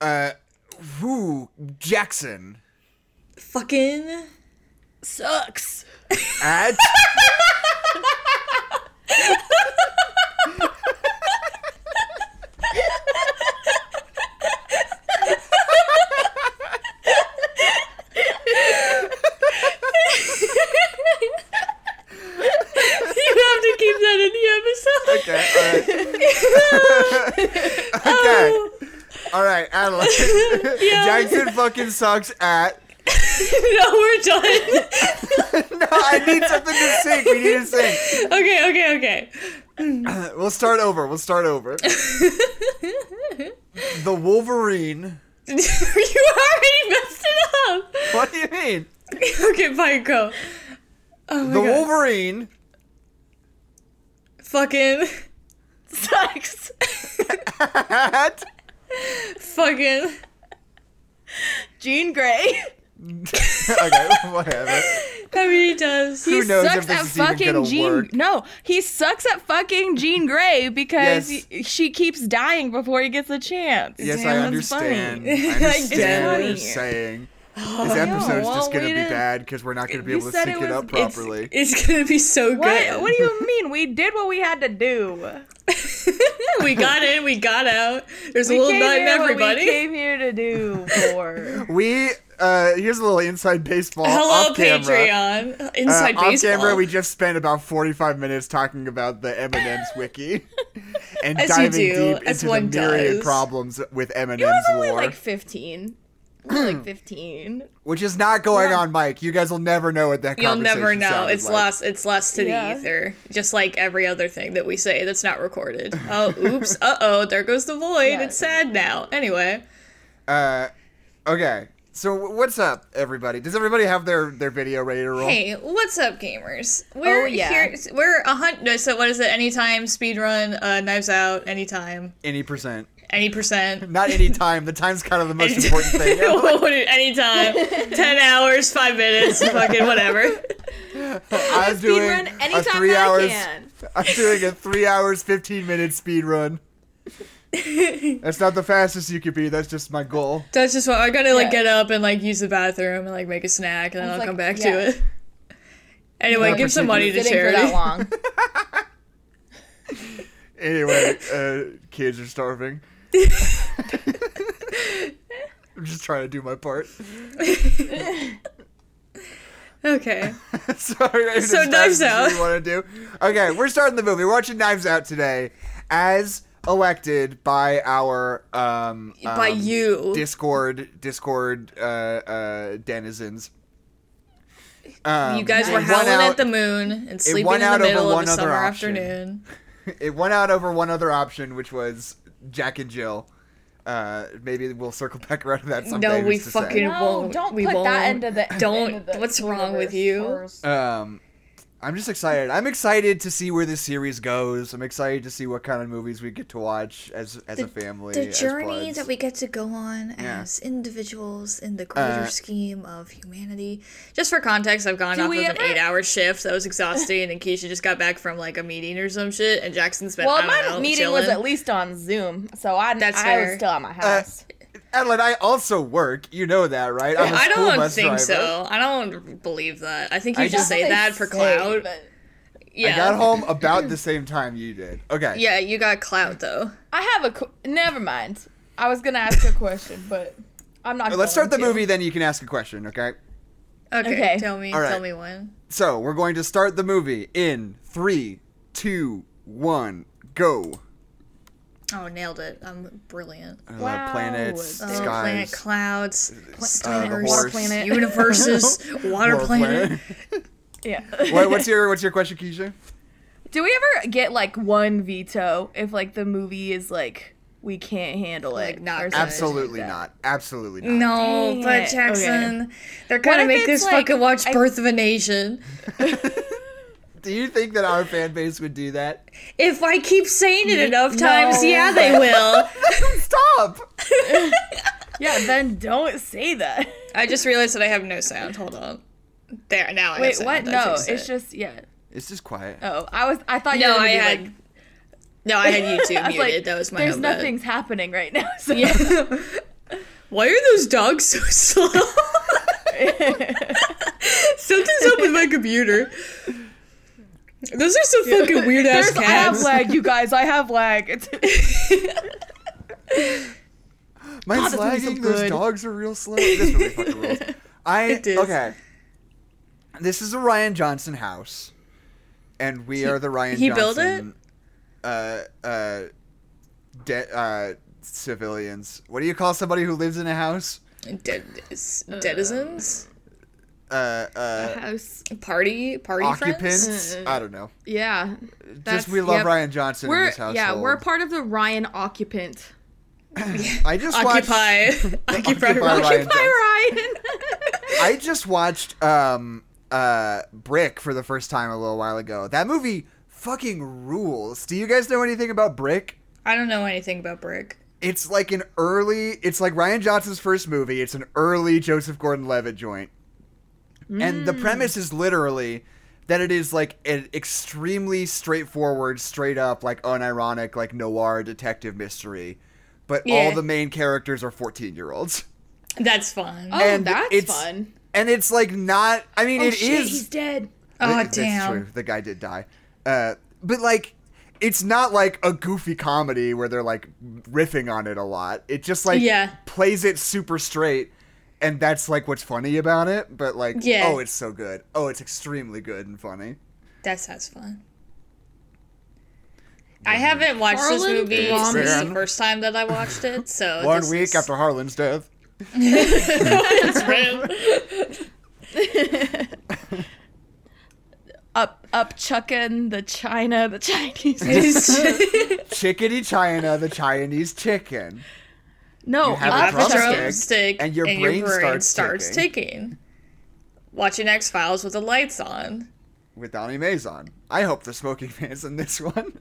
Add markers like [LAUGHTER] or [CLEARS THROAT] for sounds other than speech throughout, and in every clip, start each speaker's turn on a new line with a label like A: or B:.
A: Uh, whoo, Jackson
B: Fucking sucks.
A: at
B: [LAUGHS]
A: [LAUGHS]
B: you have to keep that in the episode.
A: okay, all right.
B: Oh.
A: okay, all right,
C: [LAUGHS]
A: Adeline.
B: Yeah.
A: Jackson fucking sucks at.
B: [LAUGHS]
A: [LAUGHS]
B: no, we're done. [LAUGHS]
A: No, I need something to sing. We need to sing. Uh,
B: okay, okay, okay. [LAUGHS]
A: We'll start over. We'll start
C: [LAUGHS]
A: over. the Wolverine.
B: you already messed it up. [LAUGHS]
A: What do you mean?
B: Okay, fine, go. Oh my
A: The
B: god.
A: Wolverine
B: Fucking sucks.
A: at [LAUGHS]
B: Fucking
C: [LAUGHS] Jean Grey.
A: okay, [LAUGHS] whatever.
B: I mean, he does.
A: Who
C: He
A: knows
C: sucks
A: if this
C: at
A: is even
C: fucking
A: gonna
C: Jean.
A: work.
C: No, he sucks at fucking Jean Grey because
A: Yes.
C: he- she keeps dying before he gets a chance.
A: Yes,
C: Damn,
A: I
C: that's
A: understand. I
C: funny. [LAUGHS] Like, it's
A: understand what you're
C: funny. Oh,
A: saying.
B: Oh,
A: This episode's
C: well,
A: just gonna
C: we
A: be
C: didn't-
A: bad because we're not gonna be
C: You
A: able to
C: said
A: sync
C: it
A: it,
C: was-
A: up
C: it's-
A: properly.
B: It's gonna be so
C: What?
B: good.
C: What do you mean? We did what we had to do.
B: [LAUGHS] we got in, we got out. There's a
C: We
B: little
C: came
B: nut in
C: here what
B: everybody.
C: We came here to do
A: [LAUGHS]
C: for.
A: we uh, here's a little inside baseball.
B: Hello,
A: off camera.
B: Patreon.
A: Uh,
B: Inside
A: off
B: baseball.
A: camera, we just spent about 45 minutes talking about the
B: [LAUGHS]
A: M&M's wiki and
B: As you
A: diving
B: do,
A: deep
B: as
A: into the
B: one
A: myriad
B: does.
A: problems with M&M's
C: I was only
A: lore,
C: like fifteen. I was
A: [CLEARS THROAT]
C: like fifteen.
A: which is not going on, Mike. You guys will never know what that
B: You'll
A: conversation
B: never know.
A: sounded
B: It's
A: like.
B: lost. It's lost to
C: Yeah.
B: the ether, just like every other thing that we say that's
A: [LAUGHS]
B: not recorded. Oh, oops. uh oh. There goes the void.
C: Yeah.
B: It's sad now. Anyway,
A: Uh, okay. So w- what's up, everybody? Does everybody have their, their video ready to roll?
B: hey, what's up, gamers? We're
C: Oh, yeah.
B: here. We're a hundred. So what is it? Anytime speedrun, uh, knives out. Anytime,
A: Any percent.
B: any
A: [LAUGHS]
B: percent.
A: Not
B: [LAUGHS]
A: any time. The time's kind of the most important thing. [LAUGHS]
C: [LAUGHS]
B: anytime. Ten hours, five minutes, fucking whatever.
A: I'm doing
C: Speedrun
A: a
C: anytime
A: three
C: that I
A: hours.
C: can.
A: I'm doing a three hours fifteen minute speed run.
B: [LAUGHS]
A: That's not the fastest you could be. That's just my goal.
B: That's just what I gotta like
C: Yeah.
B: get up and like use the bathroom and like make a snack and then I'll
C: like,
B: come back
C: yeah.
B: to it. [LAUGHS] Anyway,
A: Not
B: give some money to
C: Sitting for that
B: charity.
C: [LAUGHS] long.
A: Anyway, uh, kids are
B: [LAUGHS]
A: starving. I'm just trying to do my part.
B: [LAUGHS]
A: [LAUGHS]
B: Okay.
A: Sorry.
B: So Knives Out.
A: We want to do. Okay, we're starting the movie. We're watching Knives Out today, as elected by our um,
B: By
A: um,
B: you.
A: Discord Discord uh, uh, denizens. Um,
B: you guys were
A: it won
B: howling
A: out-
B: at the moon and sleeping
A: won
B: in the
A: out over
B: middle
A: one
B: of a
A: other
B: summer
A: option.
B: afternoon.
A: It went out over one other option, which was Jack and Jill. Uh, maybe we'll circle [LAUGHS] back around to that someday.
B: no, we
A: who's to say.
B: fucking
C: No,
B: won't.
C: don't
B: we
C: put
B: won't.
C: that into the-
B: Don't.
C: into the
B: what's wrong with you?
C: universe
A: Um, I'm just excited. I'm excited to see where this series goes. I'm excited to see what kind of movies we get to watch as as a family.
B: The
A: as
B: journey that
A: buds.
B: we get to go on
A: Yeah.
B: as individuals in the greater
A: Uh,
B: scheme of humanity. Just for context, I've gone
C: Do
B: off of
C: we
B: an
C: ever-
B: eight-hour shift that was exhausting, and Keisha just got back from like a meeting or some shit, and Jackson spent. I
C: Well,
B: don't
C: my
B: know,
C: meeting
B: chilling.
C: was at least on Zoom, so I
B: That's
C: I
B: fair.
C: was still
A: Uh,
C: at my house.
A: Adeline, I also work. You know that, right? I'm a
B: I
A: school
B: don't
A: bus
B: think
A: driver.
B: so. I don't believe that. I think you
A: I
B: just
A: just-
B: say that for clout. yeah.
A: I got
B: [LAUGHS]
A: home about the same time you did. Okay.
B: Yeah, you got clout though.
C: I have a. Qu- Never mind. I was gonna ask a question, but I'm not.
A: Let's start the
C: going to.
A: movie, then you can ask a question, okay?
B: Okay,
C: Okay.
B: tell me,
A: All right.
B: tell me when.
A: So we're going to start the movie in three, two, one, go.
B: Oh, nailed it. I'm brilliant.
A: Uh,
C: Wow.
A: planets,
C: Oh,
B: Oh,
A: skies,
B: planet clouds, stars,
A: Uh, horse. [LAUGHS]
C: planet.
B: universes, water
A: world
B: planet.
C: Yeah. [LAUGHS]
A: what, what's your what's your question, Keisha?
C: Do we ever get like one veto if like the movie is like we can't handle it?
B: Like, not
C: or
B: good.
C: something
A: Absolutely
C: like that?
A: not. Absolutely not.
B: No,
C: Dang
B: but
C: it.
B: Jackson, they're gonna
C: if
B: make
C: it's
B: us
C: like-
B: fucking watch
C: I-
B: Birth of a Nation.
A: [LAUGHS] Do you think that our fan base would do that?
B: If I keep saying it enough times,
C: No.
B: yeah,
C: [LAUGHS]
B: they will.
A: Stop!
C: Yeah, then don't say that.
B: I just realized that I have no sound. Hold on. There now. I have
C: Wait,
B: sound.
C: what?
B: I
C: No,
B: fixed
C: it's
B: it.
C: just yeah.
A: It's just quiet.
C: Oh, I was. I thought you
B: no.
C: were
B: I
C: gonna be
B: had
C: like,
B: no. I had YouTube
C: I
B: [LAUGHS]
C: was
B: muted.
C: like,
B: that was my
C: There's
B: own bad.
C: nothing's happening right now. [LAUGHS] So.
B: Yeah. [LAUGHS] Why are those dogs so slow? [LAUGHS] Something's up with my computer. Those are some fucking weird ass
D: There's- I have
B: cats. [LAUGHS]
D: lag, you guys. I have lag. It's, God, this movie's
A: Mine's
D: so
A: lagging. Those
D: good.
A: dogs are real slow. This movie fucking rules. I
B: It is.
A: okay. This is a Ryan Johnson house, and we are the Ryan.
B: he built
A: Johnson, built it. Uh, uh, de- uh, civilians. What do you call somebody who lives in a house?
B: Dead, denizens,
A: Uh, uh,
C: house.
B: party, party
A: occupants.
B: friends.
A: I don't know.
C: Yeah.
A: Just we love
C: yep.
A: Ryan Johnson in
C: We're
A: this house.
C: yeah, we're part of the Ryan occupant.
A: [LAUGHS] I just watched.
B: [LAUGHS] Occupy,
A: Occupy
B: occupy,
D: [LAUGHS]
A: Ryan
B: Ryan.
A: Johnson. [LAUGHS]
C: Ryan.
A: I just watched um uh Brick for the first time a little while ago. That movie fucking rules. Do you guys know anything about Brick?
B: I don't know anything about Brick.
A: It's like an early. It's like Ryan Johnson's first movie. It's an early Joseph Gordon-Levitt joint, and the premise is literally that it is like an extremely straightforward, straight up, like unironic, like noir detective mystery, but all
B: Yeah.
A: the main characters are fourteen-year-olds,
B: That's fun.
C: oh,
B: Oh,
A: And
C: that's
A: it's-
C: fun.
A: and it's like not. I mean, it
D: Oh,
A: is.
C: Oh, he's dead.
A: Th-
B: damn.
A: The guy did die. Uh, but like, it's not like a goofy comedy where they're like riffing on it a lot. It just like
B: Yeah.
A: plays it super straight, and that's like what's funny about it. But like,
B: Yeah.
A: oh, it's so good. Oh, it's extremely good and funny.
B: That sounds fun. I haven't watched
C: Harlan
B: this movie since
A: Robin.
B: the first time that I watched it,
A: [LAUGHS]
B: so
A: One
B: Oh, this
A: week
B: is- [LAUGHS]
A: after Harlan's death.
B: it's real.
D: [LAUGHS] up, up, chucking the China, the
A: [LAUGHS]
D: Chinese.
A: Chickadee China, the Chinese chicken.
D: [LAUGHS] No,
A: You
D: up,
A: have a
B: Off the
A: drumstick,
D: chucking.
B: drumstick,
A: and your brain starts ticking.
B: ticking. Watching X Files with the lights on.
A: [LAUGHS] with Donnie Mason. I hope the smoking [LAUGHS] man's in this one.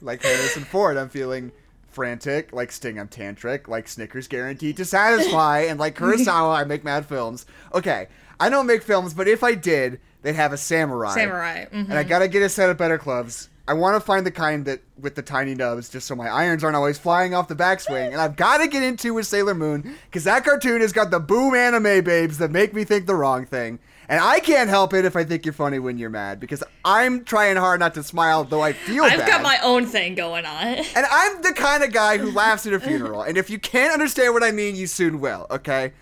A: like Harrison Ford, I'm feeling frantic. Like Sting, I'm tantric. Like Snickers, guaranteed to satisfy. And like Kurosawa, I make mad films. Okay, I don't make films, but if I did, they'd have a samurai.
B: Samurai. mhm.
A: And I gotta get a set of better clubs. I want to find the kind that with the tiny nubs, just so my irons aren't always flying off the backswing. And I've got to get into with Sailor Moon because that cartoon has got the boom anime babes that make me think the wrong thing. And I can't help it if I think you're funny when you're mad because I'm trying hard not to smile, though I feel
B: I've
A: bad.
B: got my own thing going on. [LAUGHS]
A: and I'm the kind of guy who laughs at a funeral. And if you can't understand what I mean, you soon will. Okay.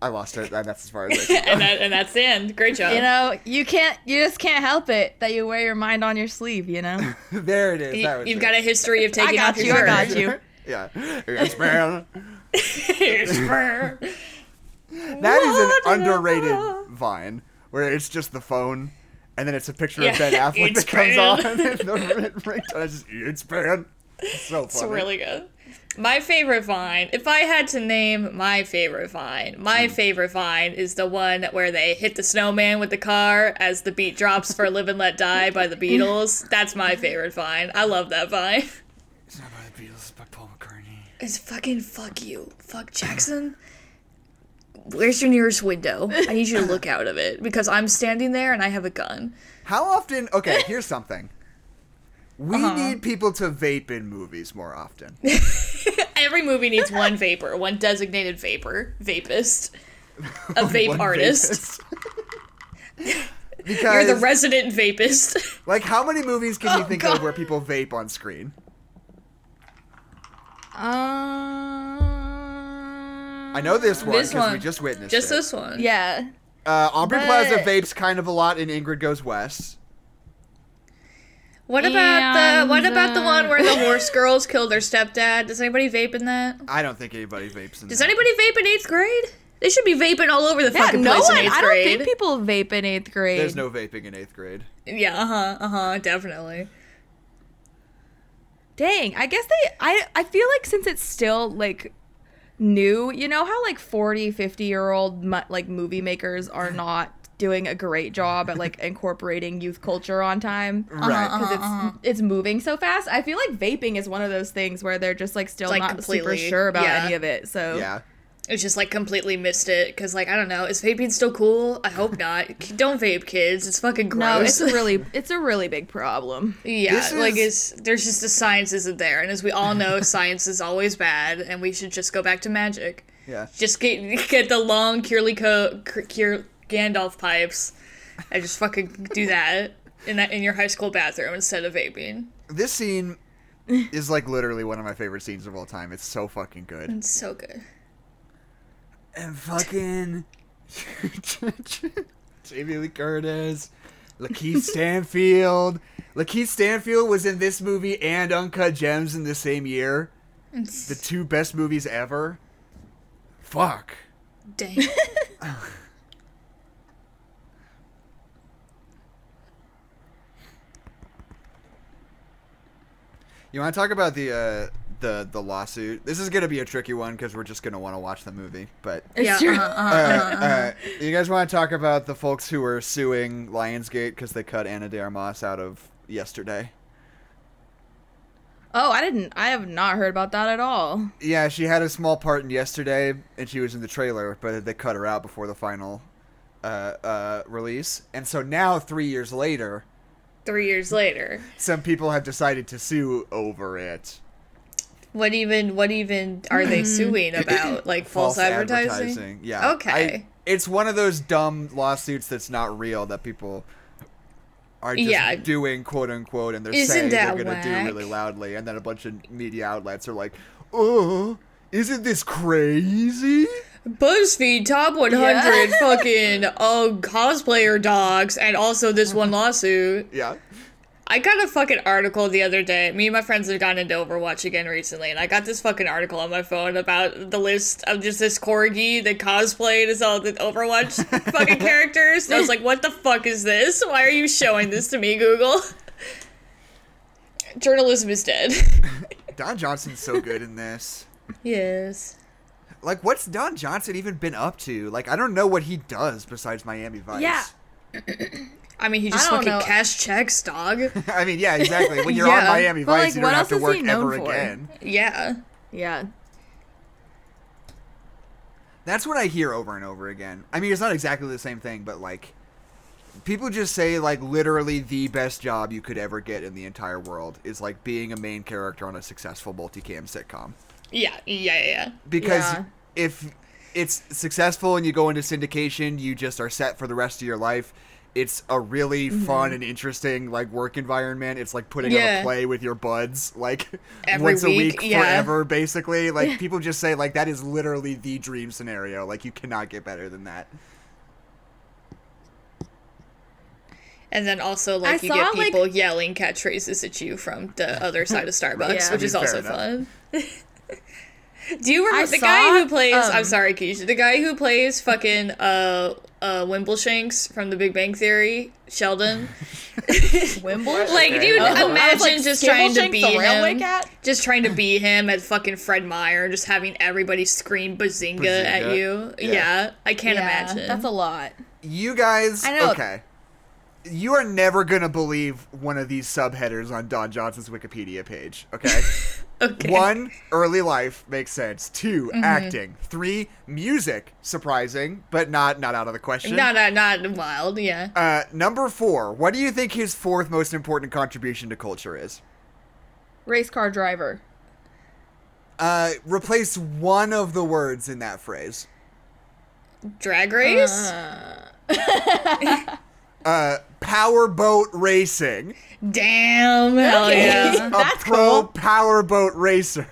A: I lost it. and That's as far as I can.
B: and, that, and that's the end. Great job.
D: You know, you can't, you just can't help it that you wear your mind on your sleeve. You
A: [LAUGHS]
D: know,
A: there it is.
B: You-
A: that was
B: you've
A: it.
B: got a history of taking
D: got
B: off your
D: you, I
B: shirt.
D: got you.
A: [LAUGHS] Yeah. Yes, man.
B: [LAUGHS] Here's fur.
A: That
B: [LAUGHS]
A: is an underrated Vine where it's just the phone, and then it's a picture of
B: Yeah.
A: Ben Affleck
B: It's
A: that comes
B: Ben.
A: on, [LAUGHS] and the ringtone is just it's Ben. It's so funny.
B: It's really good. My favorite vine, if I had to name my favorite vine, my favorite vine is the one where they hit the snowman with the car as the beat drops for Live and Let Die by the [LAUGHS] Beatles. That's my favorite vine. I love that vine.
A: It's not by the Beatles, it's by Paul McCartney.
B: It's fucking fuck you. Fuck Jackson. Where's your nearest window? I need you to look out of it because I'm standing there and I have a gun.
A: How often? Okay, here's something. We
B: Uh-huh.
A: need people to vape in movies more often.
B: [LAUGHS] Every movie needs one vapor, one designated vapor, vapist, a vape
A: One
B: artist.
A: vapist.
B: [LAUGHS]
A: because,
B: You're the resident vapist.
A: like, how many movies can you
B: Oh,
A: think of
B: God.
A: where people vape on screen?
D: um,
A: I know this one
B: This
A: because we
B: one.
A: just witnessed
B: [LAUGHS] Just
A: it.
B: this one.
D: yeah,
A: Uh, Aubrey
D: But-
A: Plaza vapes kind of a lot in Ingrid Goes West.
B: What about the What
C: And,
B: about the
C: uh,
B: one where the horse girls kill their stepdad? Does anybody vape in that?
A: I don't think anybody vapes in
B: Does
A: that.
B: anybody vape in eighth grade? They should be vaping all over the
D: yeah.
B: fucking
D: No
B: place
D: one.
B: in eighth
D: I don't
B: grade.
D: think people vape in eighth grade.
A: There's no vaping in eighth grade.
B: yeah. Uh huh. Uh huh. Definitely.
D: Dang, I guess they I I feel like since it's still like new, you know how like 40, 50 year old mu- like movie makers
B: [LAUGHS]
D: are not doing a great job at like incorporating youth culture on time
B: Uh-uh. Uh-huh,
A: Right.
D: because it's it's moving so fast. I feel like vaping is one of those things where they're just like still
B: Like,
D: not super
B: completely-
D: sure about
B: yeah.
D: any of it. So
A: Yeah.
B: It's just like completely missed it because like I don't know. Is vaping still cool? I hope not.
D: [LAUGHS]
B: Don't vape, kids. It's fucking gross.
D: No, Oh,
B: [LAUGHS]
D: it's really it's a really big problem. [LAUGHS]
B: Yeah,
A: This
B: like
A: is-
B: it's there's just the science isn't there, and as we
D: [LAUGHS]
B: all know, science is always bad, and we should just go back to magic.
A: Yeah.
B: Just get get the long curly co cur- cure Gandalf pipes, and just fucking do that in that in your high school bathroom instead of vaping.
A: This scene
B: [LAUGHS]
A: is like literally one of my favorite scenes of all time. It's so fucking good.
B: It's so good.
A: And fucking [LAUGHS] Jamie Lee Curtis, Lakeith Stanfield. Lakeith Stanfield was in this movie and Uncut Gems in the same year. The two best movies ever. Fuck.
B: Dang.
A: You want to talk about the uh, the the lawsuit? This is gonna be a tricky one because we're just gonna want to watch the movie. But
B: yeah.
D: true.
B: uh-huh, uh-huh.
A: uh, uh, you guys want to talk about the folks who were suing Lionsgate because they cut Anna De Armas out of Yesterday?
D: Oh, I didn't. I have not heard about that at all.
A: Yeah, she had a small part in Yesterday, and she was in the trailer, but they cut her out before the final uh, uh, release. And so now, three years later,
B: Three years later,
A: some people have decided to sue over it.
B: what even what even are they suing [LAUGHS] about? Like false, advertising?
A: Yeah.
B: Okay.
A: I- it's one of those dumb lawsuits that's not real that people are just
B: Yeah.
A: doing quote unquote and they're
B: Isn't
A: saying they're
B: that
A: going to do
B: whack?
A: really loudly and then a bunch of media outlets are like, "Oh, isn't this crazy?"
B: BuzzFeed top 100 fucking uh, cosplayer dogs and also this one lawsuit.
A: Yeah.
B: I got a fucking article the other day. Me and my friends have gotten into Overwatch again recently, and I got this fucking article on my phone about the list of just this corgi that cosplayed as all the Overwatch fucking characters. And I was like, what the fuck is this? Why are you showing this to me, Google? [LAUGHS] Journalism is dead.
A: Don Johnson's so good in this.
B: yes.
A: Like what's Don Johnson even been up to? Like I don't know what he does besides Miami Vice.
D: Yeah.
B: I mean, he just
D: I don't
B: fucking
D: know.
B: cash checks, dog.
A: [LAUGHS] I mean, yeah, exactly. When
D: [LAUGHS]
A: you're on
B: Yeah.
A: Miami
D: But,
A: Vice,
D: like,
A: you
D: what
A: don't have
D: else
A: to
D: is he
A: work
D: known
A: ever
D: for?
A: again.
B: yeah.
D: Yeah.
A: That's what I hear over and over again. I mean, it's not exactly the same thing, but like people just say like literally the best job you could ever get in the entire world is like being a main character on a successful multicam sitcom.
B: Yeah, yeah, yeah, yeah.
A: Because
D: Yeah.
A: if it's successful and you go into syndication, you just are set for the rest of your life. It's a really fun and interesting like work environment. It's like putting on
B: Yeah.
A: a play with your buds like [LAUGHS]
B: Every
A: once
B: week,
A: a week
B: yeah.
A: forever basically. Like people just say like that is literally the dream scenario. Like you cannot get better than that.
B: And then also, like,
D: I
B: you get
D: saw, like-
B: people yelling catchphrases at you from the other side
D: [LAUGHS]
B: of Starbucks,
D: Yeah.
B: which
A: I
B: is
A: mean, fair
B: also
A: enough.
D: [LAUGHS]
B: fun. Do you remember
D: I
B: the guy
D: saw,
B: who plays? I'm
D: um,
B: sorry, Keisha. The guy who plays fucking uh uh Wimbleshanks from The Big Bang Theory,
A: [LAUGHS]
B: Sheldon.
D: Wimbledon.
B: Like, dude,
D: Oh, I
B: imagine
D: was like,
B: just trying to
D: Stableshanks,
B: be
D: the railway
B: him.
D: cat?
B: Just trying
D: [LAUGHS]
B: to be him at fucking Fred Meyer, just having everybody scream bazinga, at
A: Bazinga.
B: you.
A: Yeah.
B: Yeah, I can't imagine.
D: That's a lot.
A: You guys,
D: I know.
A: okay. You are never gonna believe one of these subheaders on Don Johnson's Wikipedia page. Okay.
B: okay.
A: One, early life makes sense. 2
D: Mm-hmm.
A: acting. Three, music. Surprising, but not not out of the question.
B: No, no, not wild. Yeah.
A: Uh, number four. What do you think his fourth most important contribution to culture is?
D: Race car driver.
A: Uh, replace one of the words in that phrase.
B: Drag race?
A: Uh, powerboat racing.
B: Damn. Hell yeah.
D: [LAUGHS] That's
A: a pro
D: cool.
A: powerboat racer.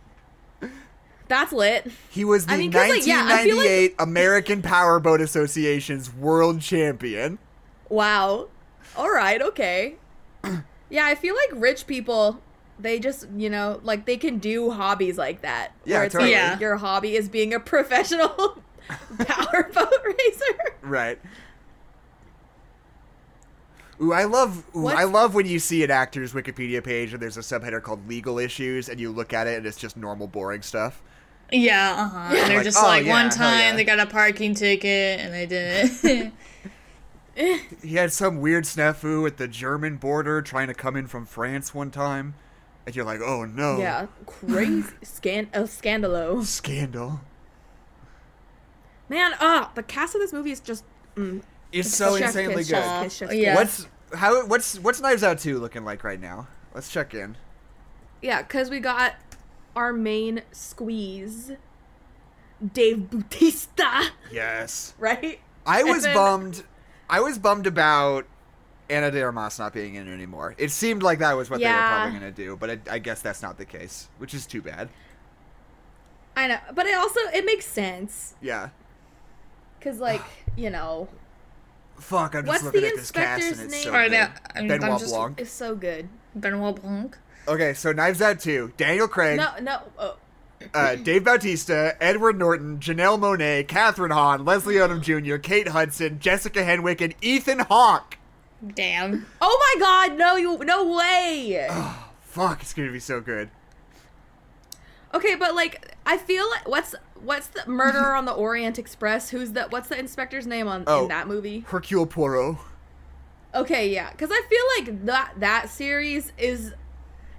A: [LAUGHS]
D: That's lit.
A: He was the
D: I mean, 'cause, like, yeah, I feel like-
A: 1998 American Powerboat Association's world champion.
D: Wow. All right.
A: [CLEARS THROAT]
D: Okay. Yeah, I feel like rich people, they just you know like they can do hobbies like that.
A: Yeah,
D: where it's
A: totally.
D: like
B: Yeah.
D: your hobby is being a [LAUGHS]
A: [LAUGHS]
D: professional powerboat racer.
A: Right. Ooh, I love ooh, I
D: What's-
A: love when you see an actor's Wikipedia page and there's a subheader called legal issues and you look at it and it's just normal boring stuff.
B: Yeah, uh huh. And they're
A: Like,
B: just
A: oh,
B: like,
A: yeah,
B: one
A: hell
B: time
A: yeah.
B: they got a parking ticket and they [LAUGHS] didn't.
A: He had some weird snafu at the German border trying to come in from France one time. And you're like, "Oh no.
D: Yeah, crazy scan a uh, scandalo.
A: Scandal."
C: Man, ah, the cast of this movie is just mm,
A: It's so
C: chef's
A: insanely
C: kiss,
A: good.
C: chef's kiss, chef's
B: Uh,
C: kiss.
B: yeah.
A: What's how what's what's Knives Out 2 looking like right now? Let's check in.
C: Yeah, because we got our main squeeze, Dave Bautista, [LAUGHS]
A: Yes.
C: right?
A: I
C: And
A: was
C: then-
A: bummed I was bummed about Anna de Armas not being in it anymore. It seemed like that was what
C: Yeah.
A: they were probably going to do, but I, I guess that's not the case, which is too bad.
C: I know, but it also it makes sense
A: Yeah.
C: because like you know
A: Fuck, I'm just
C: What's
A: looking
C: the
A: at this cast and
C: inspector's
A: it's so
C: name?
A: good.
B: Alright, now, I'm-
A: Benoit
B: I'm just-
A: Blanc.
C: it's so good.
B: Benoit Blanc.
A: Okay, so Knives Out 2, Daniel Craig,
C: No, no, oh, [CLEARS THROAT]
A: uh, Dave Bautista, Edward Norton, Janelle Monet, Catherine Hahn, Leslie Odom Jr., Kate Hudson, Jessica Henwick, and Ethan Hawke.
B: Damn.
C: oh my God, no, you, no way.
A: Fuck, it's gonna be so good.
C: Okay, but like I feel like what's what's the murderer on the Orient Express? Who's the what's the inspector's name on
A: Oh.
C: in that movie?
A: Hercule Poirot.
C: Okay, yeah, because I feel like that that series is,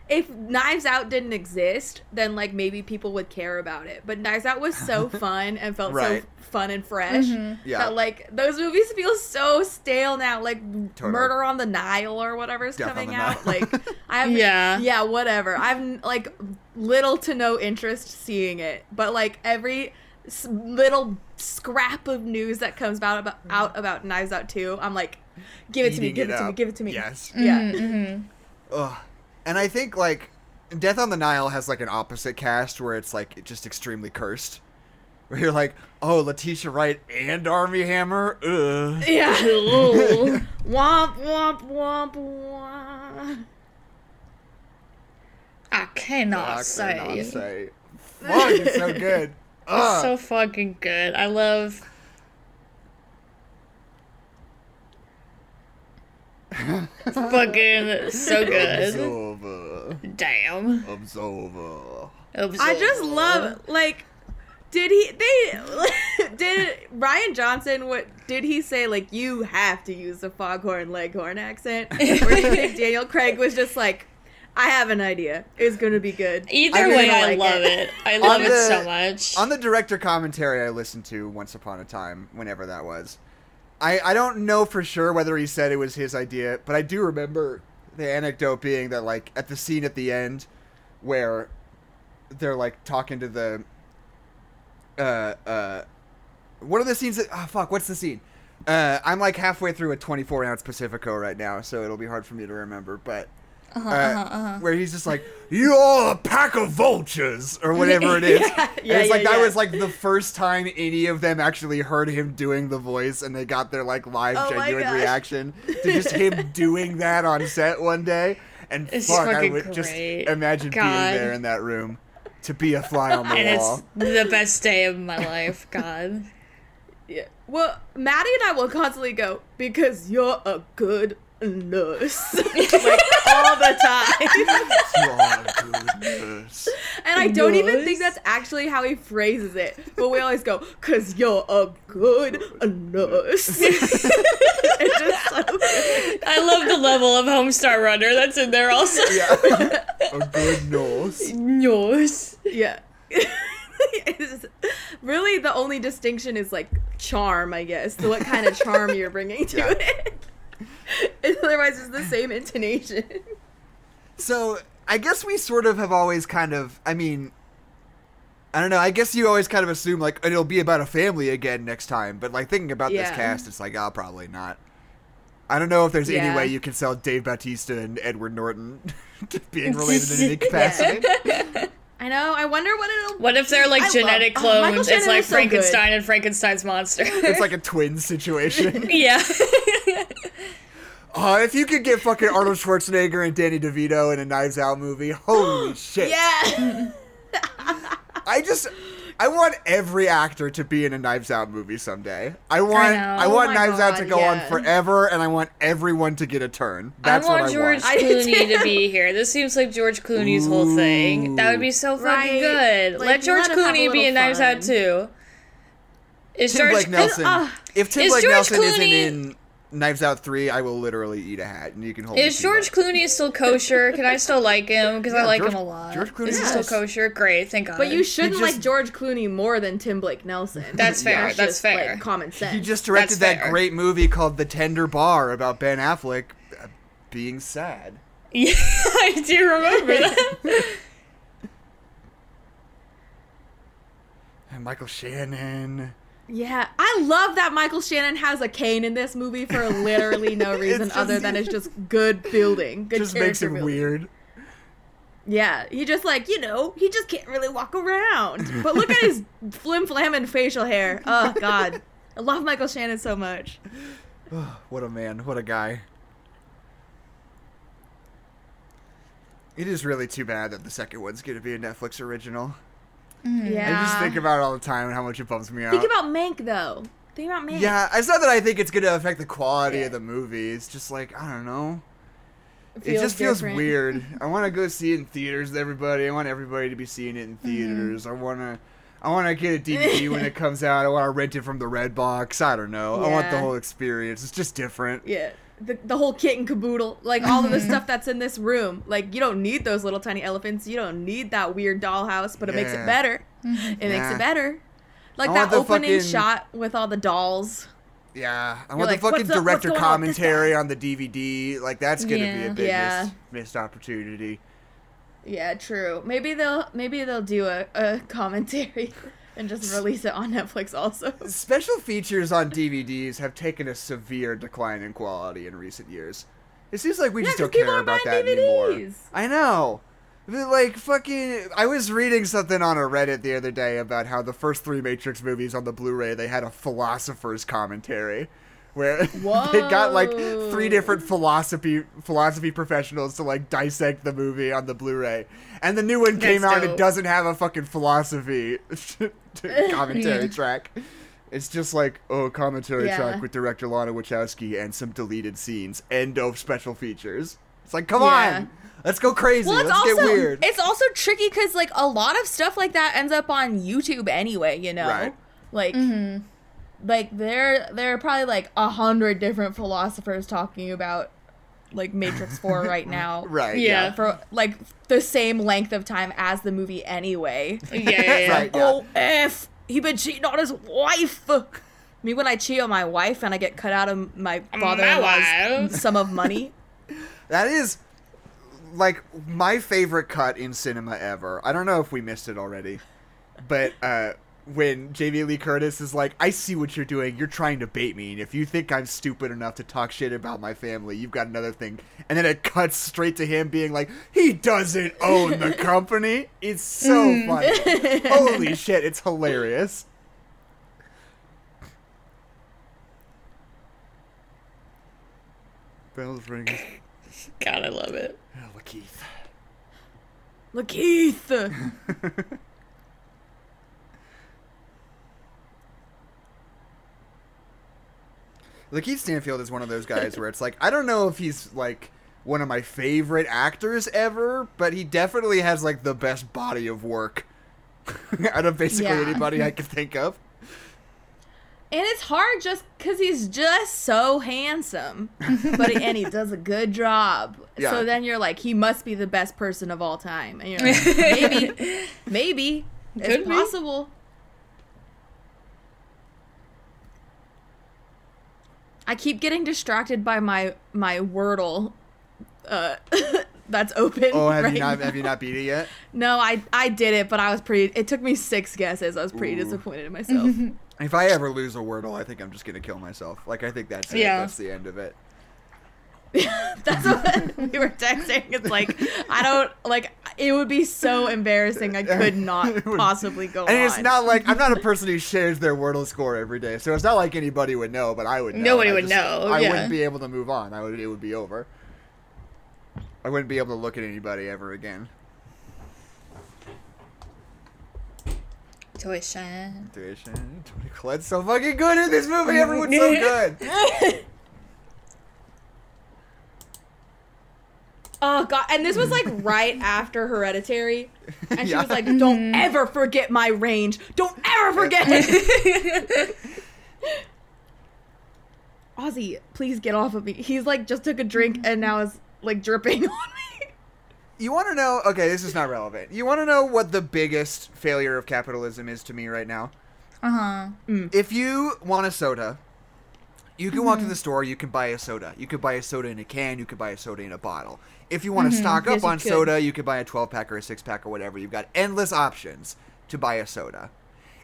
C: if Knives Out didn't exist, then like maybe people would care about it. But Knives Out
A: [LAUGHS]
C: was so fun and felt
A: Right.
C: so fun and fresh
A: Yeah.
C: that like those movies feel so stale now. Like
A: Totally.
C: Murder on the Nile or whatever's
A: Death on
C: coming
A: the
C: out.
A: Nile. [LAUGHS]
C: Like I have
B: Yeah.
C: yeah whatever. I've like little to no interest seeing it, but like every s- little scrap of news that comes out about out about Knives Out 2, I'm like, give it to me,
A: Eating
C: give it, to me,
A: up.
C: give it to me.
A: Yes.
C: Yeah.
B: Mm-hmm.
A: Ugh. And I think like Death on the Nile has like an opposite cast where it's like just extremely cursed. Where you're like, oh, Letitia Wright and Army Hammer. Ugh.
C: Yeah.
B: Ooh.
C: womp [LAUGHS] womp [LAUGHS] womp womp.
B: [LAUGHS] I cannot
A: Fuck,
B: say.
A: they're not say. Fuck, it's so good.
B: [LAUGHS] It's
A: Ugh.
B: so fucking good.
A: [LAUGHS]
B: I love. fucking so good.
A: Observer.
B: Damn.
A: Observer.
C: I just love like did he they [LAUGHS] did Ryan Johnson what did he say like you have to use the foghorn leghorn [LAUGHS] accent? Or do you think Daniel Craig was just like I have an idea. It's gonna be good.
B: Either
A: I really
B: way, I
C: like
B: love
C: it.
B: it. I love it
A: the-
B: so much.
A: On the director commentary I listened to once upon a time, whenever that was, I, I don't know for sure whether he said it was his idea, but I do remember the anecdote being that, like, at the scene at the end where they're, like, talking to the. Uh, uh, what are the scenes that. Oh, fuck, what's the scene? Uh, I'm, like, halfway through a 24 ounce Pacifico right now, so it'll be hard for me to remember, but uh, where he's just like, "You all a pack of vultures" or whatever it is.
C: Yeah,
A: and
C: yeah,
A: it's like
C: yeah,
A: that
C: yeah.
A: was like the first time any of them actually heard him doing the voice, and they got their like live
C: Oh my
A: genuine
C: gosh.
A: reaction to just him doing that on set one day. And
B: It's
A: fuck, I
B: fucking
A: would just
B: great.
A: imagine
B: God.
A: being there in that room to be a fly on the
B: and
A: wall.
B: it's the best day of my life. God.
C: Yeah. Well, Maddie and I will constantly go because you're a good nurse [LAUGHS] like all the time,
A: You are goodness.
C: and I don't even
B: Nurse?
C: think that's actually how he phrases it. But we always go because you're a good
B: [LAUGHS]
C: nurse. [LAUGHS] it's just so good.
B: I love the level of Homestar Runner that's in there also.
C: [LAUGHS]
A: Yeah. a good nose.
B: Yours.
C: Yeah. [LAUGHS] It's- really, the only distinction is like charm, I guess. So what kind of charm you're bringing to
A: Yeah.
C: it? Otherwise, [LAUGHS] it's the same intonation. [LAUGHS]
A: So I guess we sort of have always kind of. I mean, I don't know. I guess you always kind of assume like oh, it'll be about a family again next time. But like thinking about this
C: Yeah.
A: cast, it's like, oh, probably not. I don't know if there's any
C: Yeah.
A: way you can sell Dave Bautista and Edward Norton [LAUGHS] to being related
C: [LAUGHS]
A: in any capacity.
C: I know. I wonder what it'll
B: What if they're like
C: I love-
B: genetic
C: oh, Michael
B: clones? it's
C: Shannon
B: like
C: is so good.
B: Frankenstein and Frankenstein's monster.
A: It's like a twin
C: [LAUGHS]
A: situation.
B: [LAUGHS] yeah.
A: Oh, if you could get fucking Arnold Schwarzenegger and Danny DeVito in a Knives Out movie,
C: [GASPS]
A: holy shit!
C: [LAUGHS] Yeah.
A: I just I want every actor to be in a Knives Out movie someday. I want
B: know.
A: I, want
C: Oh my
A: Knives Out to
C: God,
A: go
C: yeah.
A: on forever, and I want everyone to get a turn. That's
B: I want
A: what I
B: George
A: want.
C: I do
B: Clooney to
C: too.
B: be here. This seems like George Clooney's whole thing. That would be so fucking
C: Right.
B: good.
C: Like,
B: let George
C: let him have a
B: Clooney be in
C: little
B: Knives Out
C: fun.
B: too. Is
A: Tim
B: George uh,
A: Blake Nelson.
C: ah,
A: if Tim
B: is
A: Blake
B: George
A: Nelson isn't
B: Clooney-
A: in Knives Out three, I will literally eat a hat, and you can hold. me
B: Is
A: to
B: George
A: that.
B: Clooney still kosher? Can I still like him? Because I
A: Yeah,
B: like
A: George-
B: him a lot.
A: George Clooney
B: Is he
A: is.
B: still kosher? Great, thank God.
C: But
B: [LAUGHS]
C: you shouldn't
A: just-
C: like George Clooney more than Tim Blake Nelson.
B: That's fair, that's
C: just,
B: fair.
C: Like, common sense.
A: He just directed
B: That's
A: that
B: fair.
A: great movie called The Tender Bar about Ben Affleck uh, being sad.
B: Yeah, I do remember that.
C: [LAUGHS]
A: And Michael Shannon.
C: yeah, I love that Michael Shannon has a cane in this movie for
A: [LAUGHS]
C: literally no reason
A: just-
C: other than it's just good building. Good
A: just makes
C: character
A: him
C: building.
A: weird.
C: Yeah, he just like you know he just can't really walk around. But look at
A: [LAUGHS]
C: his flim flammin' facial hair. Oh God, I love Michael Shannon so much.
A: [SIGHS] What a man. What a guy. It is really too bad that the second one's going to be a Netflix original.
C: Yeah,
A: I just think about it all the time and how much it bums me out.
C: Think about Mank though. Think about Mank.
A: yeah, it's not that I think it's going to affect the quality of the movie. It's just like, I don't know. it just feels
C: different. [LAUGHS]
A: weird. I want to go see it in theaters with everybody. I want everybody to be seeing it in
C: Mm-hmm.
A: theaters. I want to I want to get a DVD
C: [LAUGHS]
A: when it comes out. I want to rent it from the red box. I don't know. I want the
C: Yeah.
A: whole experience. It's just different.
C: Yeah. The, the whole kit and caboodle, like all of the stuff that's in this room. Like, you don't need those little tiny elephants. You don't need that weird dollhouse, but it makes
A: Yeah.
C: it better. It makes
A: Yeah.
C: it better. Like
A: I want
C: that
A: the
C: opening
A: fucking-
C: shot with all the dolls.
A: Yeah, I want
C: like,
A: the fucking
C: "What's up? What's
A: director
C: going on with this
A: commentary on the DVD. Like that's gonna be
B: Yeah.
A: a big
C: Yeah.
A: missed, missed opportunity.
C: Yeah, true. Maybe they'll maybe they'll do a, a commentary [LAUGHS] and just release it on Netflix also.
A: Special features on DVDs have taken a severe decline in quality in recent years. It seems like we just
C: 'cause
A: don't care
C: people aren't
A: about that
C: buying
A: anymore.
C: DVDs.
A: I know. But, Like fucking, I was reading something on a Reddit the other day about how the first three Matrix movies on the Blu-ray they had a philosopher's commentary, where [LAUGHS] they got like three
C: Whoa.
A: different philosophy philosophy professionals to like dissect the movie on the Blu-ray, and the new one came
B: That's
A: out and it
B: dope.
A: doesn't have a fucking philosophy [LAUGHS] commentary track. It's just like oh commentary
C: Yeah.
A: track with director Lana Wachowski and some deleted scenes. End of special features. It's like come
C: Yeah.
A: on, let's go crazy.
D: Well, it's
A: let's
D: also
A: get weird.
D: it's also tricky because like a lot of stuff like that ends up on YouTube anyway. You know,
A: Right.
D: like like there there are probably like a hundred different philosophers talking about like Matrix
A: [LAUGHS]
D: Four right now.
A: right.
B: Yeah.
D: For like the same length of time as the movie anyway.
B: yeah, yeah, yeah.
A: Right. Yeah.
D: Oh f! He been cheating on his wife. Me when I cheat on my wife and I get cut out of my
B: wife.
D: father-in-law's sum of money.
A: That is like my favorite cut in cinema ever. I don't know if we missed it already, but uh, when Jamie Lee Curtis is like, "I see what you're doing. You're trying to bait me, and if you think I'm stupid enough to talk shit about my family, you've got another thing." And then it cuts straight to him being like, "He doesn't own the company." It's so funny. Holy shit! It's hilarious. Bells ringing.
B: God, I love it.
A: Oh, Keith.
C: Lakeith.
A: [LAUGHS] Lakeith Stanfield is one of those guys where it's like I don't know if he's like one of my favorite actors ever, but he definitely has like the best body of work [LAUGHS] out of basically
D: Yeah.
A: anybody I could think of.
C: And it's hard just because he's just
A: [LAUGHS]
C: so handsome, but and he does a good job.
A: Yeah.
C: So then you're like, he must be the best person of all time, and you're
A: [LAUGHS]
C: like,
B: [LAUGHS]
C: maybe, maybe
B: Could
C: it's
B: be.
C: possible. I keep getting distracted by my my Wordle. Uh, [LAUGHS] that's open.
A: Oh, have
C: right
A: you not
C: now.
A: have you not beat it yet?
C: No, I I did it, but I was pretty. It took me six guesses. I was pretty
A: Ooh.
C: disappointed
A: [LAUGHS]
C: in myself.
A: If I ever lose a Wordle, I think I'm just gonna kill myself. Like I think that's it.
B: Yeah.
A: That's the end of it.
C: [LAUGHS] That's what we were texting. It's like I don't like. It would be so embarrassing. I
A: [LAUGHS]
C: could not possibly go
A: And it's
C: on.
A: not like I'm not a person who shares their Wordle score every day, so it's not like anybody would know, but I would know.
B: Nobody
A: and I
B: would
A: just-
B: know,
A: I
B: yeah.
A: wouldn't be able to move on. I would it would be over. I wouldn't be able to look at anybody ever again.
B: [LAUGHS] Tuition.
A: Tuition, [LAUGHS] Tony Collette's so fucking good in this movie. Everyone's so good.
C: oh god! And this was like right after Hereditary, and she
A: Yeah.
C: was like, "Don't ever forget my
A: [LAUGHS]
B: Uh-huh.
C: range. Don't ever forget." it." Ozzy, please get off of me. He's like just took a drink and now is like dripping [LAUGHS] on me.
A: You want to know? Okay, this is not relevant. You want to know what the biggest failure of capitalism is to me right now?
B: Uh huh.
A: If you want a soda, you can walk to the store, you can buy a soda. You could buy a soda in a can, you could buy a soda in a bottle. If you want to stock up
C: Yes, you
A: on
C: could.
A: soda, you could buy a 12 pack or a 6 pack or whatever. You've got endless options to buy a soda.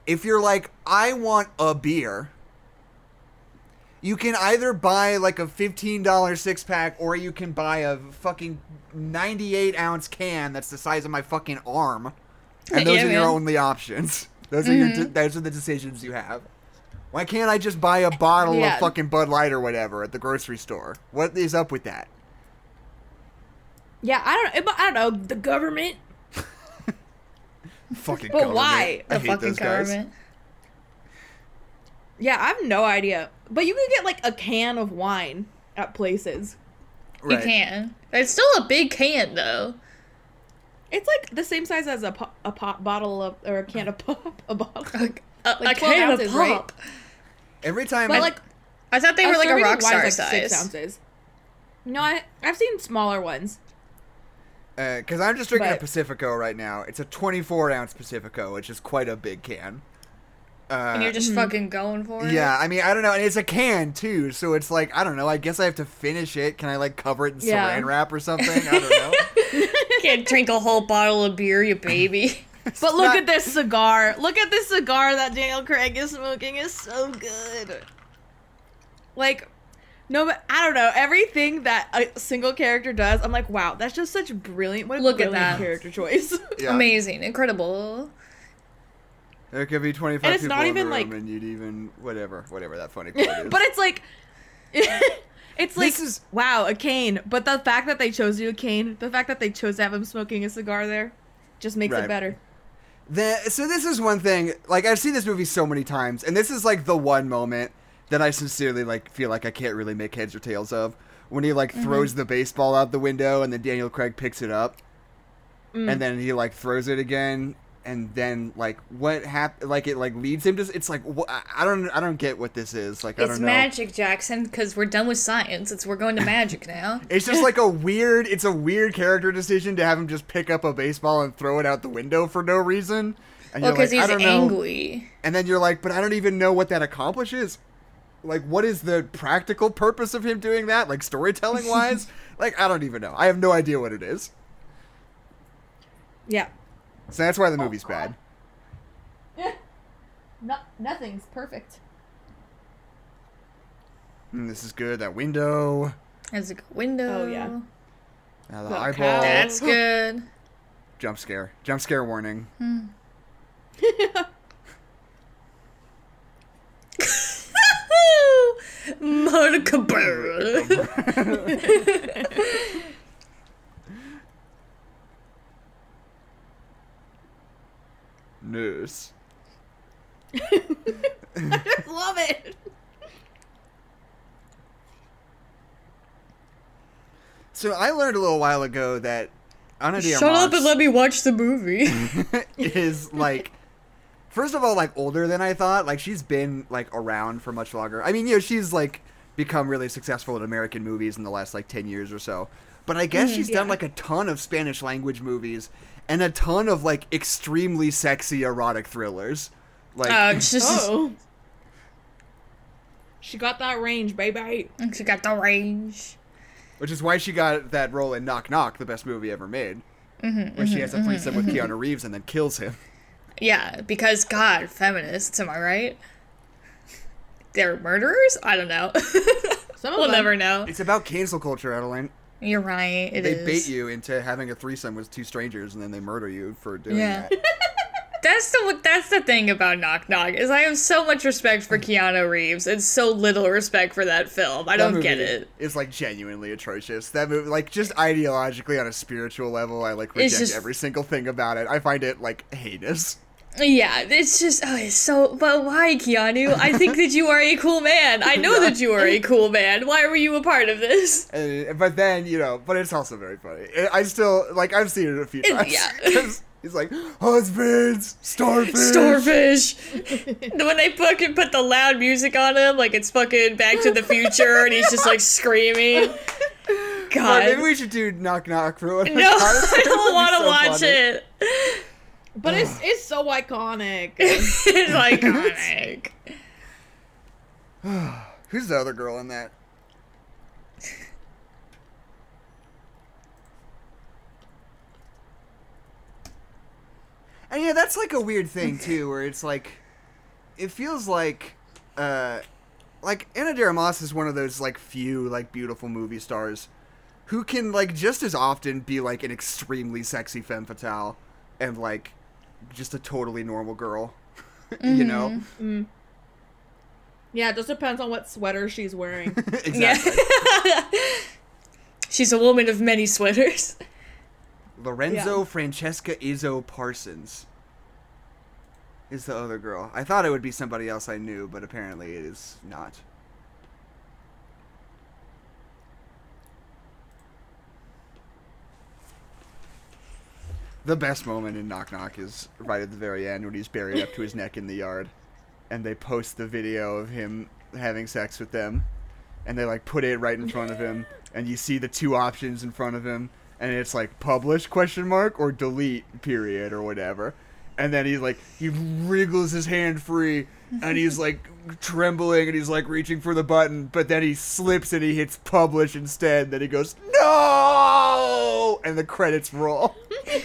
A: If you're like, I want a beer, you can either buy like a $15 six pack or you can buy a fucking 98 ounce can that's the size of my fucking arm. And those
B: Yeah,
A: are your
B: man.
A: only options. [LAUGHS] Those are your de- those are the decisions you have. Why can't I just buy a bottle
D: Yeah.
A: of fucking Bud Light or whatever at the grocery store? What is up with that?
D: Yeah, I don't. I don't know. The government.
A: Fucking
D: But
A: government.
D: why?
A: I
B: The
A: hate
B: fucking
A: those guys.
B: government.
C: Yeah, I have no idea. But you can get like a can of wine at places.
A: Right.
B: You can. It's still a big can though.
C: It's like the same size as a pop, a pop bottle of or a can of [LAUGHS] pop
B: [LAUGHS]
C: a bottle.
B: A, a
C: Like 12
B: can
C: ounces,
B: of
C: right?
B: pop.
A: Every time
C: But
A: I-
C: like
B: I thought they were like a
C: serving of
B: rock
C: wine
B: star
C: is, like,
B: size.
C: Six
A: Uh,
C: ounces. No, I, I've seen smaller ones.
A: because uh, I'm just drinking a
C: But-
A: Pacifico right now. It's a 24 ounce Pacifico, which is quite a big can. Uh,
B: and you're just fucking going for it.
A: yeah, I mean, I don't know, and it's a can too, so it's like I don't know. I guess I have to finish it. Can I like cover it in
C: Yeah.
A: saran wrap or something? I don't know.
B: You [LAUGHS] [LAUGHS] can't drink a whole bottle of beer,
A: [LAUGHS]
B: you baby.
C: But look
A: not-
C: at this cigar. Look at this cigar that Daniel Craig is smoking. It's so good. Like, no, but I don't know. Everything that a single character does, I'm like, wow, that's just such brilliant. What a
B: Look at
C: brilliant
B: that.
C: character choice. [LAUGHS]
A: Yeah.
B: Amazing, incredible.
A: There could be 25
C: And it's
A: people
C: not
A: in the
C: even,
A: room,
C: like-
A: and you'd even whatever, whatever that funny quote is.
C: [LAUGHS] but it's like, it's like,
A: This is-
C: wow, a cane. But the fact that they chose you a cane, the fact that they chose to have him smoking a cigar there, just makes
A: Right.
C: it better.
A: The, so this is one thing. Like I've seen this movie so many times, and this is like the one moment that I sincerely like feel like I can't really make heads or tails of when he
B: Mm-hmm.
A: like throws the baseball out the window, and then Daniel Craig picks it up,
B: Mm.
A: and then he like throws it again, and then like what happened? Like it like leads him to. It's like wh- I- I don't I don't get what this is. Like I
B: It's
A: don't know.
B: magic, Jackson, because we're done with science. It's we're going to
A: [LAUGHS]
B: magic now.
A: It's just like a weird. It's a weird character decision to have him just pick up a baseball and throw it out the window for no reason. And
B: well,
A: you're like,
B: because
A: I
B: Oh, he's
A: don't know.
B: angry.
A: And then you're like, but I don't even know what that accomplishes. Like, what is the practical purpose of him doing that? Like, storytelling
B: [LAUGHS]
A: wise? like, I don't even know. I have no idea what it is.
C: Yeah.
A: So that's why the movie's
B: Oh,
A: bad.
C: [LAUGHS] No, nothing's perfect.
A: Mm, this is good. That window.
B: There's like a window.
C: Oh, yeah.
A: Now
B: Oh,
A: the
C: Little
A: eyeball.
C: cow.
B: That's good.
A: Jump scare. Jump scare
B: [LAUGHS]
A: warning.
B: Monica Burr.
A: Nurse.
C: [LAUGHS] Love it.
A: So I learned a little while ago that Ana de
B: Shut
A: Armas
B: up and let me watch
A: [LAUGHS]
B: the movie.
A: is like first of all like older than I thought. Like she's been like around for much longer. I mean, you know, she's like become really successful in American movies in the last like 10 years or so. But I guess she's done like a ton of Spanish language movies and a ton of like extremely sexy erotic thrillers. Like
B: Uh, it's just,
C: Oh. [LAUGHS] She got that range, baby. [LAUGHS]
B: She got the range.
A: which is why she got that role in Knock Knock, the best movie ever made. where she has a threesome with Keanu Reeves and then kills him.
B: Yeah, because God, feminists, am I right? They're murderers? I don't know.
C: Some of
B: [LAUGHS] we'll
C: them.
B: never know.
A: It's about cancel culture, Adeline.
B: You're right. It
A: they
B: is.
A: bait you into having a threesome with two strangers and then they murder you for doing
B: [LAUGHS] Yeah.
A: that.
B: That's the that's the thing about Knock Knock is I have so much respect for Keanu Reeves and so little respect for that film. I
A: That
B: don't get
A: movie
B: it.
A: Is like genuinely atrocious. That movie, like just ideologically on a spiritual level, I like
B: It's
A: reject
B: just-
A: every single thing about it. I find it like heinous.
B: Yeah, it's just oh, it's so. But why, Keanu? I think that you are a cool man. I know that you are a cool man. Why were you a part of this?
A: And, but then you know, but it's also very funny. I I still like I've seen it a few
B: It-
A: [LAUGHS] times.
B: yeah.
A: 'Cause He's like, husbands, starfish.
B: Starfish. when they fucking put the loud music on him, like it's fucking Back to the Future, and he's just like screaming.
A: Or maybe
B: God.
A: we should do knock knock for one. [LAUGHS]
B: No, [LAUGHS] I don't want to watch it.
C: But it's it's so
B: [LAUGHS]
C: iconic.
B: it's
A: [LAUGHS]
B: iconic.
A: Who's the other girl in that? And yeah, that's like a weird thing too, where it's like, it feels like, uh, like Anna de Armas is one of those like few like beautiful movie stars, who can like just as often be like an extremely sexy femme fatale, and like, just a totally normal girl, [LAUGHS] you know?
C: yeah, it just depends on what sweater she's wearing.
A: [LAUGHS] exactly.
B: Yeah. [LAUGHS] She's a woman of many sweaters.
A: Lorenzo Francesca Izzo Parsons is the other girl. I thought it would be somebody else I knew, but apparently it is not. The best moment in Knock Knock is right at the very end when he's buried up to his neck in the yard, and they post the video of him having sex with them, and they like put it right in front of him, and you see the two options in front of him, and it's like publish question mark or delete period or whatever, and then he's like he wriggles his hand free, and he's like trembling and he's like reaching for the button, but then he slips and he hits publish instead. Then he goes no, and the credits roll. [LAUGHS]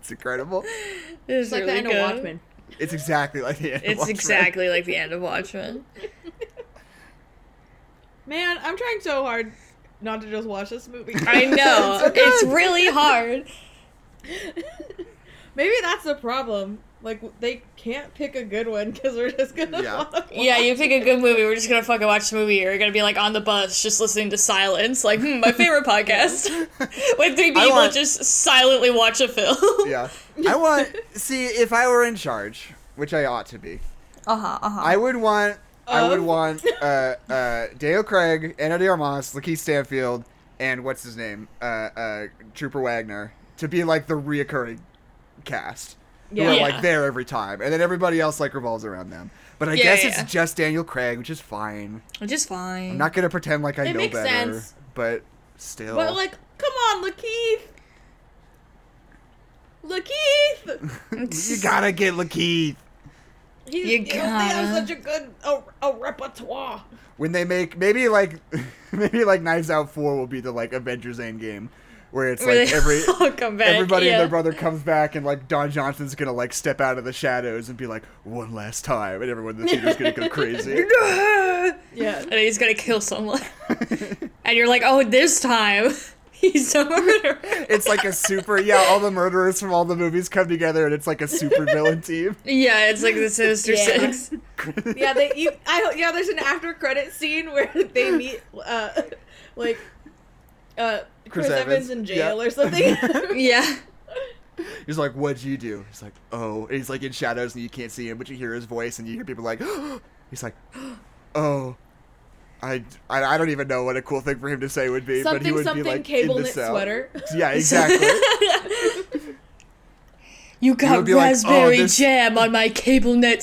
A: It's incredible.
B: It's,
C: It's like
B: really
C: the end
B: good.
C: of Watchmen.
A: It's exactly like the end. of
B: It's
A: Watchmen.
B: exactly like the end of Watchmen.
C: [LAUGHS] Man, I'm trying so hard not to just watch this movie.
B: [LAUGHS]
A: [LAUGHS]
B: I know.
C: [LAUGHS]
B: it's really hard.
C: Maybe that's the problem. Like they can't pick a good one because we're just gonna.
A: Yeah.
C: wanna [LAUGHS] watch
B: Yeah, you pick a good movie. We're just gonna fucking watch the movie. Or you're gonna be like on the bus, just listening to silence. Like hmm, my
A: [LAUGHS]
B: favorite podcast. [LAUGHS] When three people
A: want-
B: just silently watch a film.
A: [LAUGHS]
C: [LAUGHS]
A: Yeah.
B: [LAUGHS]
A: I want see if I were in charge, which I ought to be.
B: Uh huh. Uh huh.
A: I would want. I would
C: Oh. Of? [LAUGHS]
A: want uh, uh, Dale Craig, Anna de Armas, Lakeith Stanfield, and what's his name, uh, uh, Trooper Wagner, to be like the reoccurring cast. Yeah. Who are
B: Yeah.
A: like there every time, and then everybody else like revolves around them. But I
B: Yeah,
A: guess
B: yeah,
A: it's
B: yeah.
A: just Daniel Craig, which is fine.
B: Which is fine.
A: I'm not gonna pretend like I
C: It
A: know
C: makes
A: better,
C: sense.
A: but still.
C: But like, come on, Lakeith.
A: [LAUGHS]
C: Lakeith.
A: you gotta get Lakeith.
C: He's,
B: You
C: you have
B: gotta.
C: such a good a, a repertoire.
A: when they make maybe like [LAUGHS] maybe like Knives Out four will be the like Avengers Endgame, where it's
B: Where
A: like
B: they [LAUGHS]
C: [LAUGHS]
A: every
B: all come back,
A: everybody
B: yeah.
A: and their brother comes back and like Don Johnson's gonna like step out of the shadows and be like one last time, and everyone in the theater's gonna
C: [LAUGHS]
A: go crazy.
C: Yeah.
B: [LAUGHS] and he's gonna kill someone. and you're like, oh, this time [LAUGHS] he's a murderer.
A: [LAUGHS] [LAUGHS] It's like a super yeah, all the murderers from all the movies come together, and it's like a super villain team. [LAUGHS]
B: yeah, it's like the Sinister
C: [LAUGHS] Yeah.
B: Six. [LAUGHS]
C: Yeah, they you, I hope- yeah, there's an after credit scene where [LAUGHS] they meet uh like uh Chris, Evans.
A: Evans,
C: in jail
A: yeah. [LAUGHS]
C: or something. [LAUGHS]
B: Yeah.
A: He's like, "What'd you do?" He's like, "Oh," and he's like in shadows and you can't see him, but you hear his voice and you hear people like, [GASPS] "He's like, oh." I, I, I don't even know what a cool thing for him to say would be, but he
C: something
A: would
C: something
A: be like
C: cable
A: in the
C: knit
A: cell.
C: sweater. [LAUGHS]
A: Yeah, exactly.
B: You got
A: would be like,
B: raspberry
A: "Oh, this-
B: jam on my cable
A: [LAUGHS]
B: net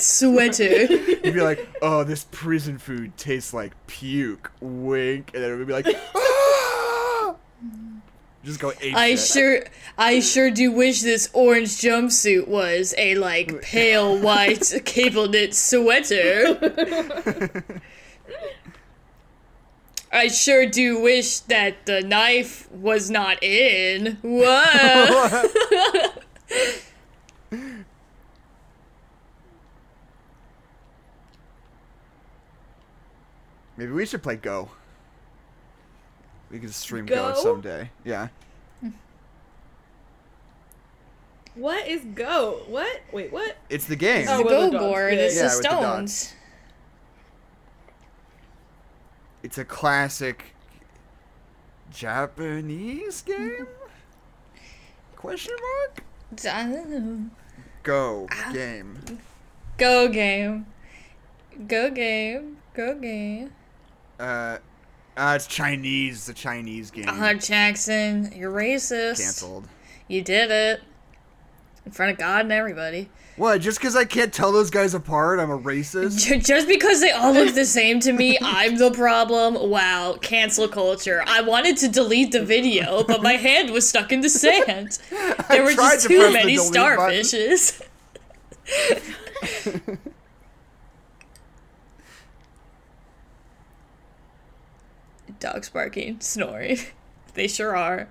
A: [LAUGHS]
B: sweater.
A: He'd be like, "Oh, this prison food tastes like puke." Wink, and then it would be like, [GASPS] "Ah!" just go ape
B: I
A: shit.
B: sure, I sure do wish this orange jumpsuit was a like
A: [LAUGHS]
B: pale white cable knit sweater. I sure do wish that the knife was not in.
A: [LAUGHS]
B: Whoa!
A: [LAUGHS] Oh, Maybe we should play Go. We could stream Go,
C: Go?
A: someday. Yeah,
C: What is go? What? Wait, what?
A: it's the game.
B: the [LAUGHS]
C: Oh, with
B: go
C: the dots.
B: board
C: Yeah,
B: is
A: yeah,
B: the
A: with the dots.
B: stones.
A: it's a classic Japanese game? Question mark?
B: I don't know.
A: Go
B: Ah.
A: game.
B: Go game, go game, go game.
A: Uh, uh it's Chinese, the Chinese game.
B: Uh, Jackson, you're Uh-huh, racist.
A: Cancelled.
B: You did it. in front of God and everybody.
A: What? Just because I can't tell those guys apart, I'm a racist.
B: Ju- Just because they all look the same
A: [LAUGHS]
B: to me, I'm the problem. Wow, cancel culture. I wanted to delete the video, but my hand was stuck in the sand. [LAUGHS]
A: [LAUGHS]
B: There were
A: tried to press
B: just too
A: the
B: many
A: delete button.
B: starfishes. [LAUGHS] Dogs barking, snoring. They sure are.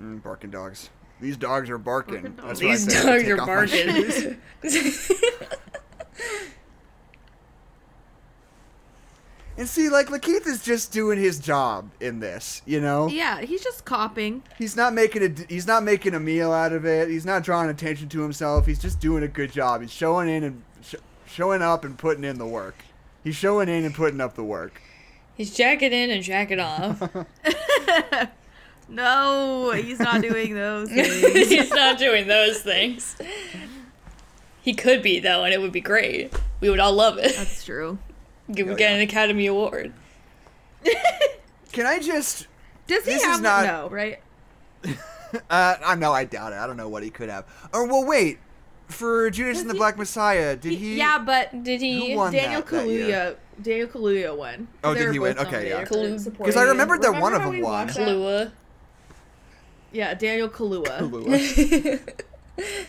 A: Mm, barking dogs. These dogs are barking. That's what I
B: These
A: say. I
B: dogs
A: take
B: are
A: off my shoes. [LAUGHS]
B: barking. [LAUGHS]
A: and see, like Lakeith is just doing his job in this. You know,
C: Yeah, he's just copying.
A: he's not making a he's not making a meal out of it. He's not drawing attention to himself. He's just doing a good job. He's showing in and sh- showing up and putting in the work. He's showing in and putting up the work. [LAUGHS]
B: He's jacket in and jacket off.
C: [LAUGHS]
B: [LAUGHS]
C: No, he's not
A: [LAUGHS]
C: doing those things.
B: He's not doing those things. He could be though, and it would be great. We would all love it.
C: That's true.
B: We would
A: Oh,
B: get
A: yeah.
B: an Academy Award.
A: Can I just? [LAUGHS]
C: Does he
A: This is
C: have
A: not-
C: no right?
A: Uh, I know I doubt it. I don't know what he could have. Or well, wait, for Judas and the Black Messiah, did he?
C: yeah, but
B: Did he?
A: Who won?
C: Daniel
A: that- that year.
C: Kaluuya, Daniel Kaluuya won.
A: Oh,
C: They
A: did
C: were
A: he win?
C: both
A: Okay, yeah.
C: nominated for
B: Kalu-
C: supporting.
A: 'Cause I remembered that
C: Remember
A: one of
C: how
A: them
C: we
A: won.
C: watched that?
B: Kahlua.
C: Yeah, Daniel Kaluuya. [LAUGHS]
A: Kahlua. [LAUGHS]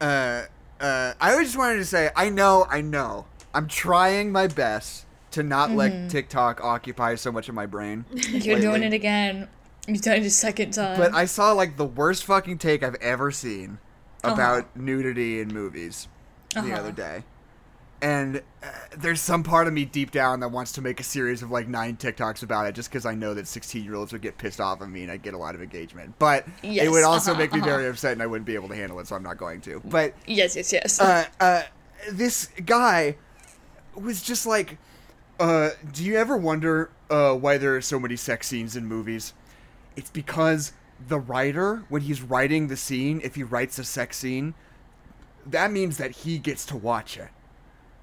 A: uh, uh, I always just wanted to say, I know, I know. I'm trying my best to not
C: Mm-hmm.
A: let TikTok occupy so much of my brain.
B: You're doing
A: lately.
B: it again. You've done it a second time.
A: But I saw like the worst fucking take I've ever seen about nudity in movies the
B: Uh-huh.
A: other day. And uh, there's some part of me deep down that wants to make a series of like nine TikToks about it just because I know that 16 year olds would get pissed off at me and I'd get a lot of engagement. But it
B: Yes,
A: would also
B: uh-huh,
A: make me
B: uh-huh. Mm.
A: very upset and I wouldn't be able to handle it, so I'm not going to. But
B: yes, yes, yes.
A: uh, uh, this guy was just like, uh, do you ever wonder uh, why there are so many sex scenes in movies? It's because the writer, when he's writing the scene, if he writes a sex scene, that means that he gets to watch it.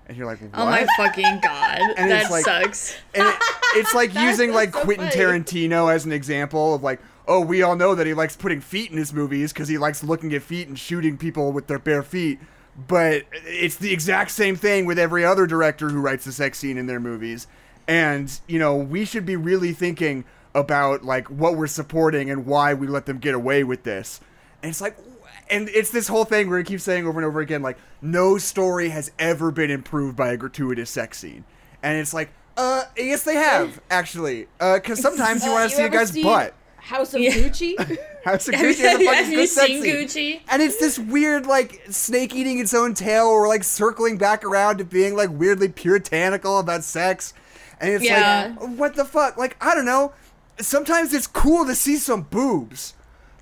A: And you're like, what?
B: oh my fucking god.
A: And it's
B: that
A: like-
B: sucks.
A: and it, it's
C: [LAUGHS]
A: like using like
C: so
A: Quentin
C: funny.
A: Tarantino as an example of like, oh, we all know that he likes putting feet in his movies because he likes looking at feet and shooting people with their bare feet. But it's the exact same thing with every other director who writes a sex scene in their movies. And you know, we should be really thinking about like what we're supporting and why we let them get away with this. And it's like, and it's this whole thing where it keeps saying over and over again, like, no story has ever been improved by a gratuitous sex scene. And it's like, uh, yes, they have, actually. Uh, cause sometimes you
C: Uh,
A: want to see a
C: ever
A: guy's
C: seen
A: butt.
C: House of
A: [LAUGHS]
B: Yeah.
C: Gucci.
A: House of
B: Have
A: Gucci is a
B: you-
A: fucking
B: have you
A: good sex
B: seen
A: scene.
B: Gucci?
A: And it's this weird, like, snake eating its own tail or, like, circling back around to being, like, weirdly puritanical about sex. And it's
B: Yeah.
A: like, what the fuck? Like, I don't know. Sometimes it's cool to see some boobs.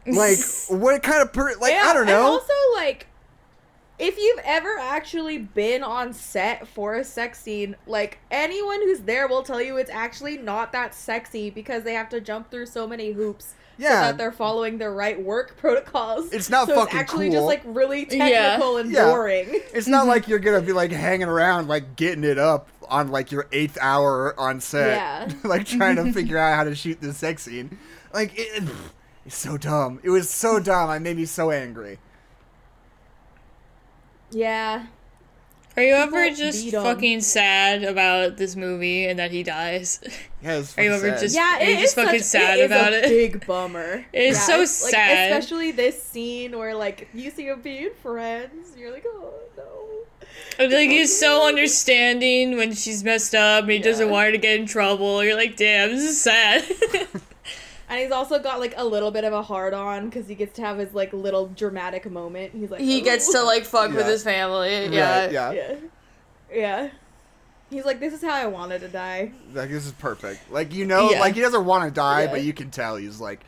A: Like, what kind of per. Like,
C: Yeah,
A: I don't know.
C: And also, like, if you've ever actually been on set for a sex scene, like anyone who's there will tell you it's actually not that sexy because they have to jump through so many hoops.
A: Yeah.
C: So that they're following the right work [LAUGHS] protocols.
A: It's not
C: so
A: fucking
C: it's actually
A: cool.
C: just like really
B: Yeah.
C: technical and
A: Yeah.
C: boring.
A: [LAUGHS] It's not like you're gonna be like hanging around, like getting it up on like your eighth hour on set,
C: Yeah.
A: [LAUGHS] like trying to figure out how to shoot this sex scene. Like it, it's so dumb. It was so dumb. I made me so angry.
C: Yeah.
B: Are you ever
C: People
B: just
C: beat 'em.
B: fucking sad about this movie and that he dies? [LAUGHS]
A: Yeah, it was
B: Are you
A: fucking
B: ever
A: sad.
B: just-
C: Yeah,
B: Are you
C: it
B: just
C: is
B: fucking
C: such-
B: sad
C: it is
B: about
C: a
B: it? [LAUGHS]
C: Big bummer.
B: It's so
C: like,
B: sad.
C: especially this scene where like you see him being friends. You're like, oh no.
B: I'm like he's so understanding when she's messed up and he doesn't
C: Yeah.
B: want her to get in trouble. You're like, damn, this is [LAUGHS] sad.
C: And he's also got like a little bit of a hard on because he gets to have his like little dramatic moment. He's like "Ooh."
B: like fuck
A: Yeah.
B: family.
A: Right, yeah.
C: [LAUGHS] yeah, yeah. He's like, this is how I wanted to die.
A: Like this is perfect. Like you know,
B: Yeah.
A: like he doesn't want to die,
C: Yeah.
A: but you can tell he's like,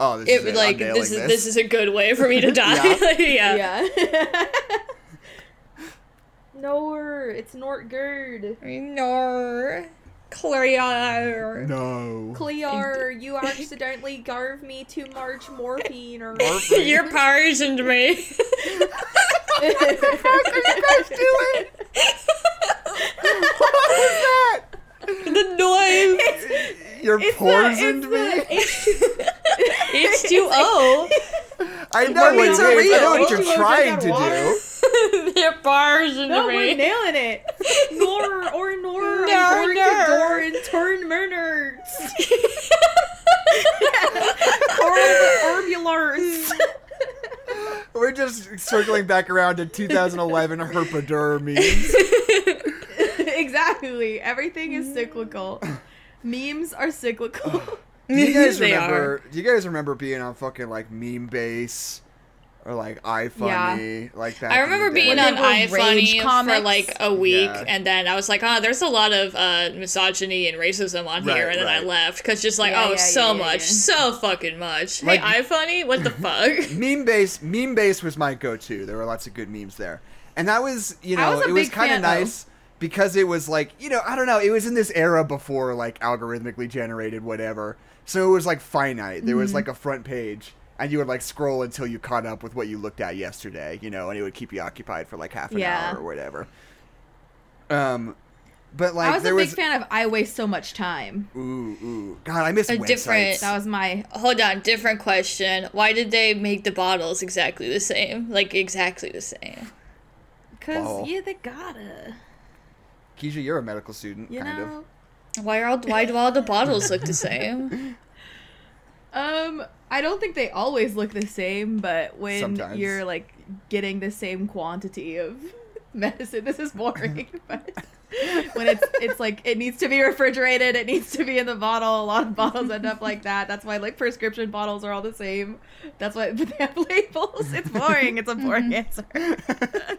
A: oh, this is
B: It
A: it.
B: like
A: I'm nailing
B: this is this is a good way for
A: [LAUGHS]
B: me to die.
A: Yeah.
B: Like, yeah. [LAUGHS]
C: Yeah. [LAUGHS] Nor, it's Nortgard.
B: No. Claire.
A: no.
B: [LAUGHS]
C: Clear, you accidentally gave me too much morphine or
A: Perfect.
B: [LAUGHS] You're poisoned me. [LAUGHS] the noise.
A: You're
C: It's the-
A: poisoned
C: [LAUGHS] it's
A: me.
B: [LAUGHS] H2O.
A: I know what
C: we're
A: it is.
C: being
A: I know
C: real.
A: what you're
C: Don't you
A: trying
C: overthink
A: to
C: that water?
A: do.
B: They're bars in
C: No,
B: the
C: we're
B: rain.
C: nailing it. Nor or nor.
B: Nor,
C: I'm going
B: nor.
C: to door and turn murners. or orbulars. [LAUGHS]
A: We're just circling back around to 2011 herpadur
B: [LAUGHS]
A: memes.
C: [LAUGHS] exactly. Everything is cyclical. Memes are cyclical. [LAUGHS]
A: Do you guys
B: They
A: remember? Do you guys remember being on fucking like meme base or like iFunny like that?
B: I remember being
D: When
B: on
D: they were rage
B: iFunny for
D: comics.
B: like a week,
A: Yeah.
B: and then I was like, "Ah, there's a lot of uh, misogyny and racism on here,"
A: Right,
B: and then I
A: right.
B: left because just like,
D: Yeah,
B: oh,
D: yeah,
B: so
D: yeah, yeah,
B: much,
D: yeah.
B: so fucking much.
A: Like-
B: hey, iFunny, what the
A: [LAUGHS]
B: fuck?
A: meme base. Meme base was my go-to. There were lots of good memes there, and that was you
D: I
A: know
D: was a
A: it was
D: big
A: kind of
D: fan, though.
A: nice because it was like you know I don't know it was in this era before like algorithmically generated whatever, so it was like finite. There
D: Mm-hmm.
A: was like a front page. And you would like scroll until you caught up with what you looked at yesterday, you know, and it would keep you occupied for like half an
D: Yeah.
A: hour or whatever. Um, but like
D: I was a
A: there
D: big
A: was
D: fan of I Waste So Much Time.
A: Ooh, ooh. God, I miss
B: A
A: websites.
B: different-
D: That was my.
B: Hold on, different question. Why did they make the bottles exactly the same? Like exactly the same.
C: Because,
A: Wow.
C: yeah, they gotta.
A: Keisha, you're a medical student,
C: You
A: kind
C: know?
B: Why are all, why do all the bottles look the same?
C: Um, I don't think they always look the same, but when
A: Sometimes.
C: you're like getting the same quantity of [LAUGHS] medicine, this
A: [LAUGHS]
C: is boring. but when it's it's like it needs to be refrigerated, it needs to be in the bottle. A lot of bottles end up like that. That's why like prescription bottles are all the same. That's why [LAUGHS] but they have labels. It's boring. It's a boring
A: Mm-hmm.
C: answer.
A: of.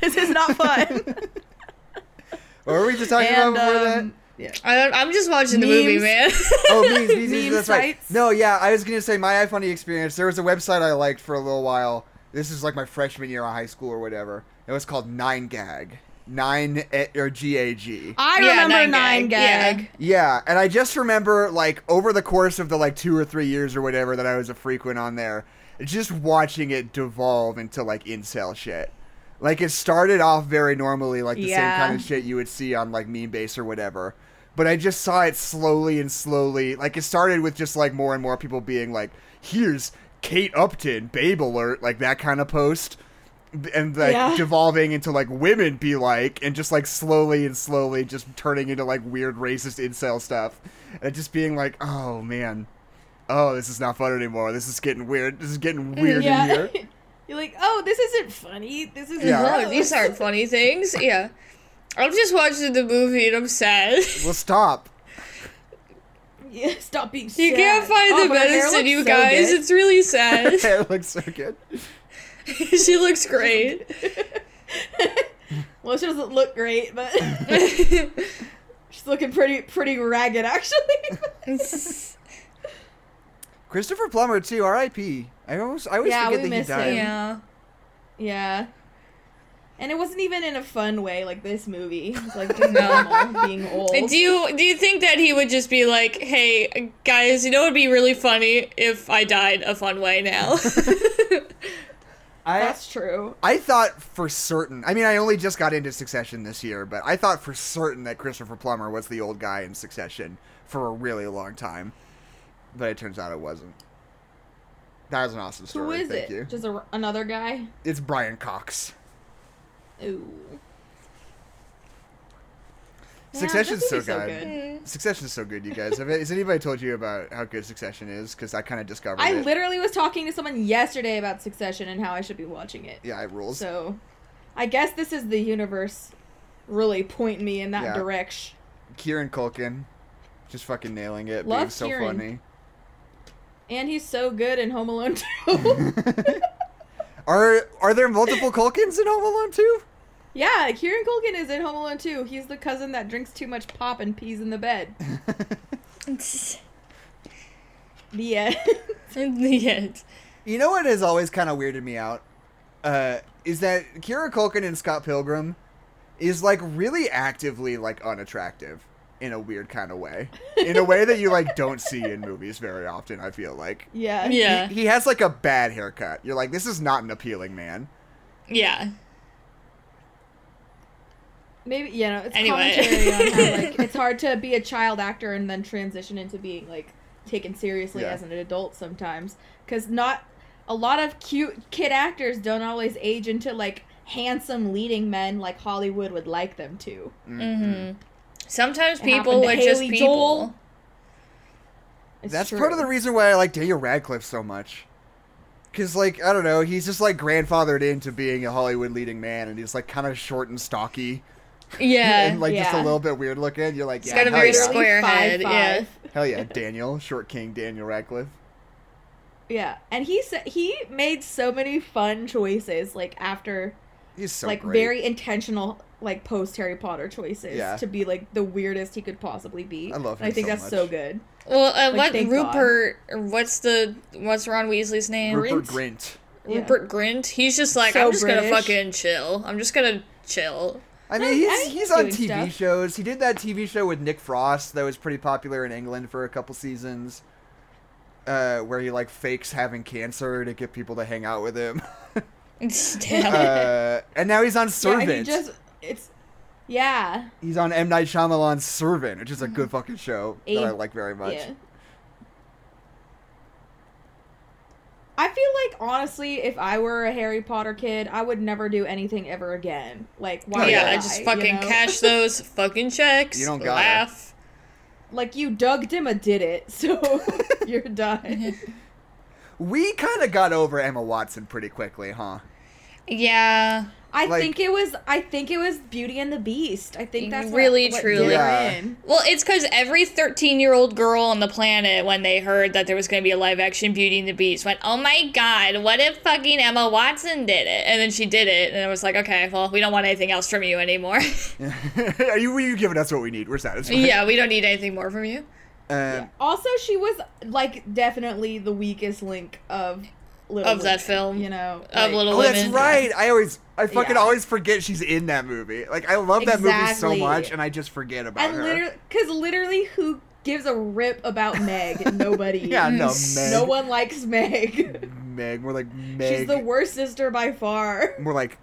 C: this is
A: [LAUGHS]
C: not fun.
A: [LAUGHS] what were we just
D: [LAUGHS]
A: talking
C: and
A: about before
C: um,
A: Oh, that?
C: yeah.
B: I don't, I'm just watching the movie,
C: Memes.
A: [LAUGHS]
B: man. [LAUGHS]
A: Oh, memes, memes, memes,
C: meme
A: that's right.
C: sites.
A: No, yeah, I was gonna say my iFunny experience. There was a website I liked for a little while. This is like my freshman year of high school or whatever. It was called Nine Gag, Nine eh, or G A G.
C: I
B: Yeah,
C: remember
B: nine
C: nine,
B: gag.
C: gag.
B: Yeah.
A: Yeah, and I just remember like over the course of the like two or three years or whatever that I was a frequent on there, just watching it devolve into like incel shit. Like it started off very normally, like the same
C: Yeah.
A: kind of shit you would see on like meme base or whatever. But I just saw it slowly and slowly. Like it started with just like more and more people being like, "Here's Kate Upton, babe alert," like that kind of post, B- and like
C: Yeah.
A: devolving into like women be like, and just like slowly and slowly just turning into like weird racist incel stuff, and just being like, "Oh man, oh this is not fun anymore. This is getting weird. This is
C: [LAUGHS]
A: getting weird in here."
C: You're like, oh, this isn't funny. This is
A: Yeah.
B: Oh, these aren't funny things. Yeah. I'm just watching the movie and I'm sad. [LAUGHS]
A: Well,
C: [LAUGHS]
A: stop. [LAUGHS]
C: Yeah, [LAUGHS] stop being sad.
B: You can't find
C: Oh,
B: the
C: but her hair
B: medicine,
C: looks
B: you
C: so
B: guys.
C: [LAUGHS] good.
B: It's really sad. [LAUGHS]
C: [LAUGHS]
A: it looks so good.
B: she looks
C: [LAUGHS]
B: great.
C: well, she doesn't look great, but [LAUGHS]
B: yeah,
C: she's looking pretty pretty ragged actually. [LAUGHS]
A: Christopher Plummer too. R.I.P. I almost I always
C: Yeah,
A: forget
C: we
A: that he
C: miss
A: died.
C: him. yeah. And it wasn't even in a fun way, like this movie. It's like just
B: No. [LAUGHS]
C: normal being old.
B: And do you do you think that he would just be like, "Hey guys, you know it would be really funny if I died a fun way
C: [LAUGHS]
B: now." [LAUGHS]
A: I
C: That's true.
A: I thought for certain. I mean, I only just got into Succession this year, but I thought for certain that Christopher Plummer was the old guy in Succession for a really long time. But it turns out it wasn't. That was an awesome story.
C: Who is
A: Thank
C: it?
A: you.
C: Just a, another guy.
A: It's Brian Cox.
C: Ooh. Yeah,
A: Succession's
C: this
A: so,
C: movie's so
A: good. Succession's so good, you guys. Have, has anybody told you about how good Succession is? Because I kind of discovered
C: I
A: it.
C: literally was talking to someone yesterday about Succession and how I should be watching it.
A: yeah, it rules.
C: So, I guess this is the universe really pointing me in that
A: Yeah.
C: direction.
A: Kieran Culkin, just fucking nailing it.
C: Love
A: being so
C: Kieran.
A: funny.
C: And he's so good in Home Alone 2.
A: Are are there multiple Culkins in Home Alone too?
C: [LAUGHS] yeah, Kieran Culkin is in Home Alone 2. He's the cousin that drinks too much pop and pees in the bed.
A: [LAUGHS]
C: The end. [LAUGHS]
B: In the end.
A: You know what has always kind of weirded me out uh, is that Kira Culkin and Scott Pilgrim is like really actively like unattractive in a weird kind of way, in a way that you like don't see in movies very often. I feel like
C: yeah.
B: Yeah.
A: he has like a bad haircut. You're like, this is not an appealing man.
B: Yeah.
C: Maybe you know it's
B: Anyway.
C: commentary on
B: [LAUGHS]
C: how like it's hard to be a child actor and then transition into being like taken seriously
A: Yeah.
C: as an adult sometimes because not a lot of cute kid actors don't always age into like handsome leading men like Hollywood would like them to.
B: hmm Sometimes
C: Mm-hmm. It
B: people
C: happened to
B: are just
C: Haley
B: people.
C: Joel. It's
A: That's
C: true.
A: part of the reason why I like Daniel Radcliffe so much. Cause like I don't know, he's just like grandfathered into being a Hollywood leading man, and he's like kind of short and stocky,
C: [LAUGHS]
B: Yeah.
A: and like just a
C: yeah.
A: little bit weird looking. You're like,
B: He's
A: yeah,
B: got a
A: hell
B: very
A: yeah.
B: square- head, yeah.
A: hell
C: [LAUGHS]
A: yeah, Daniel, short king Daniel Radcliffe.
C: Yeah, and he sa- he made so many fun choices like after
A: He's so
C: like
A: great.
C: very intentional like post Harry Potter choices
A: Yeah.
C: to be like the weirdest he could possibly be.
A: I love
C: And I
A: him
C: think
A: so
C: that's
A: much.
C: so good.
B: well, uh,
C: Like,
B: what
C: thank God.
B: Rupert? or What's the what's Ron Weasley's name?
A: Rupert Grint.
C: Yeah.
B: Rupert Grint. He's just like
C: So
B: I'm just gonna
C: British.
B: fucking chill. I'm just gonna
C: [LAUGHS]
B: chill.
A: I
C: I-
A: mean,
C: I
A: he's
C: think
A: he's
C: he's
A: on
C: doing
A: TV
C: stuff.
A: shows. He did that TV show with Nick Frost that was pretty popular in England for a couple seasons, uh, where he like fakes having cancer to get people to hang out with
C: [LAUGHS]
A: him. [LAUGHS]
B: Damn.
A: uh, and now he's on
C: Yeah,
A: Servant.
C: and he just it's yeah
A: He's on M Night Shyamalan's Servant, which is a good fucking show that I
C: Abe-
A: like very much.
C: Mm-hmm. yeah. I feel like honestly, if I were a Harry Potter kid, I would never do anything ever again. Like why?
B: yeah,
C: would
B: I just
C: you
B: fucking
C: know?
B: cash
C: [LAUGHS]
B: those fucking checks.
A: You
B: You
A: don't
B: don't
A: gotta.
B: laugh.
C: Like you, Doug Dimma did
B: [LAUGHS]
C: it, [LAUGHS] so you're done.
A: We kind of got over Emma Watson pretty quickly, huh? [LAUGHS]
B: Yeah.
C: I
A: Like-
C: think it was. I think it was Beauty and the Beast. I think that's what-
B: Really,
C: what,
B: truly.
C: did her
A: Yeah.
C: in.
B: Well, it's because every 13 year old girl on the planet, when they heard that there was going to be a live action Beauty and the Beast, went, Oh my god, what if fucking Emma Watson did it? And then she did it, and it was like, Okay, well, we don't want anything else from you anymore. [LAUGHS]
A: Are you, you giving us what we need? We're satisfied.
B: yeah, we don't need anything more from you.
A: Um,
C: Also, she was like definitely the weakest link of Little
B: Of that
C: Women,
B: film.
C: You know,
B: Of
C: like-
B: Little
A: Oh, that's
B: Women.
A: right. I always, I fucking
C: Yeah.
A: always forget she's in that movie. Like, I love that movie so
C: Exactly.
A: much, and I just forget about
C: And
A: her.
C: literally, because literally, who gives a rip about
A: [LAUGHS]
C: Meg? Nobody.
A: [LAUGHS] yeah, no, Meg.
C: No one likes Meg.
A: Meg, more like Meg.
C: mm-hmm. She's the worst sister by far.
A: More like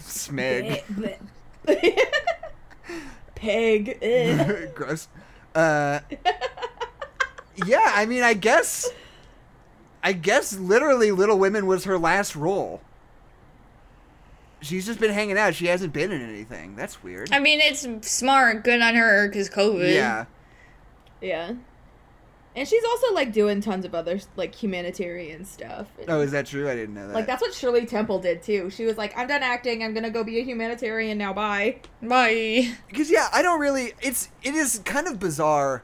A: Smeg.
B: Eh,
C: [LAUGHS] Peg. eh.
A: [LAUGHS] Gross. Uh, yeah, I mean, I guess, I guess, literally, Little Women was her last role. She's just been hanging out. She hasn't been in anything. That's weird.
B: I mean, it's smart, good on her, because COVID.
A: Yeah.
C: yeah. And she's also like doing tons of other like humanitarian stuff.
A: Oh, is that true? I didn't know that.
C: Like that's what Shirley Temple did too. She was like, "I'm done acting. I'm gonna go be a humanitarian now. Bye."
B: Bye.
A: because yeah i don't really it's it is kind of bizarre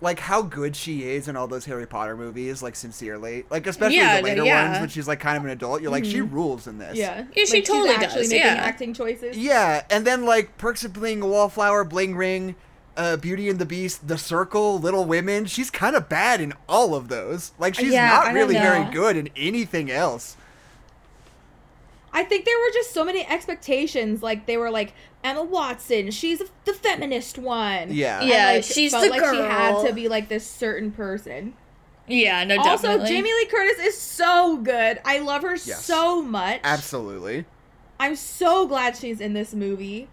A: like how good she is in all those harry potter movies like sincerely like especially
B: Yeah,
A: the later
B: yeah. Mm-hmm.
A: ones when she's like kind of an adult you're like she rules in this
C: Yeah,
B: Yeah, she
C: Like, she's
B: totally
C: actually
B: does,
C: Making
B: yeah.
C: acting choices.
A: yeah and then like perks of being a wallflower bling ring uh, Beauty and the Beast, The Circle, Little Women. She's kind of bad in all of those. Like she's
B: Yeah, I
A: not
B: don't
A: really very
B: know.
A: good in anything else.
C: I think there were just so many expectations. Like they were like Emma Watson, she's the feminist one.
A: Yeah.
C: And,
B: Yeah,
C: like,
B: she's
C: felt
B: the
C: like She had
B: girl.
C: to be like this certain person.
B: Yeah, no,
C: Also,
B: definitely. [LAUGHS]
C: Jamie Lee Curtis is so good. I love her
A: Yes.
C: so much.
A: Absolutely.
C: I'm so glad she's in this movie.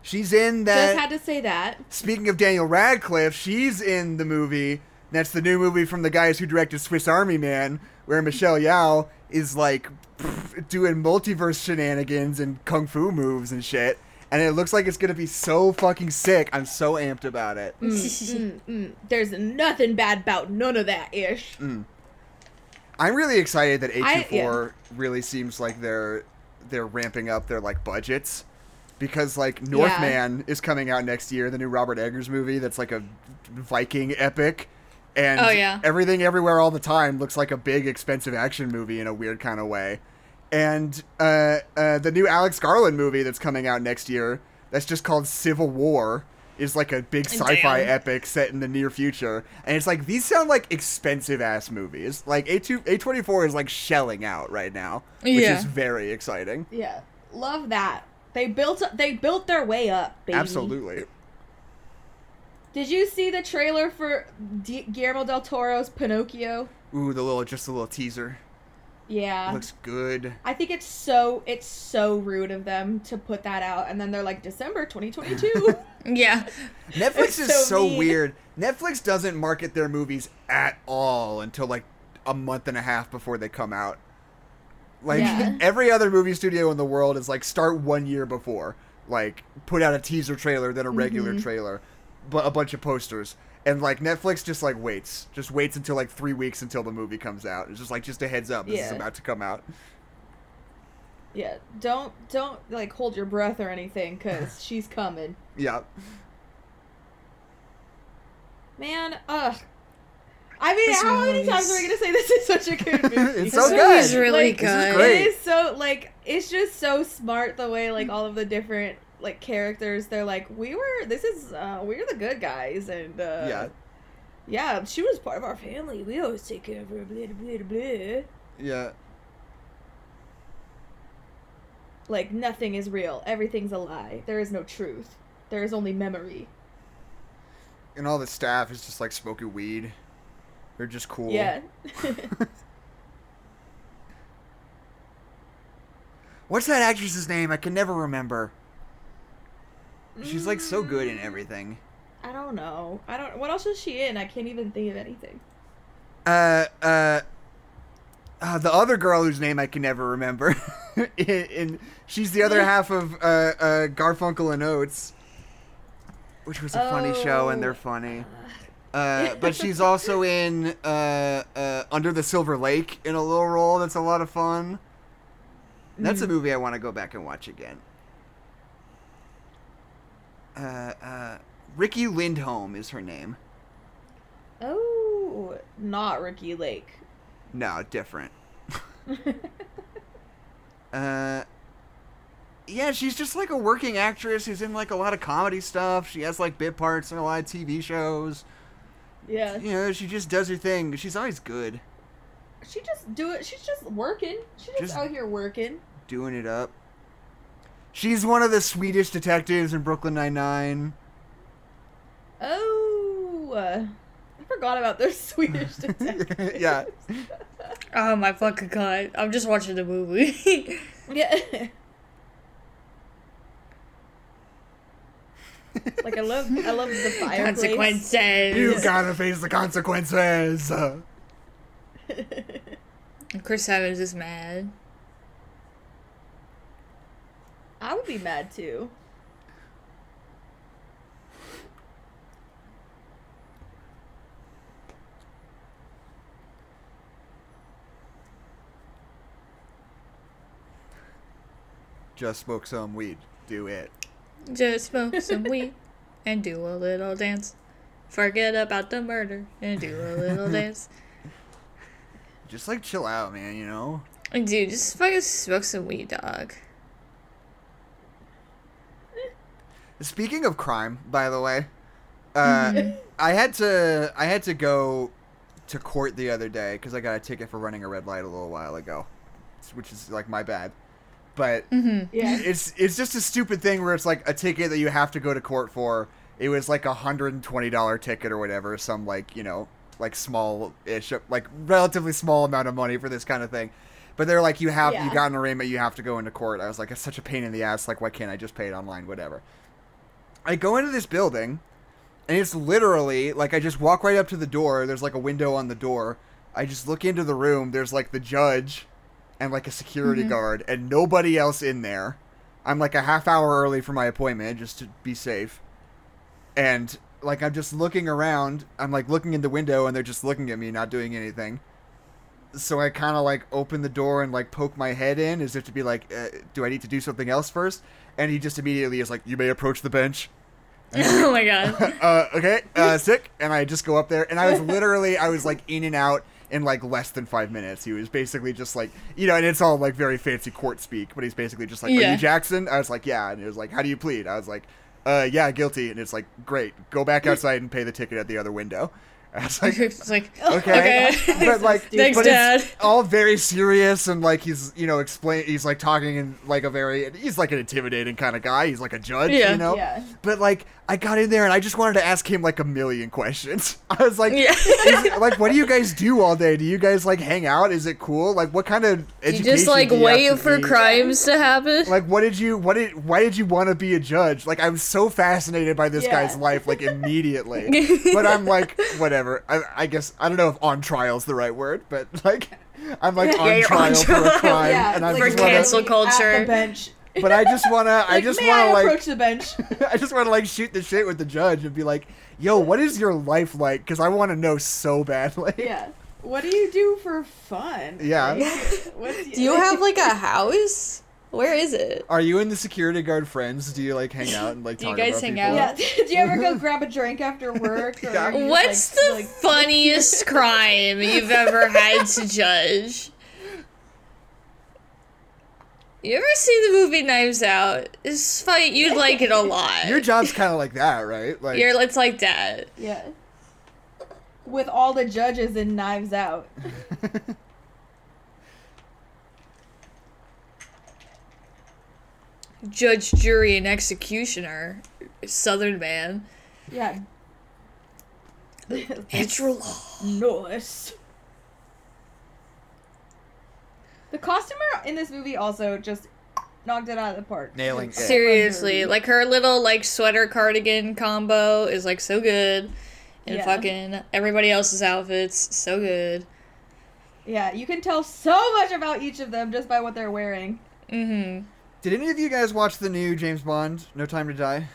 A: She's in that.
C: Just had to say that.
A: Speaking of Daniel Radcliffe, she's in the movie. That's the new movie from the guys who directed Swiss Army Man, where Michelle Yao is like pff, doing multiverse shenanigans and kung fu moves and shit. And it looks like it's gonna be so fucking sick. I'm so amped about it.
C: Mm, mm. There's nothing bad about none of that ish.
A: Mm. I'm really excited that
C: I-
A: A24 really seems like they're they're ramping up their like budgets because like Northman is coming out next year, the new Robert Eggers movie that's like a Viking epic. And
B: Oh, yeah.
A: everything everywhere all the time looks like a big expensive action movie in a weird kind of way. And uh, uh, the new Alex Garland movie that's coming out next year that's just called Civil War is like a big sci-fi
B: Damn.
A: epic set in the near future and it's like these sound like expensive ass movies like a2 a24 is like shelling out right now which
B: Yeah.
A: is very exciting
C: Yeah, love that. They built they built their way up. Baby.
A: absolutely
C: Did you see the trailer for D- Guillermo del Toro's Pinocchio?
A: ooh the little just a little teaser
C: Yeah.
A: Looks good.
C: I think it's so it's so rude of them to put that out and then they're like
A: [LAUGHS]
C: December 2022.
B: Yeah.
A: Netflix
C: It's
A: is
C: so
A: so
C: mean.
A: weird. Netflix doesn't market their movies at all until like a month and a half before they come out. Like
C: Yeah.
A: [LAUGHS] every other movie studio in the world is like start one year before, like put out a teaser trailer then a regular
C: Mm-hmm.
A: trailer, but a bunch of posters. And like Netflix just like waits, just waits until like three weeks until the movie comes out. It's just like just a heads up, this is
C: Yeah.
A: about to come out.
C: yeah, don't don't like hold your breath or anything cuz she's coming.
A: Yeah,
C: Man, ugh. I mean,
B: This
C: how many
B: movie's-
C: times are we gonna say this is such a
A: [LAUGHS]
C: good movie?
A: It's
B: This
A: so
B: movie's
A: good.
B: really
C: Like,
B: good.
C: this
A: is great.
C: It is so like it's just so smart the way like all of the different like characters they're like we were this is uh we're the good guys and uh
A: yeah,
C: yeah she was part of our family we always take care of her blah, blah, blah, blah.
A: yeah.
C: like nothing is real everything's a lie there is no truth there is only memory
A: And all the staff is just like smoking weed. They're just cool.
C: yeah
A: [LAUGHS] What's that actress's name? I can never remember. [LAUGHS] She's like so good in everything.
C: I don't know I don't what else is she in I can't even think of anything
A: Uh, uh, uh the other girl whose name I can never remember, [LAUGHS] and, and she's the other half of uh, uh, Garfunkel and Oates, which was a funny show, and
C: Oh.
A: they're funny. Uh, but she's also in uh, uh, Under the Silver Lake in a little role that's a lot of fun. That's a movie I want to go back and watch again. Uh, uh, Ricky Lindholm is her name.
C: oh not Ricky Lake [LAUGHS]
A: No, different. uh, yeah, she's just like a working actress who's in like a lot of comedy stuff. She has like bit parts in a lot of TV shows.
C: yeah
A: You know, she just does her thing. She's always good,
C: She just do it. She's just working. She's just,
A: Just-
C: out here working.
A: doing it up. She's one of the Swedish detectives in Brooklyn Nine Nine.
C: Oh, uh, I forgot about their [LAUGHS] Swedish
A: [LAUGHS]
C: detective.
A: yeah,
B: Oh my fucking god. I'm just watching the movie.
C: [LAUGHS]
B: [LAUGHS]
C: yeah. like I love, I
A: [LAUGHS]
C: love the fireplace.
B: Consequences.
A: you gotta face the consequences.
B: Chris Evans is mad.
C: I would be mad too.
A: Just smoke some weed. Do it.
B: Just smoke [LAUGHS] some weed and do a little dance. Forget about the murder and do a [LAUGHS] little dance.
A: Just like chill out, man. You know.
B: And Dude, just fucking smoke some weed, dog.
A: Speaking of crime, by the way, uh,
C: Mm-hmm.
A: I had to I had to go to court the other day because I got a ticket for running a red light a little while ago, which is like my bad. But
B: Mm-hmm.
C: Yeah.
A: it's it's just a stupid thing where it's like a ticket that you have to go to court for. It was like a hundred and twenty dollar ticket or whatever, some like you know like small ish like relatively small amount of money for this kind of thing. But they're like, you have you
C: Yeah.
A: got an arraignment, you have to go into court. I was like, it's such a pain in the ass. Like, why can't I just pay it online? Whatever. I go into this building, and it's literally like I just walk right up to the door. There's like a window on the door. I just look into the room. There's like the judge and like a security guard, and nobody else in there. I'm like a half hour early for my appointment just to be safe. And like I'm just looking around. I'm like looking in the window, and they're just looking at me, not doing anything. So I kind of like open the door and like poke my head in as if to be like, uh, do I need to do something else first? And he just immediately is like, you may approach the bench
B: [LAUGHS] oh my god. [LAUGHS]
A: uh, okay, uh, sick. And I just go up there, and I was literally, I was like in and out in like less than five minutes. He was basically just like, you know, and it's all like very fancy court speak, but he's basically just like, "Are
B: Yeah.
A: you Jackson?" I was like, "Yeah," and he was like, "How do you plead?" I was like, "Uh, yeah, guilty." And it's like, "Great, go back outside and pay the ticket at the other window." [LAUGHS] I was like,
B: it's
A: [LAUGHS]
B: like,
A: okay,
B: okay.
A: but like,
B: [LAUGHS] Thanks,
A: but
B: Dad.
A: it's all very serious and like he's you know explain he's like talking in like a very he's like an intimidating kind of guy. He's like a judge,
B: Yeah.
A: you know.
C: Yeah.
A: But like I got in there and I just wanted to ask him like a million questions. [LAUGHS] I was like,
B: Yeah.
A: is it- like, what do you guys do all day? Do you guys like hang out? Is it cool? Like, what kind of
B: You
A: education?
B: just like
A: do you have
B: wait
A: to
B: for
A: be?
B: crimes to happen.
A: Like, what did you? What did? Why did you want to be a judge? Like, I'm so fascinated by this
C: Yeah.
A: guy's life, like
B: [LAUGHS]
A: immediately. but I'm like, whatever. I, I guess I don't know if on trial's the right word, but like, I'm like on,
B: you're
A: trial
B: on
A: for a
B: trial.
A: crime,
C: yeah,
A: and I
C: like
B: For
A: just wanna,
B: cancel
C: At
B: culture.
C: the bench.
A: But I just wanna. I
C: Like,
A: just
C: may
A: wanna
C: I
A: like.
C: approach the bench.
A: [LAUGHS] I just want to like shoot the shit with the judge and be like, "Yo, what is your life like?" Because I want to know so badly.
C: Yeah. What do you do for fun?
A: Yeah.
C: Like, what's
B: Do
C: [LAUGHS]
B: you have like a house? Where is it?
A: [LAUGHS] Are you and the security guard friends? Do you like hang out and like?
B: Do you
A: talk
B: guys
A: about
B: hang
A: people?
B: out?
C: Yeah. [LAUGHS] do you
A: [LAUGHS]
C: ever go grab a drink after work? Or
A: Yeah.
C: are you just,
B: What's
C: like,
B: the
C: like- [LAUGHS]
B: funniest crime you've ever had to judge? You ever see the movie Knives Out? It's funny. You'd like it a lot.
A: Your job's kind of like that, right? Like,
B: You're- it's like that.
C: Yeah. With all the judges in Knives Out.
B: Judge, jury, and executioner. Southern man.
C: Yeah.
B: Natural law.
C: Nice. The costumer in this movie also just knocked it out of the
A: [LAUGHS]
C: park.
A: nailing it.
B: Seriously, like her little like sweater cardigan combo is like so good, and
C: Yeah.
B: fucking everybody else's outfits so good.
C: Yeah, you can tell so much about each of them just by what they're wearing.
B: Mm-hmm.
A: Did any of you guys watch the new James Bond? No Time to [LAUGHS] Die.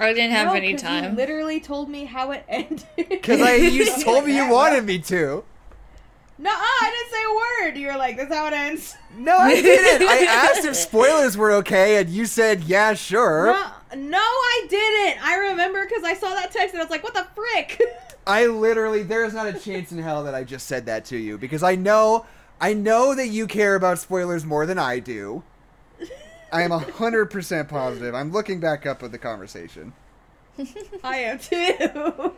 B: I didn't have
C: No,
B: any
C: 'cause
B: time.
C: You literally told me how it [LAUGHS] ended.
A: Because I you [LAUGHS] told me you
C: Yeah.
A: wanted me [LAUGHS] to.
C: No, I didn't say a word. You were like, "That's how it ends."
A: No, I
C: [LAUGHS]
A: didn't. I asked if spoilers were okay, and you said, "Yeah, sure."
C: No, no, I didn't. I remember because I saw that text and I was like, "What the frick?" [LAUGHS]
A: I literally, there is not a chance in hell that I just said that to you because I know, I know that you care about spoilers more than I do. I am hundred percent positive. I'm looking back up at the conversation.
B: [LAUGHS]
C: I am too.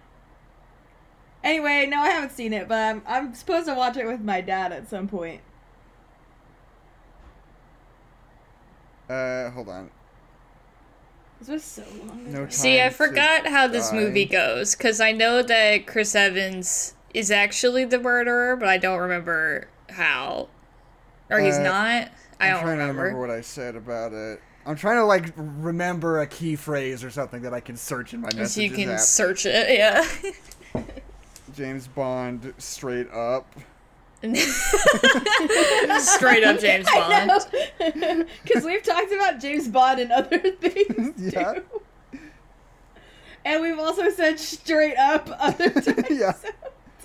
C: [LAUGHS] anyway, no, I haven't seen it, but I'm I'm supposed to watch it with my dad at some point.
A: Uh, hold on.
C: This was so long.
A: No time.
B: See, I
A: to-
B: forgot how this
A: die.
B: movie goes because I know that Chris Evans is actually the murderer, but I don't remember how. Or he's
A: Uh,
B: not. I
A: I'm
B: don't
A: trying
B: remember.
A: to remember what I said about it. I'm trying to like remember a key phrase or something that I can search in my messages
B: so you can
A: app.
B: search it. Yeah. [LAUGHS]
A: James Bond straight up. [LAUGHS]
B: Straight
C: [LAUGHS]
A: [LAUGHS]
B: up James Bond.
C: Because we've talked about James Bond and other [LAUGHS] things
A: [LAUGHS] Yeah.
C: too. And we've also said straight up other times.
A: [LAUGHS]
C: [LAUGHS]
A: Yeah.
C: So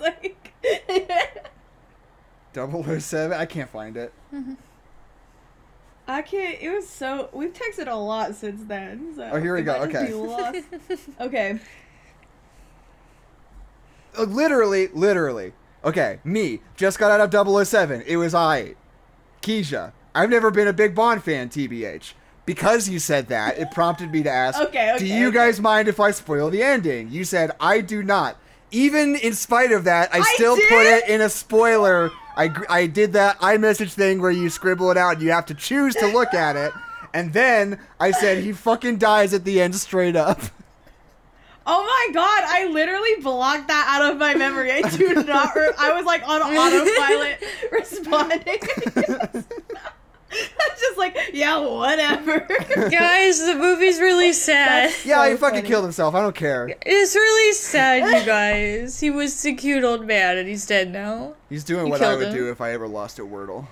C: it's like
A: 007. I can't find it.
C: [LAUGHS] I can't. It was so. We've texted a lot since then. So
A: Oh, here we
C: it
A: go,
C: might just
A: okay.
C: be
A: [LAUGHS]
C: lost. okay.
A: Uh, literally, literally. Okay, me just got out of 007. It was I, Keisha. I've never been a big Bond fan, tbh. Because you said that, it prompted me to ask.
C: [LAUGHS] Okay, okay,
A: do you
C: okay.
A: guys mind if I spoil the ending? You said I do not. Even in spite of that, I, still
C: did?
A: put it in a spoiler. I gr- I did that iMessage thing where you scribble it out and you have to choose to look at
C: [LAUGHS]
A: it. And then I said he fucking dies at the end straight
C: [LAUGHS]
A: up.
C: Oh my god, I literally blocked that out of my memory.
A: [LAUGHS]
C: I do not. Re- I was like on autopilot [LAUGHS] responding. [LAUGHS] I was just like, yeah, whatever.
A: [LAUGHS]
B: Guys, the movie's really sad.
A: [LAUGHS] Yeah,
C: So
A: he fucking
C: funny.
A: killed himself. I don't care.
B: It's really sad, you guys. He was the cute old man and he's dead now. [LAUGHS]
A: He's doing
B: You
A: what I
B: killed
A: would
B: him.
A: do if I ever lost at
B: [LAUGHS]
A: Wordle.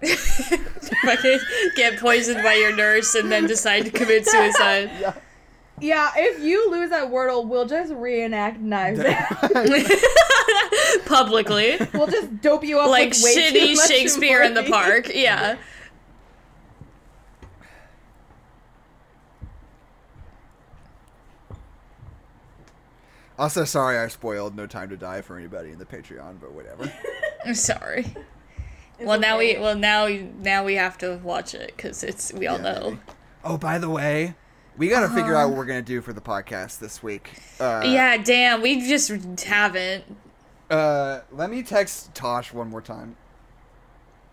A: [LAUGHS]
B: Fucking [LAUGHS] get poisoned by your nurse and then decide to commit suicide.
C: yeah, if you lose at Wordle, we'll just
A: [LAUGHS]
C: reenact knives. Out.
B: [LAUGHS]
C: [LAUGHS]
B: Publicly.
C: we'll just dope you up
B: like
C: with way too
B: shitty
C: much
B: Shakespeare in the
C: morphine.
B: park.
C: [LAUGHS]
B: Yeah.
A: also, sorry I spoiled No Time to Die for anybody in the Patreon, but
B: [LAUGHS]
A: whatever.
B: I'm sorry.
C: It's
B: well, now we
C: okay.
B: well now now we have to watch it because it's we all
A: Yeah,
B: know.
A: maybe. Oh, by the way, we gotta figure out what we're gonna do for the podcast this week. Uh,
B: Uh-huh. yeah, damn, we just haven't.
A: Uh, let me text Tosh one more time.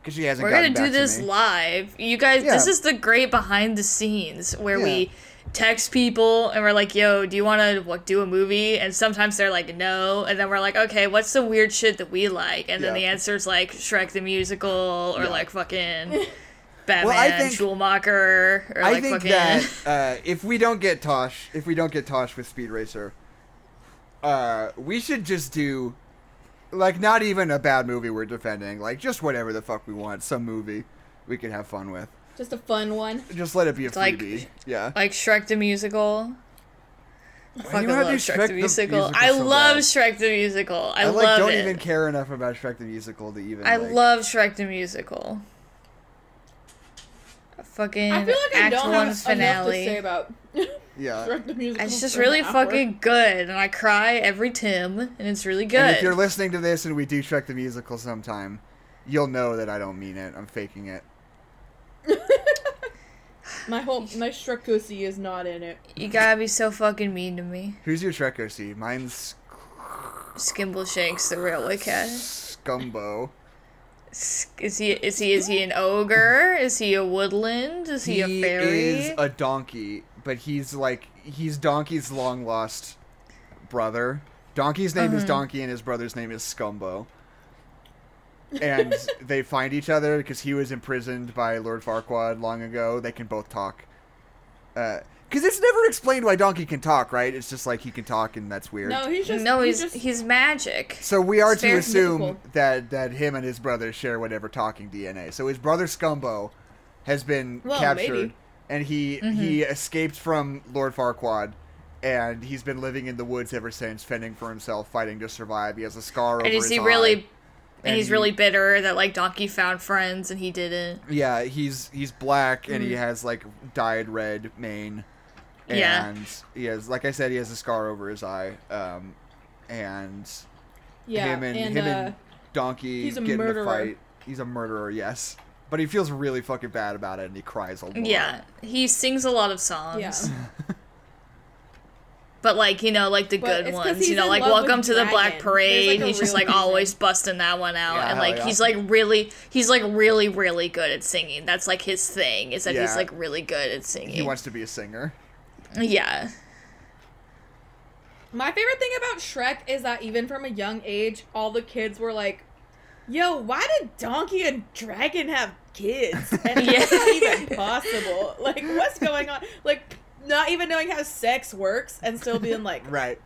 A: because she hasn't.
B: We're gonna
A: gotten back
B: do
A: to
B: this
A: me.
B: live. You guys,
A: Yeah.
B: this is the great behind the scenes where
A: Yeah.
B: we text people and we're like, "Yo, do you want to what, do a movie?" And sometimes they're like, "No," and then we're like, "Okay, what's the weird shit that we like?" And then
A: Yeah.
B: the answer's like Shrek the Musical or like fucking Batman
A: think-
B: Schumacher or
A: I
B: like
A: think
B: fucking. [LAUGHS]
A: that uh, if we don't get Tosh, if we don't get Tosh with Speed Racer, uh, we should just do like not even a bad movie we're defending, like just whatever the fuck we want, some movie we could have fun with.
C: Just a fun one.
A: Just let it be a
B: like-
A: freebie. yeah.
B: like Shrek the Musical. I fucking
A: wanna
B: love
A: do
B: Shrek,
A: Shrek
B: the
A: the
B: Musical.
A: Musical
B: I
A: so
B: love
A: bad.
B: Shrek the Musical. I,
A: I like
B: love
A: don't
B: it.
A: even care enough about Shrek the musical to even.
B: I
A: like-
B: love Shrek the Musical. A Fucking
C: I feel like I
B: Act
C: don't
B: One
C: have enough to
B: finale.
C: say about [LAUGHS]
A: Yeah.
C: Shrek the Musical.
B: it's just
C: for
B: really
C: an hour.
B: fucking good, and I cry every Tim, and it's really
A: And if
B: good.
A: you're listening to this and we do Shrek the musical sometime, you'll know that I don't mean it. I'm faking it.
C: [LAUGHS] My whole my Shrekusi is not in it.
B: you gotta be so fucking mean to me.
A: Who's your Shrek OC? Mine's
B: Skimble Shanks, the railway cat.
A: Scumbo.
B: S- Is he? Is he? Is he an ogre? Is he a woodland? Is he, a fairy?
A: is a donkey, but he's like he's Donkey's long lost brother. Donkey's name
B: Mm-hmm.
A: is Donkey, and his brother's name is Scumbo.
B: [LAUGHS]
A: And they find each other because he was imprisoned by Lord Farquaad long ago. They can both talk. Because it's never explained why Donkey can talk, right? It's just like he can talk, and that's weird.
C: No, he's just
B: no, he's
C: he's just,
B: he's magic.
A: So we are
B: It's
A: to
B: very
A: assume
C: mythical.
A: that that him and his brother share whatever talking DNA. So his brother Scumbo has been
C: Well,
A: captured,
C: maybe.
A: and he he
B: Mm-hmm.
A: escaped from Lord Farquaad, and he's been living in the woods ever since, fending for himself, fighting to survive. He has a scar
B: And
A: over
B: is
A: his
B: he
A: eye.
B: really? And,
A: And
B: he's
A: he-
B: really bitter that like Donkey found friends and he didn't.
A: Yeah, he's he's black and he
B: Mm.
A: has like dyed red mane. And
B: Yeah.
A: he has, like I said, he has a scar over his eye. Um, and
C: yeah,
A: him and,
C: and,
A: him
C: uh,
A: and Donkey
C: he's a
A: get
C: murderer.
A: in a fight. He's a murderer, yes. But he feels really fucking bad about it and he cries a lot.
B: Yeah, he sings a lot of songs.
C: uh, yeah.
B: But like you know, like the
C: But
B: good
C: it's 'cause
B: ones. You
C: he's
B: know,
C: in
B: like
C: love with
B: Welcome to the Black
C: Dragon. There's, like,
B: Parade.
C: a
B: he's just
C: real
B: like
C: reason.
B: always busting that one out,
A: Yeah,
B: and
A: hell
B: like
A: yeah.
B: he's like really, he's like really, really good at singing. That's like his thing. Is that
A: Yeah.
B: he's like really good at singing.
A: He wants to be a singer.
B: yeah.
C: My favorite thing about Shrek is that even from a young age, all the kids were like, "Yo, why did Donkey and Dragon have
B: [LAUGHS]
C: kids?" And
B: Yeah.
C: that's not even possible. Like, what's going on? Like, not even knowing how sex works and still being like,
A: [LAUGHS] Right.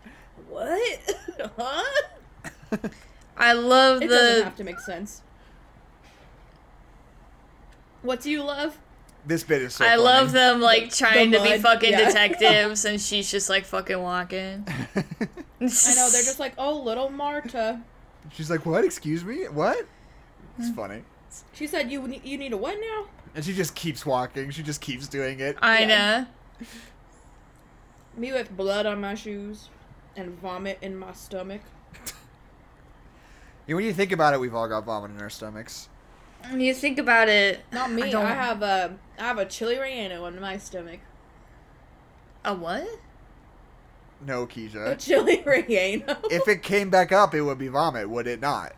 C: "What? [LAUGHS] huh?"
B: I love
C: It doesn't
B: the
C: have to make sense. What do you love?
A: This bit is so
B: I
A: funny.
B: love them like trying to be
C: mud,
B: fucking
C: yeah.
B: detectives, and she's just like fucking walking. I
C: [LAUGHS] I know they're just like, "Oh, little Marta."
A: [LAUGHS] She's like, What? Excuse me? What? It's funny.
C: She said, "You ne- you need a what now?"
A: And she just keeps walking. She just keeps doing it.
B: [LAUGHS] I
C: Yeah.
B: know.
C: Me with blood on my shoes and vomit in my stomach.
A: Yeah, when you think about it, we've all got vomit in our stomachs.
B: When you think about it,
C: Not me.
B: don't-
C: I, have a I have a chili relleno in my stomach.
B: a what?
A: No,
C: A
A: Keisha.
C: chili [LAUGHS] relleno.
A: Uh, if it came back up, it would be vomit, would it not?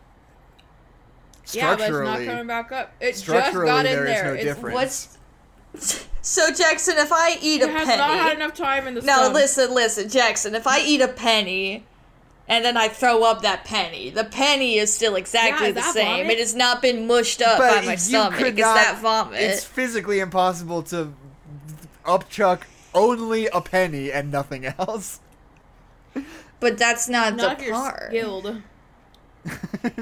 C: [LAUGHS] yeah, but it's
A: Structurally,
C: not coming back up. It just
A: structurally,
C: got in
A: there is
C: there.
A: no
C: It's-
A: difference.
B: What's [LAUGHS] so Jackson? If I eat
C: It has not had enough time in the
B: no,
C: sun.
B: listen, listen, Jackson. If I eat a penny, and then I throw up that penny, the penny is still exactly
C: Yeah, is
B: the
C: that
B: same.
C: vomit?
B: It has not been mushed up by my
A: you
B: stomach.
A: could
B: It's
A: not-
B: that vomit.
A: It's physically impossible to upchuck only a penny and nothing else. [LAUGHS]
B: but that's not,
C: Not if
B: the
C: you're
B: part.
A: [LAUGHS]
C: skilled.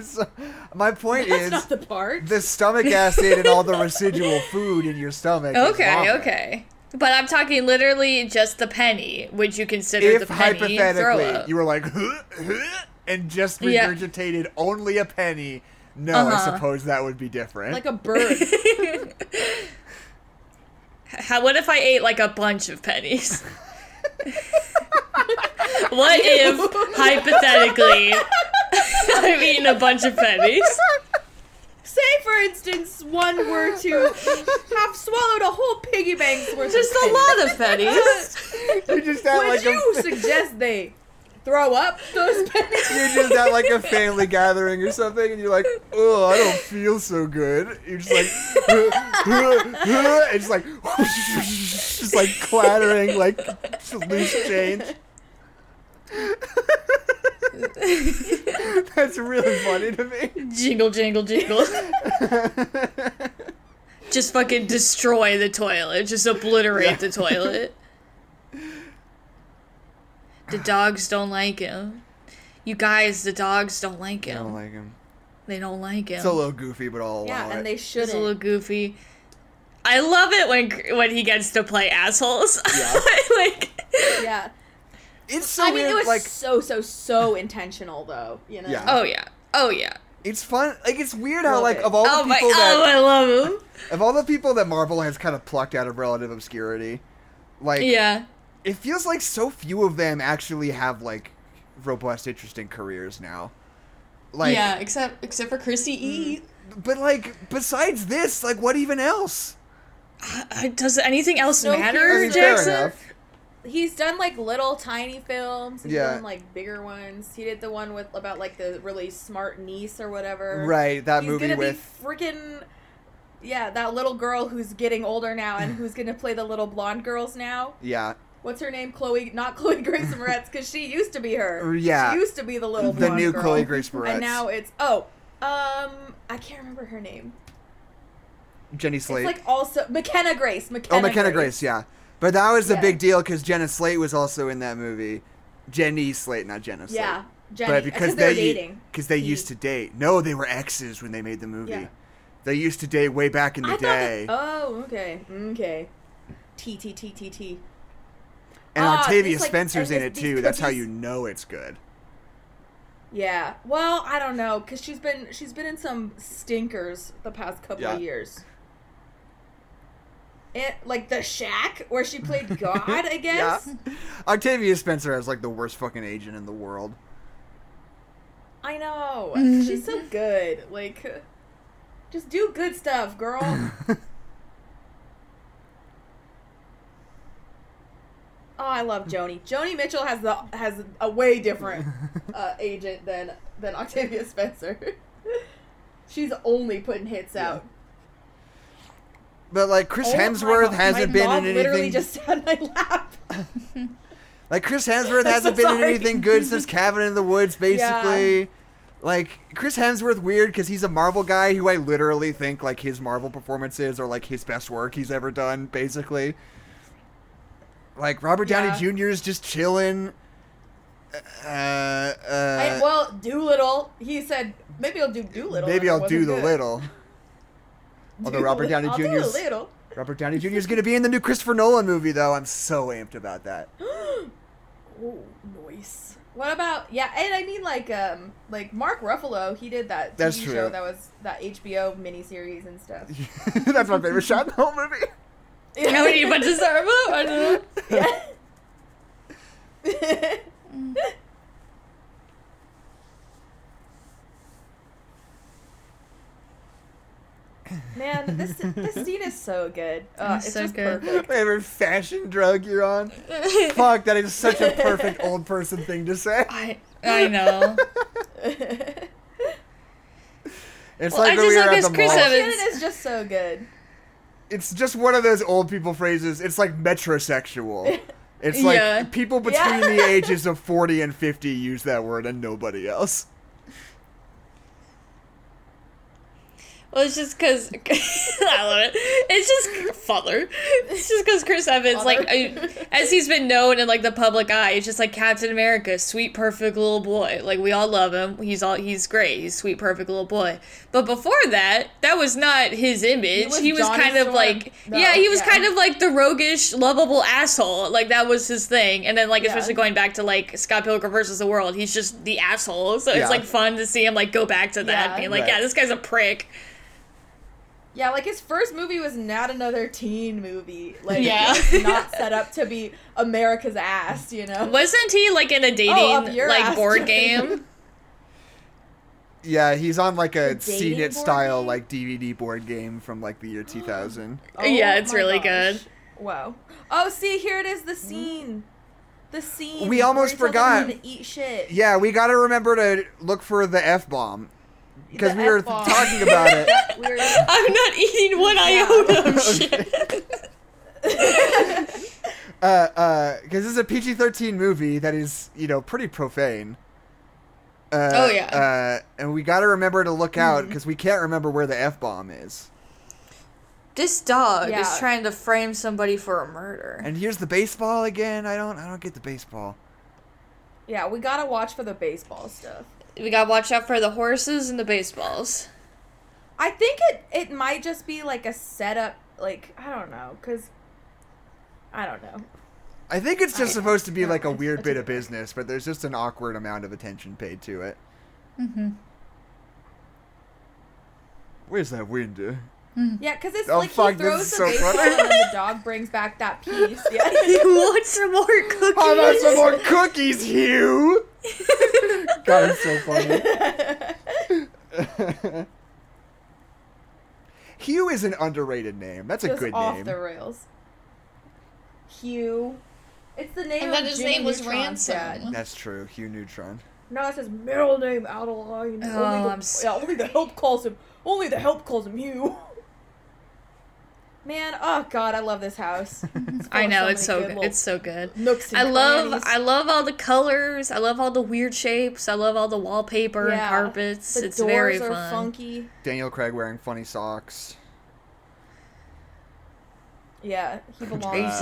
A: so, my point
C: That's
A: is
C: not the part.
A: the stomach acid and all the residual food in your stomach. is
B: Okay,
A: vomit.
B: okay. But I'm talking literally just the penny. Would you consider
A: If
B: the penny throw
A: hypothetically
B: up?
A: you were like "Huh, huh," and just
B: Yeah.
A: regurgitated only a penny, no, I
B: Uh-huh.
A: suppose that would be different.
B: [LAUGHS]
C: Like
A: [LAUGHS]
C: a bird.
B: How, what if I ate like a bunch of [LAUGHS] pennies? what if [LAUGHS] hypothetically I've eaten a bunch of pennies?
C: Say, for instance, one were to have swallowed a whole piggy bank's worth
B: Just
C: [LAUGHS] of
B: a lot of pennies.
A: [LAUGHS] you just had
C: pennies.
A: like
C: Would you
A: a,
C: suggest they throw up
A: [LAUGHS]
C: those pennies.
A: You're
C: [LAUGHS]
A: just at like a family gathering or something, and you're like, "Oh, I don't feel so good." You're just like, [LAUGHS] and just like, just like clattering like loose change. [LAUGHS] That's really funny to me.
B: Jingle, jingle, jingle. just fucking destroy the toilet. Just obliterate
A: Yeah.
B: the toilet. the dogs don't like him. You guys, the dogs don't like
A: I
B: him.
A: don't like him.
B: they don't like him.
A: It's a little goofy, but all
C: Yeah, and they
B: It's a little
C: shouldn't.
B: goofy. I love it when when he gets to play assholes. [LAUGHS]
A: Yeah.
B: like
C: Yeah.
A: It's so
C: I mean,
A: weird.
C: it was
A: like,
C: so, so, so intentional, though. You know?
A: Yeah.
B: oh yeah. Oh yeah.
A: it's fun. Like, it's weird how
C: Love
A: like
C: it.
A: of all
B: oh
A: the
B: my
A: people that
B: oh I love him.
A: of all the people that Marvel has kind of plucked out of relative obscurity, like
B: Yeah.
A: it feels like so few of them actually have like robust, interesting careers now. Like,
B: yeah, except except for Chrissy E.
A: but like besides this, like what even else?
B: Uh, Does anything else
C: No,
A: I
B: matter,
A: mean,
C: here's
B: Jackson?
A: fair enough.
C: Oh, He's done like little tiny films. He's
A: Yeah.
C: done like bigger ones. He did the one with about like the really smart niece or whatever.
A: Right, that
C: He's
A: movie
C: gonna
A: with
C: be freaking yeah, that little girl who's getting older now and who's gonna play the little blonde girls now.
A: yeah,
C: What's her name? Chloe, not [LAUGHS] Chloe Grace Moretz, because she used to be her.
A: Yeah.
C: she used to be the little
A: the
C: blonde
A: new
C: girl.
A: Chloe Grace Moretz,
C: And now it's oh, um, I can't remember her name.
A: Jenny
C: It's
A: Slate.
C: like also McKenna Grace. McKenna
A: oh, McKenna Grace. yeah. But that was a
C: Yeah.
A: big deal because Jenna Slate was also in that movie. Jenny Slate, not Jenna Slate.
C: Yeah, Jenny.
A: but because they
C: are dating. Mm.
A: because they
C: He-
A: used to date. No, they were exes when they made the movie.
C: Yeah.
A: They used to date way back in the
C: I thought.
A: day.
C: That, oh, okay, okay. T T T T T.
A: and
C: ah,
A: Octavia
C: it's like-
A: Spencer's
C: and
A: in it
C: it's
A: too.
C: these
A: That's how
C: cookies-
A: you know it's good.
C: Yeah. Well, I don't know, cause she's been she's been in some stinkers the past couple
A: Yeah.
C: of years. It, like the Shack, where
A: [LAUGHS]
C: she played God, I guess.
A: Yeah. Octavia Spencer has like the worst fucking agent in the world.
C: I know. She's so good. Like, just do good
A: [LAUGHS]
C: stuff, girl. Oh, I love Joni. Joni Mitchell has the has a
A: [LAUGHS]
C: way different uh, agent than than Octavia Spencer. [LAUGHS] She's only putting hits out.
A: But like Chris
C: Oh my
A: Hemsworth
C: God,
A: hasn't
C: my
A: been
C: mom
A: in
C: Literally
A: anything.
C: just on my
A: [LAUGHS]
C: lap.
A: Like Chris Hemsworth
C: [LAUGHS] I'm
A: hasn't
C: so
A: been in
C: sorry.
A: anything good since Cabin in the
C: [LAUGHS]
A: Woods, basically. Like Chris Hemsworth, weird because he's a Marvel guy who I literally think like his Marvel performances are like his best work he's ever done, basically. Like Robert Downey
C: Yeah.
A: Jr. is just chilling. Uh, uh,
C: I, well, Doolittle. He said maybe I'll do Doolittle.
A: maybe
C: and it
A: I'll do
C: wasn't
A: the
C: good.
A: little. Although Robert Downey
C: Doolittle-
A: Jr.
C: I'll
A: 's-
C: do [GASPS] Doolittle.
A: Robert Downey Jr. is going to be in the new Christopher Nolan movie, though. I'm so amped about that. [LAUGHS]
C: Oh, nice. What about yeah? And I mean like um like Mark Ruffalo. He did that TV
A: That's
C: show
A: true.
C: that was that HBO miniseries and
A: [LAUGHS]
C: stuff. [LAUGHS]
A: That's my favorite shot in the whole movie.
B: How many bunches are above? I don't know.
C: [LAUGHS] Man, this this scene is so good. Uh,
B: It's
C: it's
B: so
C: just
A: [LAUGHS]
B: good.
C: perfect.
A: Favorite fashion drug you're on? Fuck, that is such a perfect old person thing to say.
B: I [LAUGHS] I
C: [LAUGHS]
B: know.
A: It's
B: Well, I
A: like when
B: just
A: we were
B: like
A: at
B: this
A: the
B: Chris
A: mall.
B: Evans-
C: Shannon is just so good.
A: It's just one of those old people phrases. It's like
B: [LAUGHS]
A: metrosexual. It's like
B: Yeah.
A: people between
B: [LAUGHS]
C: Yeah.
A: the ages of 40 and 50 use that word and nobody else.
B: Well, it's just because [LAUGHS] I love it. It's just father. It's just because Chris Evans, like, I, as he's been known in like the public eye, it's just like Captain America, sweet, perfect little boy. Like we all love him. He's all he's great. He's sweet, perfect little boy. But before that, that was not his image. He was,
C: was Johnny
B: kind of
C: Storm.
B: like,
C: No,
B: yeah, he was
C: yeah.
B: kind of like the roguish, lovable asshole. Like that was his thing. And then like,
C: Yeah.
B: especially going back to like Scott Pilgrim versus the World, he's just the asshole. So
A: Yeah.
B: it's like fun to see him like go back to that,
C: Yeah.
B: being like,
A: Right.
B: yeah, this guy's a prick.
C: Yeah, like his first movie was not another teen movie. Like,
B: Yeah. [LAUGHS]
C: yeah, not set up to be America's ass, you know.
B: Wasn't he like in a dating
C: up your
B: like
C: ass,
B: board [LAUGHS]
C: Jimmy.
B: game?
A: Yeah, he's on like a CNET
C: dating board
A: style
C: game?
A: like DVD board game from like the
B: Oh.
A: year 2000.
B: Yeah, it's
C: Oh my
B: really
C: Wow. Oh, see, here it is, the scene. The scene.
A: We almost
C: where he tells
A: forgot.
C: him to eat shit.
A: Yeah, we got to remember to look for the F bomb. Because
C: The
A: we were
C: F-bomb.
A: talking about
B: [LAUGHS]
A: it.
C: [LAUGHS] We were- [LAUGHS]
B: I'm not eating one iota of [LAUGHS] shit.
A: Uh, uh, because this is a PG 13 movie that is, you know, pretty profane. Uh,
B: Oh, yeah.
A: Uh, and we got to remember to look out because we can't remember where the F bomb is.
B: This dog is
C: Yeah.
B: trying to frame somebody for a murder.
A: And here's the baseball again. I don't, I don't get the baseball.
C: yeah, we gotta watch for the baseball stuff.
B: We gotta watch out for the horses and the [LAUGHS] baseballs.
C: I think it it might just be like a setup. Like I don't know, cause I don't know.
A: I think it's just supposed to be
C: never
A: like a
C: mind.
A: weird
C: I
A: bit
C: took
A: of business, but there's just an awkward amount of attention paid to it. Mm-hmm. Where's that window?
C: Yeah, cause it's
A: Oh,
C: like
A: fuck,
C: he
A: this
C: throws
A: is
C: the
A: so
C: baseball
A: funny.
C: and then the dog brings back that piece. Yeah.
B: He
A: [LAUGHS]
B: wants some more cookies.
A: How about some more cookies, [LAUGHS] Hugh? God, it's so
C: [LAUGHS]
A: funny. Hugh is an underrated name. That's a
C: just
A: good
C: off
A: name.
C: the rails. Hugh. It's the name.
B: I thought
C: of
B: his
C: Jimmy
B: name was
C: Neutron's
B: Ransom.
C: dad.
A: That's true. Hugh Neutron.
C: No, that's his middle name, out of line.
B: Oh,
C: only the,
B: I'm
C: yeah, only the help calls him. Only the help calls him Hugh. Man, oh god, I love
A: [LAUGHS]
C: this house.
B: [LAUGHS] I know
C: Oh,
B: it's so
C: many
B: good.
C: little
B: It's so good.
C: nooks. And
B: I love
C: crannies.
B: I love all the colors. I love all the weird shapes. I love all the wallpaper and
C: Yeah.
B: carpets.
C: The
B: it's
C: doors
B: very
C: are
B: fun.
C: funky.
A: Daniel Craig wearing funny socks. [LAUGHS]
C: Yeah, he belongs.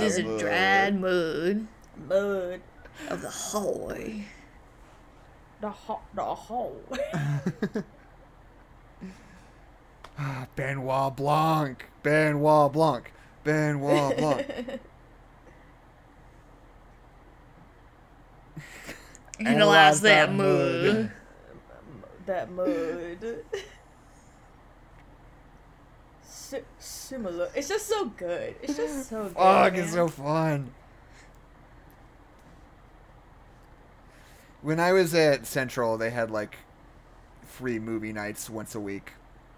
B: Ace is
C: here.
B: in drad mood
C: Mud,
B: of the hallway.
C: the hot, the hole.
A: Ah, Benoit Blanc. Benoit Blanc. Benoit
C: [LAUGHS]
A: Blanc.
B: Analyze that mood.
C: that mud. Si- similar. It's just so good. It's just
A: [LAUGHS]
C: so good.
A: Fuck, it's so
C: man.
A: fun. When I was at Central, they had like free movie nights once a week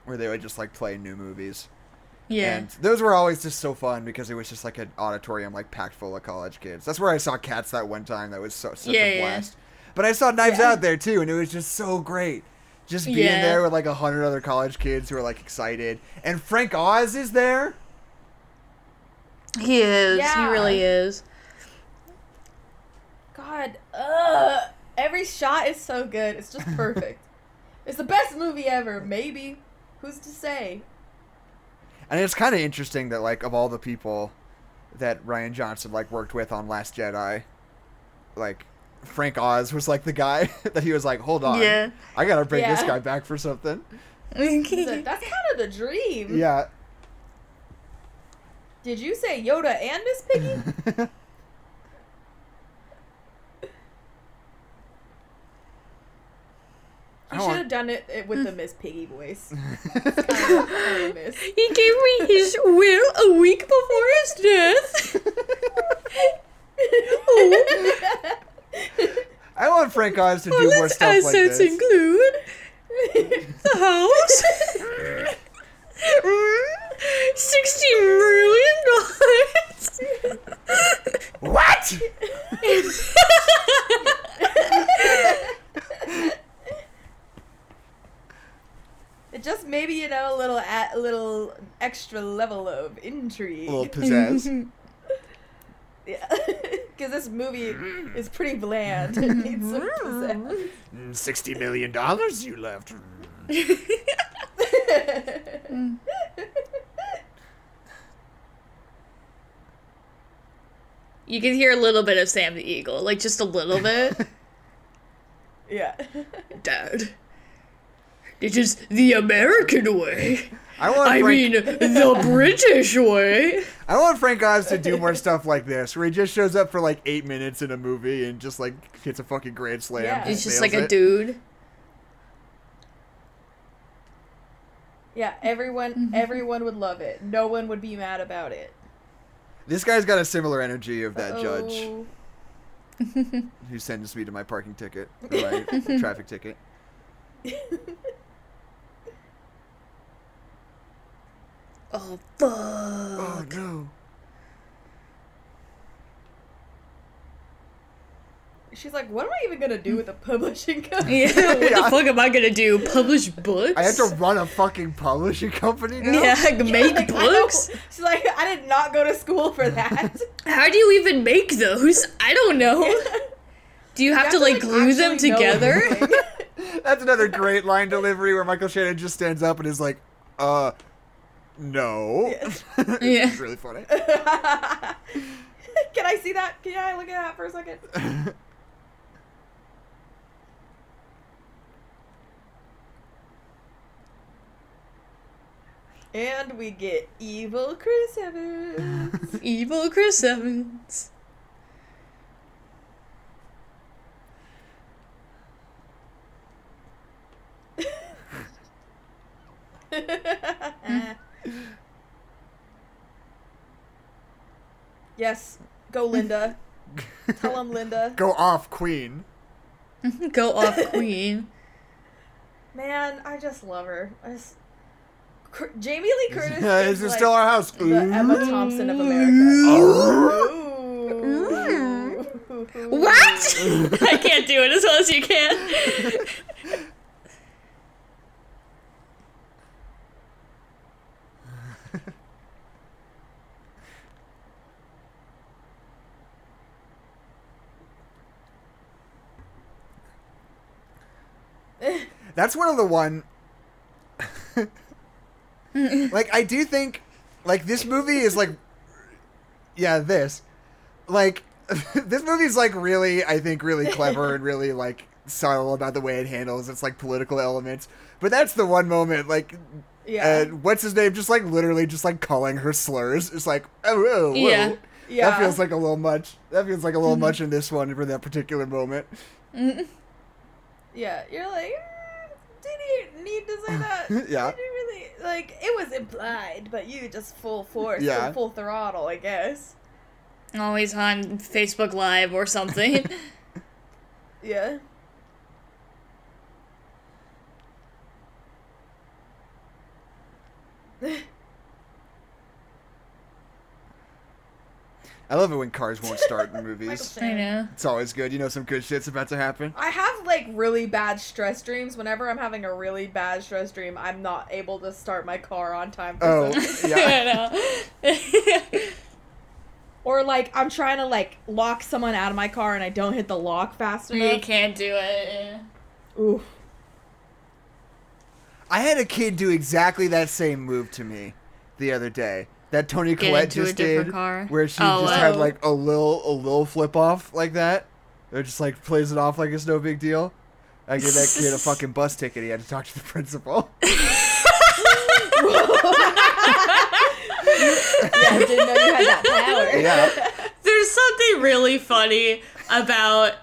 A: where they would just like play new movies.
B: Yeah.
A: And those were always just so fun because it was just like an auditorium like packed full of college kids. That's where I saw Cats that one time. That was so, such
B: Yeah,
A: a
B: yeah.
A: blast. But I saw Knives
C: Yeah.
A: Out there too, and it was just so great. Just being
B: Yeah.
A: there with like a hundred other college kids who are like excited. And Frank Oz is there.
B: he is. He
C: Yeah.
B: really is.
C: God, ugh. Every shot is so good. It's just
A: [LAUGHS]
C: perfect. it's the best movie ever, maybe. Who's to say?
A: And it's kind of interesting that like of all the people that Ryan Johnson like worked with on Last Jedi, like Frank Oz was like the guy [LAUGHS] that he was like, "Hold on,
B: Yeah. Mm-hmm.
A: I gotta bring this
C: Yeah.
A: guy back for something."
C: He's like, That's kind of the dream.
A: Yeah.
C: Did you say Yoda and Miss
A: [LAUGHS]
C: Piggy?
A: I
C: You
A: don't want-
C: should have done it it with the Miss Piggy voice. [LAUGHS] Miss.
B: He gave me his will a week before his death.
A: [LAUGHS]
C: [LAUGHS]
A: I want Frank Oz to [LAUGHS]
B: Oh,
A: do more
B: All
A: stuff like this.
B: include [LAUGHS] the house, [LAUGHS] sixty million dollars.
A: what?
C: It just maybe you know a little a little extra level of intrigue.
A: A
C: [LAUGHS]
A: little pizzazz.
C: Yeah, [LAUGHS] because this movie is
B: [LAUGHS]
C: pretty bland. [LAUGHS] It needs some pizzazz.
A: Mm, Sixty million dollars you left. Mm.
B: [LAUGHS] Mm-hmm. You can hear a little bit of Sam the Eagle, like just a little bit.
C: [LAUGHS]
A: [LAUGHS]
C: yeah. [LAUGHS]
B: Dad, it is the American way.
A: I want.
B: I
A: Frank-
B: mean,
A: [LAUGHS]
B: the British way.
A: I want Frank Oz to do more stuff like this, where he just shows up for like eight minutes in a movie and just like hits a fucking grand slam.
C: Yeah.
B: He's just
A: nails
B: like a
A: it.
B: dude.
C: Yeah, everyone
B: Mm-hmm.
C: everyone would love it. No one would be mad about it.
A: This guy's got a similar energy of that judge
C: Oh.
A: who sends me to my parking
C: [LAUGHS]
A: ticket, or my traffic ticket.
B: Oh fuck!
A: Oh no.
C: she's like, what am I even gonna do with a
B: Mm. [LAUGHS]
C: publishing company?
B: Yeah, what
A: Yeah.
B: the fuck am I gonna do? Publish books?
A: I have to run a fucking publishing company now. [LAUGHS]
B: Yeah, [LAUGHS]
C: [LAUGHS]
B: like, make
C: Like, I don't-
B: books?
C: [LAUGHS] She's like, I did not go to school for that.
B: [LAUGHS] How do you even make those? I don't know.
C: [LAUGHS]
B: Do you have, to, like, glue them
C: actually know
B: together? [LAUGHS]
C: what you're doing.
A: [LAUGHS] That's another great line delivery where Michael Shannon just stands up and is like, uh, no.
B: Yeah.
A: [LAUGHS] it's really
C: [LAUGHS]
A: funny.
C: Can I see that? Can I look at that for a second? And we get evil Chris Evans. [LAUGHS]
B: Evil Chris Evans.
C: yes, go Linda. Tell him Linda.
A: [LAUGHS] Go off, queen.
B: [LAUGHS] Go off, Queen.
C: Man, I just love her. I just... Cur- Jamie Lee Curtis
A: Yeah,
C: is,
A: this [LAUGHS] is
C: like
A: still our house.
C: the Emma Thompson of America.
A: Ooh.
C: Ooh.
B: What? [LAUGHS] I can't do it as well as you can.
A: That's one of the
C: [LAUGHS]
A: one. like I do think, like this movie is like, yeah, this, like, [LAUGHS] this movie's like really, I think, really clever and really like subtle about the way it handles its like political elements. But that's the one moment, like, uh,
C: Yeah.
A: what's his name? Just like literally, just like calling her slurs. It's like, oh, whoa, whoa.
B: Yeah.
C: Yeah. Mm-hmm.
A: That feels like a little much. That feels like a little much in this one for that particular moment.
C: Yeah, you're like, "Mm, did he need to say that?
A: [LAUGHS] Yeah.
C: Did he really? Like, it was implied, but you just full force,
A: Yeah.
C: full throttle, I guess.
B: Always on Facebook Live or something.
C: Yeah. [LAUGHS]
A: I love it when cars won't start in
C: [LAUGHS] Michael
A: movies.
B: [LAUGHS] I
C: Shannon.
B: know.
A: It's always good. You know, some good shit's about to happen.
C: I have like really bad stress dreams. Whenever I'm having a really bad stress dream, I'm not able to start my car on time. For
A: Oh,
B: [LAUGHS]
C: some-
A: yeah.
B: I know. [LAUGHS]
C: Or like I'm trying to like lock someone out of my car and I don't hit the lock fast
B: you
C: enough.
B: can't do it.
C: Ooh.
A: I had a kid do exactly that same move to me the other day. That Tony
B: Get
A: Collette
B: into a
A: just
B: different
A: did,
B: car.
A: where she
B: Oh,
A: just had
C: wow.
A: like a little, a little flip off like that. Or just like plays it off like it's no big deal. I gave that kid a fucking bus ticket. He had to talk to the principal. [LAUGHS]
C: I didn't know you had that
A: [LAUGHS]
C: power.
A: yeah,
B: There's something really funny about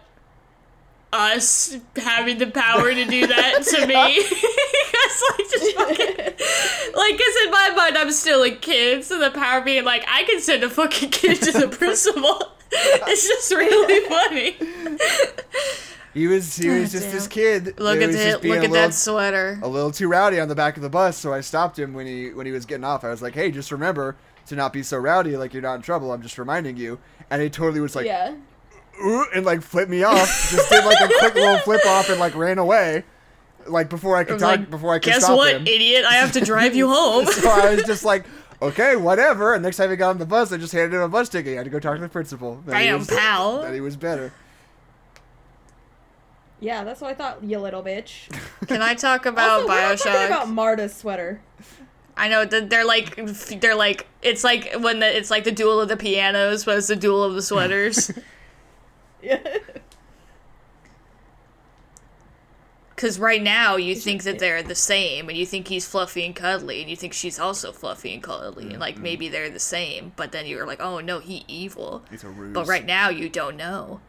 B: us having the power to do that [LAUGHS] to me. Because, like, just fucking. Like, because in my mind, I'm still a kid, so the power being like, I can send a fucking kid [LAUGHS] to the principal. it's just really funny.
A: he was he was just this kid.
B: Look
A: who
B: at
A: was just
B: it.
A: being
B: Look
A: a
B: at
A: little
B: that sweater.
A: a little too rowdy on the back of the bus, so I stopped him when he when he was getting off. I was like, "Hey, just remember to not be so rowdy. Like you're not in trouble. I'm just reminding you." And he totally was like,
C: Yeah.
A: "Ooh," and like flipped me off. just did like a quick little flip off and like ran away, like before I could
B: I'm
A: talk,
B: like,
A: before I could
B: Guess
A: stop
B: what,
A: him.
B: idiot? I have to
A: [LAUGHS]
B: drive you home.
A: so I was just like, "Okay, whatever." And next time he got on the bus, I just handed him a bus ticket. He had to go talk to the principal. That he
B: Bam,
A: was-
B: pow.
A: That he was better.
C: Yeah, that's what I thought, you little bitch.
B: Can I talk about
C: also, we're not
B: Bioshock?
C: talking about Marta's sweater.
B: I know that they're like they're like it's like when the it's like the duel of the pianos, but it's the duel of
A: [LAUGHS]
B: the sweaters.
C: Yeah.
B: Because right now you think that they're the same, and you think he's fluffy and cuddly, and you think she's also fluffy and cuddly, and
A: Mm-hmm.
B: like maybe they're the same. But then you're like, oh no, he evil.
A: It's a ruse.
B: But right now you don't know.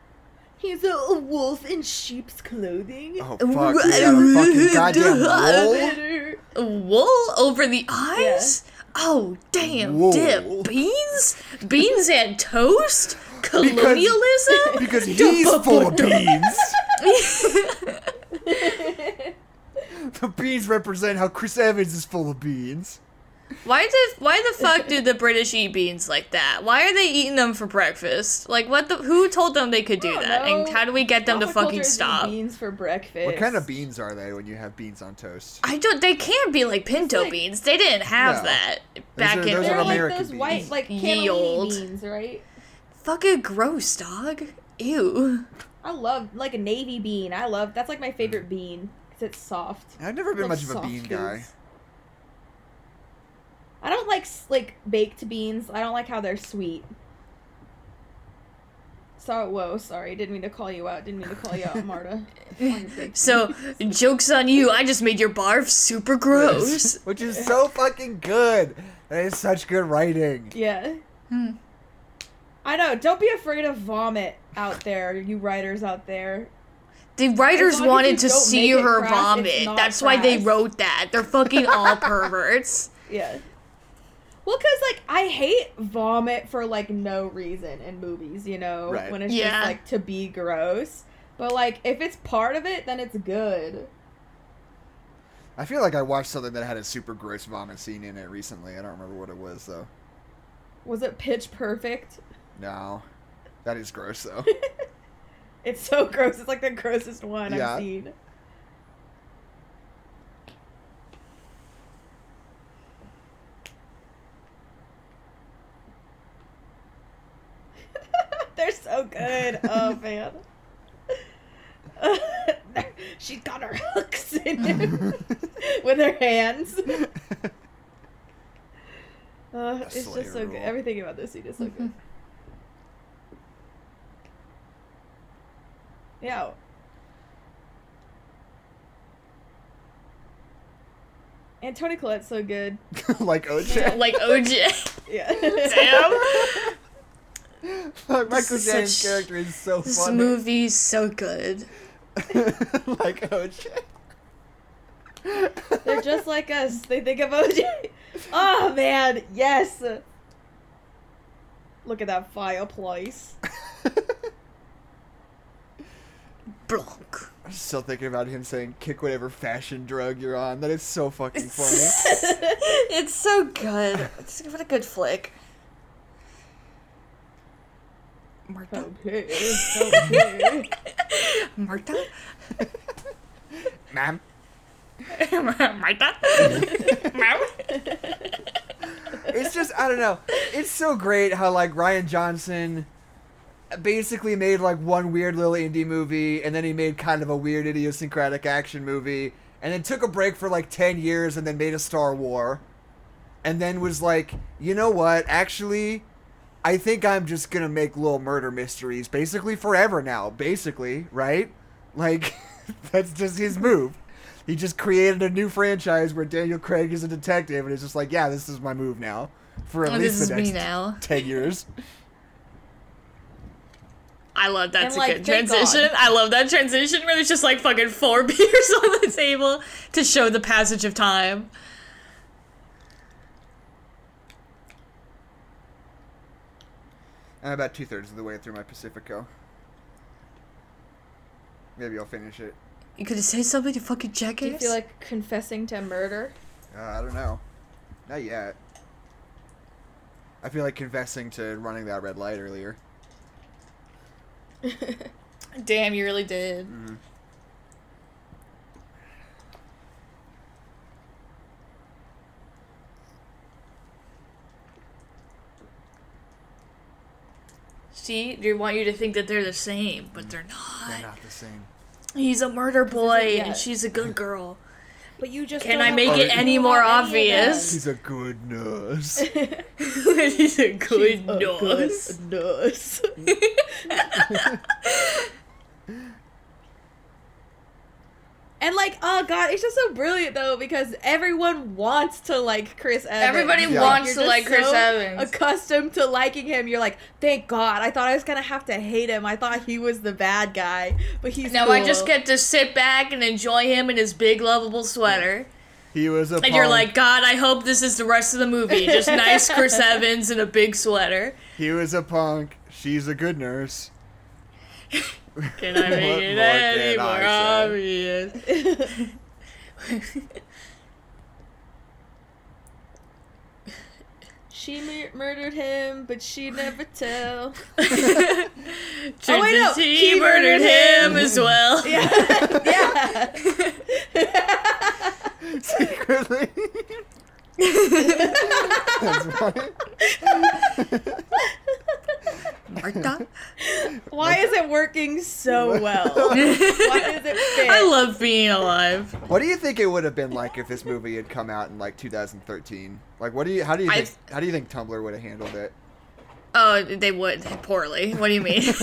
C: [LAUGHS] He's a, a wolf in sheep's clothing. [LAUGHS]
A: Oh fuck! We got a fucking
B: [LAUGHS]
A: goddamn roll.
B: Wool over the eyes. Oh damn!
A: Wool.
B: Dip beans, beans and toast. Colonialism.
A: [LAUGHS]
B: [LAUGHS]
A: Because he's full of beans. the beans represent how Chris Evans is full of beans.
B: Why did why the fuck do the British eat beans like that? Why are they eating them for breakfast? Like what the who told them they could do
C: don't
B: that? And
C: know.
B: how do we get them to
C: Aquaculture
B: fucking
C: is in
B: stop?
C: Beans for breakfast.
A: What kind of beans are they when you have beans on toast?
B: I don't they can't be like pinto
C: like-
B: beans. They didn't have
A: No.
B: that back
A: are-
B: in
A: those
C: They're
A: are
C: like
A: American
C: those
A: beans.
C: white, like
B: Ye
C: cannellini
B: olde.
C: beans, right?
B: fucking gross, dog. Ew.
C: I love like a navy bean. I love that's like my favorite bean because it's soft.
A: I've never been
C: Love
A: much of a
C: soft
A: bean guy.
C: foods. I don't like s- like baked beans. I don't like how they're sweet. So whoa, sorry, didn't mean to call you out. Didn't mean to call
A: [LAUGHS]
C: you out, Marta. On your baked
B: So jokes on you. I just made your barf super gross.
A: [LAUGHS] Which is so fucking good. That is such good writing.
C: Yeah.
B: Hmm.
C: I know. Don't be afraid of vomit out there, you writers out there.
B: The writers
C: long as you
B: wanted to
C: don't
B: see
C: make it
B: her
C: crass, it's
B: vomit.
C: not
B: That's why they
C: crass.
B: wrote that. They're fucking
C: [LAUGHS]
B: all perverts.
C: Yeah. Well, cause like I hate vomit for like no reason in movies, you know,
A: Right.
C: when it's
B: Yeah.
C: just like to be gross. But like if it's part of it, then it's good.
A: I feel like I watched something that had a super gross vomit scene in it recently. I don't remember what it was though.
C: Was it Pitch Perfect?
A: No. That is gross though. [LAUGHS]
C: It's so [LAUGHS] gross. It's like the grossest one
A: Yeah.
C: I've seen. [LAUGHS] They're so good. Oh man. [LAUGHS] She's got her hooks in
A: [LAUGHS]
C: it [LAUGHS] with her hands. Uh, it's
A: Slayer
C: just so good.
A: rule.
C: Everything about this scene is so [LAUGHS] good. Yeah. And Tony Collette's so good.
A: like oh, OJ. [LAUGHS]
B: Like OJ.
C: Yeah.
B: Damn.
A: [LAUGHS] Like, Michael
B: is
A: James'
B: such-
A: character is so
B: This
A: funny.
B: movie's so good.
A: [LAUGHS] like oh, OJ.
C: [LAUGHS] They're
A: [LAUGHS]
C: just like us. They think of OJ. Oh man, yes. Look at that fireplace.
B: Blanc.
A: I'm still thinking about him saying "kick whatever fashion drug you're on." That is so fucking funny.
B: it's [LAUGHS] so good. It's, what a good flick. Marta.
C: [LAUGHS] Okay, okay.
B: [LAUGHS] Marta?
A: [LAUGHS] Ma'am.
B: Marta? Mom?
A: it's just I don't know. It's so great how like Ryan Johnson basically made like one weird little indie movie and then he made kind of a weird idiosyncratic action movie and then took a break for like 10 years and then made a Star War and then was like, "You know what? Actually, I think I'm just going to make little murder mysteries basically forever now, basically, right? Like [LAUGHS] that's just his move. He just created a new franchise where Daniel Craig is a detective and it's just like, "Yeah, this is my move now." For at
B: Oh,
A: least
B: this is
A: the
B: me
A: next
B: now.
A: 10 years.
B: I love that's
C: And,
B: a
C: like,
B: good
C: thank
B: transition.
C: God.
B: I love that transition where there's just like fucking four [LAUGHS] beers on the table to show the passage of time.
A: I'm about two thirds of the way through my Pacifico. Maybe I'll finish it.
B: You could have said something to fucking
C: [LAUGHS] Do
B: jackass.
C: you feel like confessing to [LAUGHS] murder?
A: Uh, I don't know. Not yet. I feel like confessing to running that red light earlier.
B: Damn, you really did. See, they want you to think that they're the same, but Mm. they're not.
A: They're not the same.
B: He's a murder boy,
C: yet.
B: and she's a [LAUGHS] good girl.
C: But you just
B: Can
C: don't
B: I
C: have
B: make
A: it
C: control
B: any
C: of
B: more
C: of
B: obvious?
A: She's a good
B: [LAUGHS]
A: nurse.
C: them.
B: he's a good
C: A good
B: [LAUGHS] nurse.
C: nurse. [LAUGHS] And like, oh god, it's just so brilliant though because everyone wants to like Chris Evans.
B: Everybody
A: Yeah.
B: wants
C: You're
B: to
C: just
B: like Chris
C: so
B: Evans.
C: Accustomed to liking him, you're like, thank God. I thought I was gonna have to hate him. I thought he was the bad guy, but he's
B: Now I just
C: cool.
B: get to sit back and enjoy him in his big, lovable sweater.
A: He was a.
B: And you're
A: punk.
B: like, God, I hope this is the rest of the movie. [LAUGHS] Just nice Chris Evans in a big sweater.
A: He was a punk. She's a good
B: [LAUGHS]
A: nurse.
B: Can I
A: What
B: make
A: more can
B: it any more
A: I
B: obvious?
C: [LAUGHS]
B: [LAUGHS]
C: she mur- murdered him, but she never
B: [LAUGHS]
C: tell.
B: oh,
C: wait, no,
B: He,
C: he
A: [LAUGHS]
B: murdered
C: murdered
B: him as well. [LAUGHS]
C: Yeah, [LAUGHS] yeah.
B: [LAUGHS]
A: Secretly. That's funny.
B: Martha.
C: Why is it
A: [LAUGHS]
C: working so well? Why does it fit?
B: I love being alive.
A: What do you think it would have been like if this movie had come out in like 2013? Like, what do you? How do you?
B: I-
A: Think, how do you think Tumblr would have handled it?
B: Oh, they would poorly. What do you mean? [LAUGHS]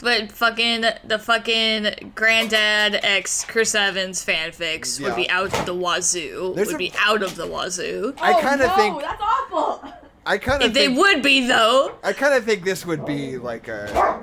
B: but fucking the fucking granddad ex Chris Evans fanfics would be
A: Yeah.
B: out the wazoo.
A: There's
B: would
A: a-
B: be out of the wazoo.
A: I kind of
C: Oh, no,
A: think.
C: that's awful.
A: I kind of
B: Oh, If they
A: think.
B: would be though.
A: I kind of think this would be like a.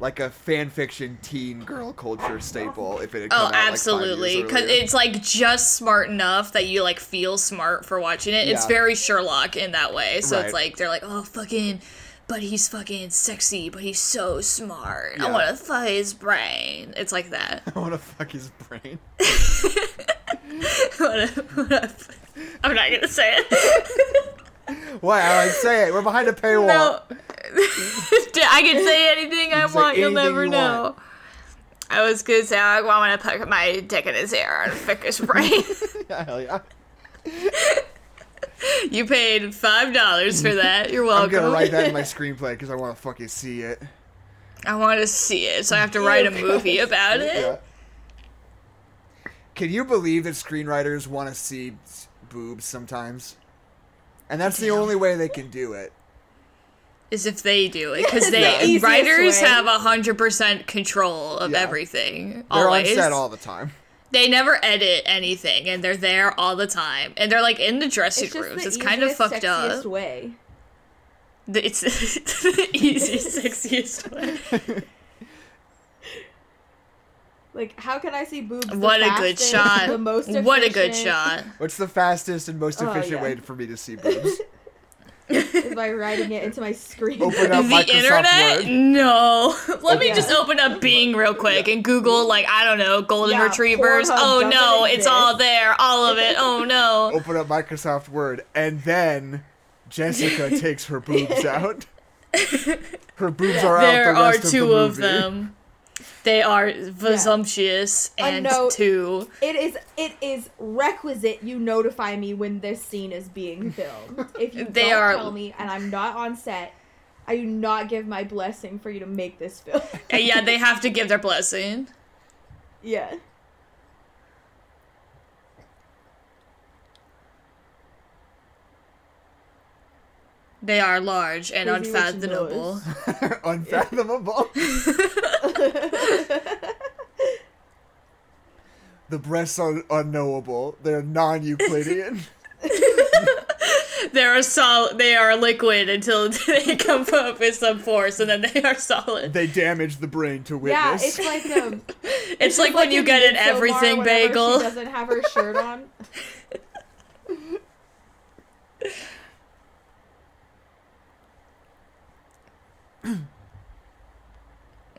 A: Like a fan fiction teen girl culture staple, if it had come
B: Oh,
A: out, like, five
B: absolutely.
A: years
B: Because
A: earlier. [LAUGHS]
B: it's like just smart enough that you like feel smart for watching it. It's
A: Yeah.
B: very Sherlock in that way. So
A: Right.
B: it's like they're like, oh fucking, but he's fucking sexy, but he's so smart. I
A: Yeah.
B: want to fuck his brain. It's like that. [LAUGHS]
A: I want to fuck his brain.
B: What a- what a- I'm not gonna say it. [LAUGHS]
A: Why? I like say it. We're behind a paywall.
B: no, [LAUGHS] I can say anything I
A: can say
B: want. You'll
A: anything
B: never
A: you
B: know.
A: want.
B: I was gonna say I want to put my dick in his hair and pick
A: [LAUGHS]
B: his brain.
A: Yeah, hell yeah.
B: you paid five dollars for that. You're welcome.
A: I'm gonna write that in
B: [LAUGHS]
A: my screenplay because I want to fucking see it.
B: I want to see it, so I
C: Oh
B: have to write a movie about it.
A: Yeah. Can you believe that screenwriters want to see s- boobs sometimes? And that's the only way they can do it.
B: Is if they do it because
C: the
B: they
C: easiest
B: writers
C: way.
B: have a hundred percent control of
A: Yeah.
B: everything.
A: They're
B: always.
A: on set all the time. [LAUGHS]
B: they never edit anything and they're there all the time and they're like in the dressing rooms it's kind of fucked up
C: Way.
B: The- it's [LAUGHS] the easiest sexiest way
C: Like, how can I see boobs? the
B: what a good
C: fastest,
B: shot
C: The most
B: what a good
C: efficient
B: shot
A: What's the fastest and most
C: Oh,
A: efficient
C: yeah.
A: way for me to see boobs?
C: Is by writing it into my screen.
A: Open up
B: the
A: Microsoft
B: internet
A: Word.
B: no [LAUGHS] let me
C: Yeah.
B: just open up bing real quick and google like i don't know golden
C: Yeah,
B: retrievers
C: Pornhub
B: oh
C: doesn't
B: no it's
C: exist.
B: all there all of it oh no
A: Open up Microsoft Word, and then Jessica takes her boobs out. Her boobs are
B: there
A: out.
B: are
A: the rest
B: two
A: of,
B: of,
A: the movie.
B: them they are voluptuous
C: A
B: and
C: note-
B: two
C: It is. It is requisite you notify me when this scene is being filmed. If you
B: They
C: don't
B: are-
C: tell me and I'm not on set, I do not give my blessing for you to make this film. [LAUGHS]
B: And yeah they have to give their blessing
C: yeah.
B: They are large and
C: Crazy rich
B: unfathomable.
A: [LAUGHS] Unfathomable. the breasts are unknowable. They're [LAUGHS] non-Euclidean.
B: They're a sol- [LAUGHS] They are liquid until [LAUGHS] they come up with some force, and then they are solid.
A: they damage the brain to
C: Yeah.
A: witness. [LAUGHS]
C: It's like um.
B: It's, like, when you
C: in
B: get an
C: Midsommar
B: everything
C: whenever She
B: bagel.
C: doesn't have her
B: [LAUGHS]
C: shirt on.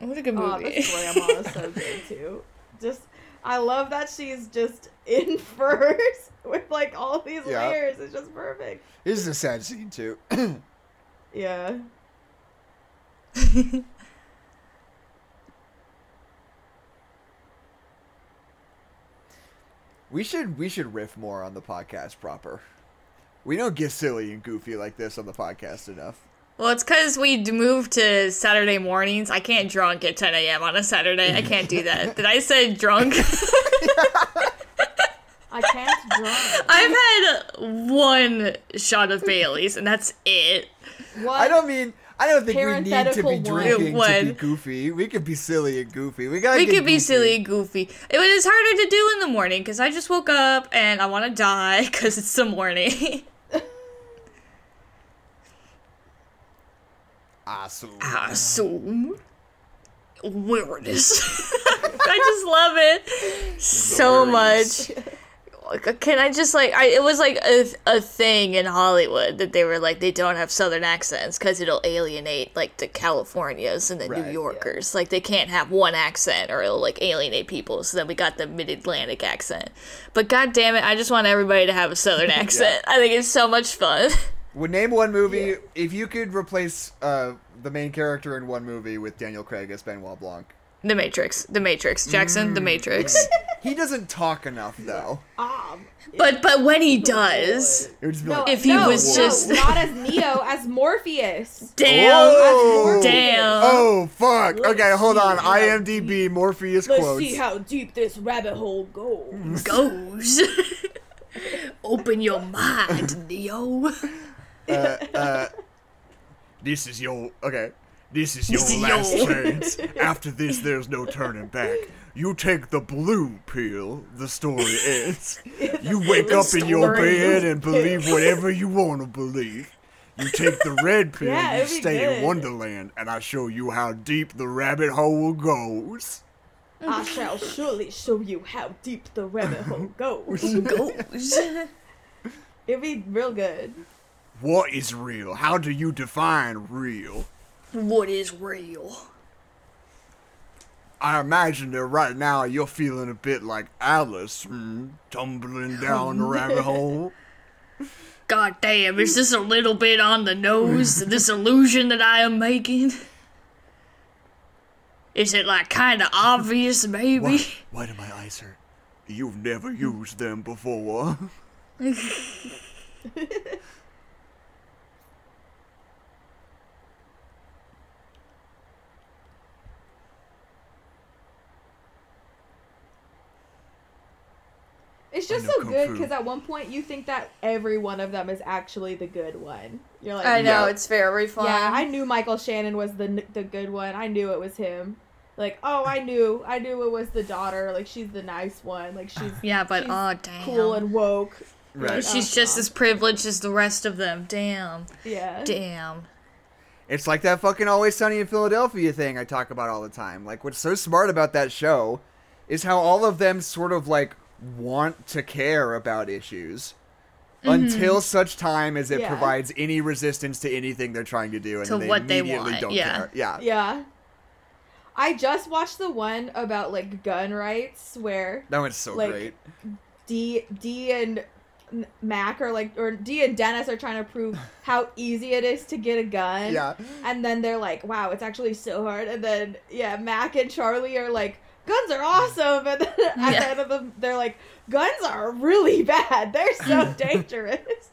B: What a good
C: Oh,
B: movie!
C: this grandma is so good too. Just, I love that she's just in [LAUGHS] furs with like all these
A: Yeah.
C: layers. It's just perfect.
A: this is a sad scene too. [CLEARS THROAT]
C: Yeah.
A: we should we should riff more on the podcast proper. We don't get silly and goofy like this on the podcast enough.
B: well, it's because we d- moved to Saturday mornings. I can't drunk at 10 a.m. on a Saturday. I can't do that. Did I say [LAUGHS] drunk?
C: I
B: [LAUGHS]
C: can't draw.
B: I've had one shot of Bailey's, and that's it.
C: What?
A: I don't mean I don't think we need to
C: Parenthetical
A: be
C: one.
A: drinking to be
B: One.
A: goofy. We could be silly and goofy. We gotta.
B: We
A: get
B: could be
A: goofy.
B: silly and goofy. It was harder to do in the morning because I just woke up and I want to die [LAUGHS] because it's the morning.
A: Awesome.
B: I assume weirdness. [LAUGHS] I just love it so much. Can I just like? I, it was like a, a thing in Hollywood that they were like they don't have Southern accents because it'll alienate like the Californias and the
A: Right,
B: New
A: yeah.
B: Yorkers. Like they can't have one accent or it'll like alienate people. So then we got the Mid Atlantic [LAUGHS] accent. But god damn it, I just want everybody to have a Southern accent. I think it's so much fun. [LAUGHS]
A: Would name one movie
C: Yeah.
A: if you could replace uh, the main character in one movie with Daniel Craig as Benoit Blanc.
B: The Matrix. The Matrix. Jackson, The Matrix.
A: He doesn't talk enough though.
C: Um,
B: But but when he does,
A: It would just be
C: no,
A: like,
B: If he
C: no,
B: was
C: no,
B: just-
C: not as Neo, as Morpheus.
B: damn,
A: Whoa.
B: damn.
A: oh fuck. Okay, hold on.
C: see how
A: IMDb Morpheus quotes.
C: how deep this rabbit hole goes.
B: goes. [LAUGHS] Open your mind, Neo.
A: uh, uh, this is your okay. This is your
B: This is
A: last
B: your-
A: chance. After this, there's no turning back. You take the blue pill. The story ends. You wake up in your
B: story.
A: bed and believe whatever you want to believe. You take the red pill.
C: Yeah,
A: you
C: it'd be
A: stay in
C: good.
A: Wonderland, and I show you how deep the rabbit hole goes.
C: I shall surely show you how deep the rabbit [LAUGHS] hole goes.
B: Goes.
C: It'd be real good.
A: [LAUGHS] What is real? How do you define real?
B: What is real?
A: I imagine that right now you're feeling a bit like Alice, hmm,
B: [LAUGHS]
A: tumbling down the rabbit hole.
B: God damn, is this a little bit on the nose? this illusion that I am making? Is it like kinda obvious, maybe?
A: Why, why do my eyes hurt? You've never used them before. [LAUGHS]
C: It's just
A: know
C: so
A: Kung
C: good
A: Fu.
C: because at one point you think that every one of them is actually the good one. You're like,
B: I know,
A: Yeah.
B: it's very fun.
C: yeah, I knew Michael Shannon was the the good one. I knew it was him. Like, oh, I knew, I knew it was the daughter. Like, she's the nice one. Like, she's
B: Yeah, but
C: She's
B: oh damn.
C: cool and woke.
A: Right.
B: She's just as privileged as the rest of them. Damn.
C: Yeah.
B: Damn.
A: It's like that fucking Always Sunny in Philadelphia thing I talk about all the time. Like, what's so smart about that show is how all of them sort of like want to care about issues
B: Mm-hmm.
A: until such time as it
C: Yeah.
A: provides any resistance to anything they're trying to do, and
B: To
A: then they
B: what they
A: immediately
B: want,
A: don't
B: yeah.
A: care. Yeah.
C: Yeah. I just watched the one about like gun rights where
A: That one's so
C: Like,
A: great.
C: D D and N- Mac are like or D and Dennis are trying to prove how easy it is to get a gun.
A: Yeah.
C: And then they're like, "Wow, it's actually so hard." And then yeah, Mac and Charlie are like, "Guns are awesome." And then at
B: Yeah.
C: the end of them, they're like, "Guns are really bad.
A: [LAUGHS]
C: They're so dangerous."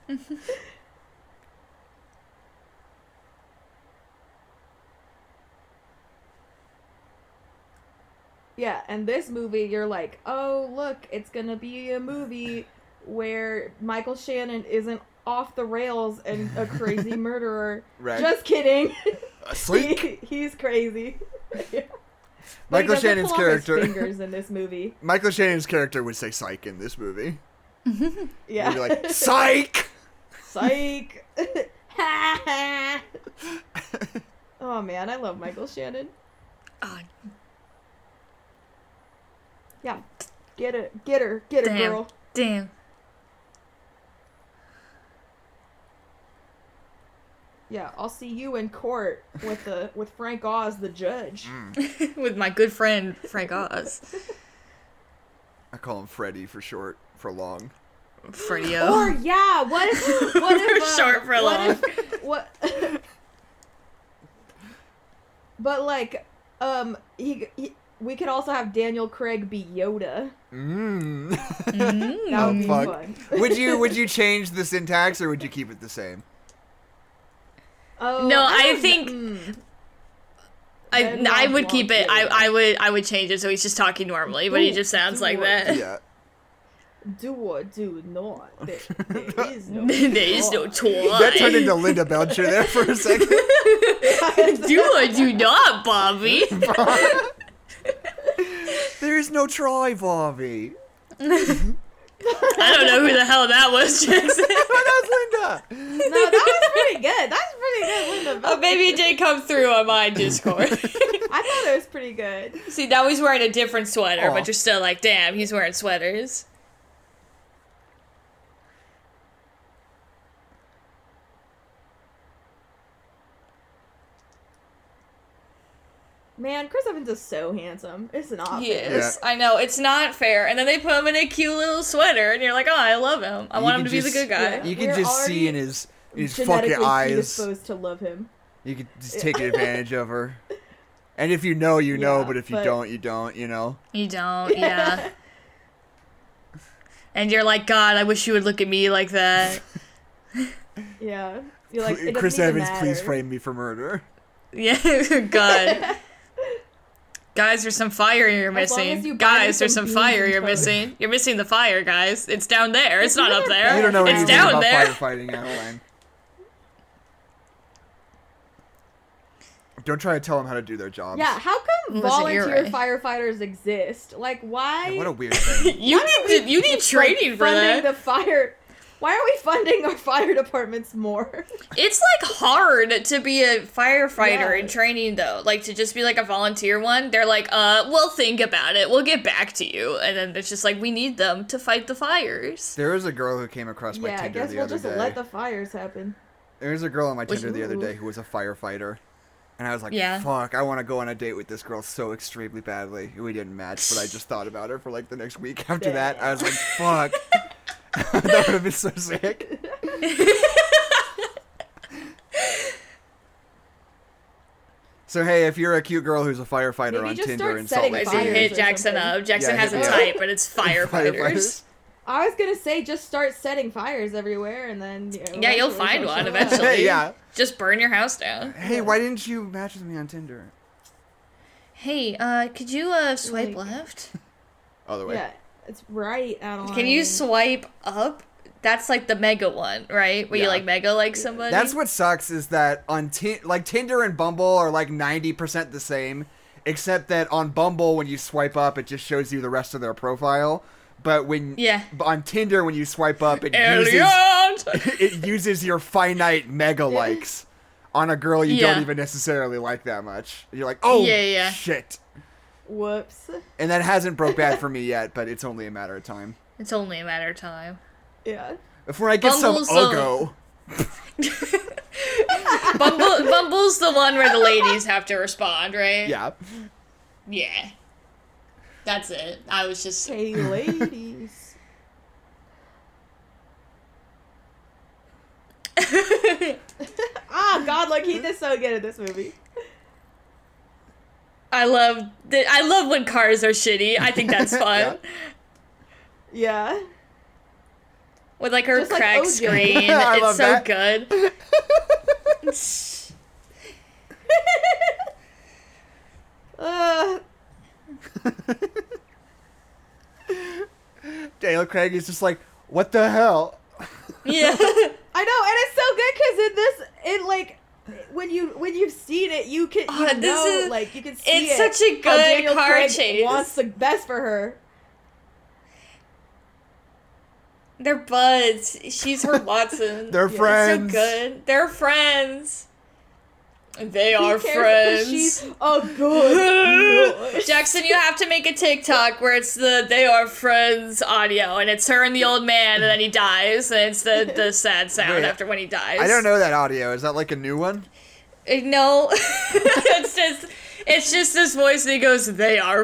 C: Yeah, and this movie, you're like, oh, look, it's gonna be a movie where Michael Shannon isn't off the rails and
A: [LAUGHS]
C: a crazy murderer.
A: Right.
C: Just kidding. [LAUGHS]
A: A sleek
C: he, he's crazy. [LAUGHS] Yeah. But he
A: Michael
C: doesn't
A: Shannon's
C: pull off his
A: character.
C: fingers in this movie.
A: Michael Shannon's character would say "psych" in this movie.
C: Yeah.
A: He'd be
C: [LAUGHS]
A: like, "Psych."
C: Psych. oh man, I love Michael Shannon.
B: Oh,
C: Yeah. Get her, get her, get her,
B: damn.
C: girl.
B: Damn. [LAUGHS]
C: Yeah, I'll see you in court with the with Frank Oz, the judge.
B: Mm. With my good friend Frank Oz.
A: I call him Freddy for short, for long.
B: Fredio.
C: Or yeah, what [LAUGHS] if what if uh,
B: Short for
C: what
B: long.
C: If, what? [LAUGHS] but like, um, he, he we could also have Daniel Craig be Yoda.
A: Mm. [LAUGHS]
C: That would
A: Oh,
C: be
B: Mm.
A: fuck.
C: fun. [LAUGHS]
A: would you would you change the syntax or would you keep it the same?
C: Oh,
B: No, I
C: don't
B: think-
C: kn- mm.
B: I,
C: Benoit
B: I would keep it.
C: Blanc.
B: I, I would I would change it so he's just talking normally, but he
C: Ooh,
B: just sounds like
C: ooh.
B: that. [LAUGHS]
A: Yeah.
C: do or do not. There, there is
B: [LAUGHS]
C: no.
B: there is no toy.
A: That turned into Linda Belcher there for a second.
B: [LAUGHS]
C: [LAUGHS]
B: do or do not, Bobby.
A: there is no try, Bobby.
B: I don't know who the hell that was, [LAUGHS] Jackson.
A: Oh, that was Linda.
C: no, that was
B: [LAUGHS]
C: pretty good. That's pretty good, Linda.
B: oh, maybe it did come through on my [LAUGHS] Discord.
C: I thought it was pretty good.
B: See, now he's wearing a different sweater,
A: Aw.
B: but you're still like, damn, he's wearing sweaters.
C: Man, Chris Evans is so handsome. It's
A: Uh,
C: not.
B: He
C: fair.
B: is. I know it's not fair. And then they put him in a cute little sweater, and you're like, oh, I love him. I
A: You
B: want him
A: can
B: to be the
A: just-
B: good guy.
C: yeah.
A: You can
C: We're
A: just see in
C: already-
A: his His
C: genetically
A: fucking eyes.
C: predisposed to love him.
A: You could just take advantage of
C: [LAUGHS]
A: her. And if you know, you know,
C: Yeah,
A: but if you
C: but-
A: don't, you don't, you know?
B: You
C: [LAUGHS]
B: don't, yeah. and you're like, God, I wish you would look at me like that. [LAUGHS]
C: Yeah. You're like,
A: Pl-
C: it
A: Chris
C: doesn't even
A: Evans, please
C: matter.
A: frame me for murder.
B: Yeah, [LAUGHS] God. Guys, there's some fire you're
C: As long
B: missing.
C: as you buy me
B: guys, there's
C: some
B: some fire
C: beans and
B: you're
C: toast.
B: missing. You're missing the fire, guys. It's down there. It's
C: [LAUGHS]
B: not up there.
A: You don't know
B: it's
A: anything
B: down
A: about
B: there.
A: firefighting, Adeline. Don't try to tell them how to do their jobs.
C: Yeah, how come
B: Listen,
C: volunteer
B: you're right.
C: firefighters exist? Like, why?
A: Yeah, what a weird thing.
B: You need to, you need
C: like,
B: training for that.
C: funding the fire. Why are we funding our fire
A: [LAUGHS]
C: departments more?
B: It's like hard to be a firefighter
C: Yeah.
B: in training though. Like to just be like a volunteer one. They're like, uh, we'll think about it. We'll get back to you. And then it's just like we need them to fight the fires.
A: There was a girl who came across my
C: yeah, I
A: Tinder
C: guess
A: the
C: we'll
A: other
C: just
A: day.
C: let the fires happen.
A: There was a girl on my Tinder the other
C: Ooh.
A: day who was a firefighter. And I was like,
B: Yeah.
A: fuck, I want to go on a date with this girl so extremely badly. We didn't match, but I just thought about her for like the next week after that. I was like, fuck. [LAUGHS] that would have been so
C: [LAUGHS]
A: sick. so, hey, if you're a cute girl who's a firefighter
C: Maybe
A: on
C: just
A: Tinder
C: start
A: in Salt
C: setting
A: Lake
B: I see
A: City,
C: fires
B: hit
C: or
B: Jackson
C: something.
B: up. Jackson
A: Yeah,
B: has a
A: hit me
B: type, but
A: [LAUGHS]
B: it's firefighters.
A: firefighters.
C: I was gonna say just start setting fires everywhere, and then you know,
B: Yeah, you'll
C: eventually
B: find
C: they'll
B: one
C: show up.
A: [LAUGHS]
B: eventually.
A: Yeah.
B: Just burn your house down.
A: Hey, why didn't you match with me on Tinder?
B: Hey, uh, could you uh swipe
C: Like-
B: left?
A: Other way.
C: Yeah, it's right, Adeline.
B: Can you swipe up? That's like the mega one, right? Where
A: Yeah.
B: you like mega like somebody.
A: That's what sucks is that on Tin like Tinder and Bumble are like 90% the same, except that on Bumble when you swipe up it just shows you the rest of their profile, but when
B: Yeah.
A: but on Tinder when you swipe up it
B: Elliot.
A: uses [LAUGHS] it uses your finite mega likes on a girl you
B: Yeah.
A: don't even necessarily like that much. You're like, "Oh
B: Yeah, yeah.
A: shit."
C: Whoops.
A: And that hasn't broke bad for me yet, but it's only a matter of time.
B: [LAUGHS] It's only a matter of time.
C: Yeah.
A: Before I get
B: Bumble's
A: some
B: so-
A: Ogo.
B: [LAUGHS] Bumble, Bumble's the one where the ladies have to respond, right?
A: Yeah.
B: Yeah. That's it. I was just.
C: Hey, ladies. [LAUGHS] Ah, God, look, he did so good at this movie.
B: [LAUGHS] I love. The, I love when cars are shitty. I think
A: [LAUGHS]
B: that's fun.
C: Yeah. [LAUGHS]
B: With like her
C: Just like
B: cracked
A: [LAUGHS]
C: OJ.
B: screen,
A: I
B: it's
A: love
B: so
A: that. [LAUGHS]
B: good.
C: Uh,
A: Daniel Craig is just like, "What the
B: [LAUGHS]
A: hell?"
B: yeah.
C: I know, and it's so good because in this, it like when you when you've seen it, you can you
B: Ah, this
C: know
B: is-
C: like you can see
B: it's
C: it,
B: such a
C: how
B: good
C: Daniel
B: car
C: Craig
B: chase.
C: Wants the best for her.
B: They're buds. She's her Watson.
A: They're
B: It's
A: friends.
B: So good. They're friends. They
C: He
B: are
C: cares because
B: friends.
C: She's a Oh, good. boy.
B: [LAUGHS] Jackson, you have to make a TikTok where it's the "They Are Friends" audio, and it's her and the old man, and then he dies, and it's the the sad sound
A: Wait,
B: after when he dies.
A: I don't know that audio. Is that like a new one?
B: Uh, No, [LAUGHS] it's just it's just this voice, and he goes, "They are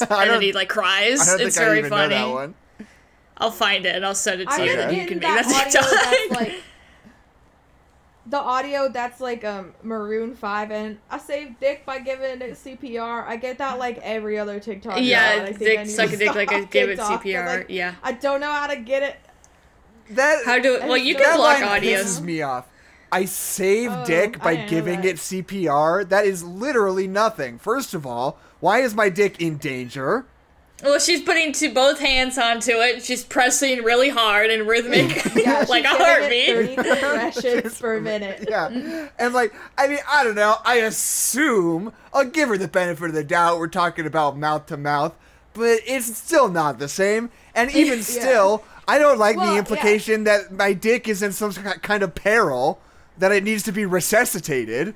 A: [LAUGHS] I
B: and then
A: don't-
B: he like cries.
A: I don't
B: it's
A: think I
B: very
A: even
B: funny.
A: know that one.
B: I'll find it and I'll send it to
C: I'm
B: you.
C: gonna
A: Okay.
B: and You
C: get
B: can
C: in
B: make that
C: that audio that's
B: TikTok.
C: like the audio that's like um Maroon Five, and I save dick by giving it CPR. I get that like every other TikTok. now, and
B: [LAUGHS]
C: I
B: yeah,
C: think I
B: dick
C: need
B: suck
C: to
B: a dick like I
C: [LAUGHS] stop
B: give it
C: TikTok, 'cause,
B: CPR.
C: like,
B: yeah.
C: I don't know how to get it.
A: That
B: How do?
C: I
B: Well,
C: just
B: you
C: don't-
B: can
A: that
B: block
A: line
B: audios.
A: pisses me off. I save
C: Oh,
A: dick
C: I
A: by
C: didn't know
A: giving
C: that.
A: it CPR. That is literally nothing. First of all, why is my dick in danger?
B: Well, she's putting two both hands onto it. She's pressing really hard and rhythmic,
C: [LAUGHS] Yeah,
B: like a
C: she's giving
B: heartbeat. [LAUGHS]
C: it 30 compressions per minute.
A: [LAUGHS]
C: Mm-hmm.
A: Yeah. And like, I mean, I don't know. I assume I'll give her the benefit of the doubt. We're talking about mouth to mouth, but it's still not the same.
C: [LAUGHS]
A: And even still, I don't like
C: Well,
A: the
C: yeah.
A: implication that my dick is in some ki- kind of peril that it needs to be resuscitated.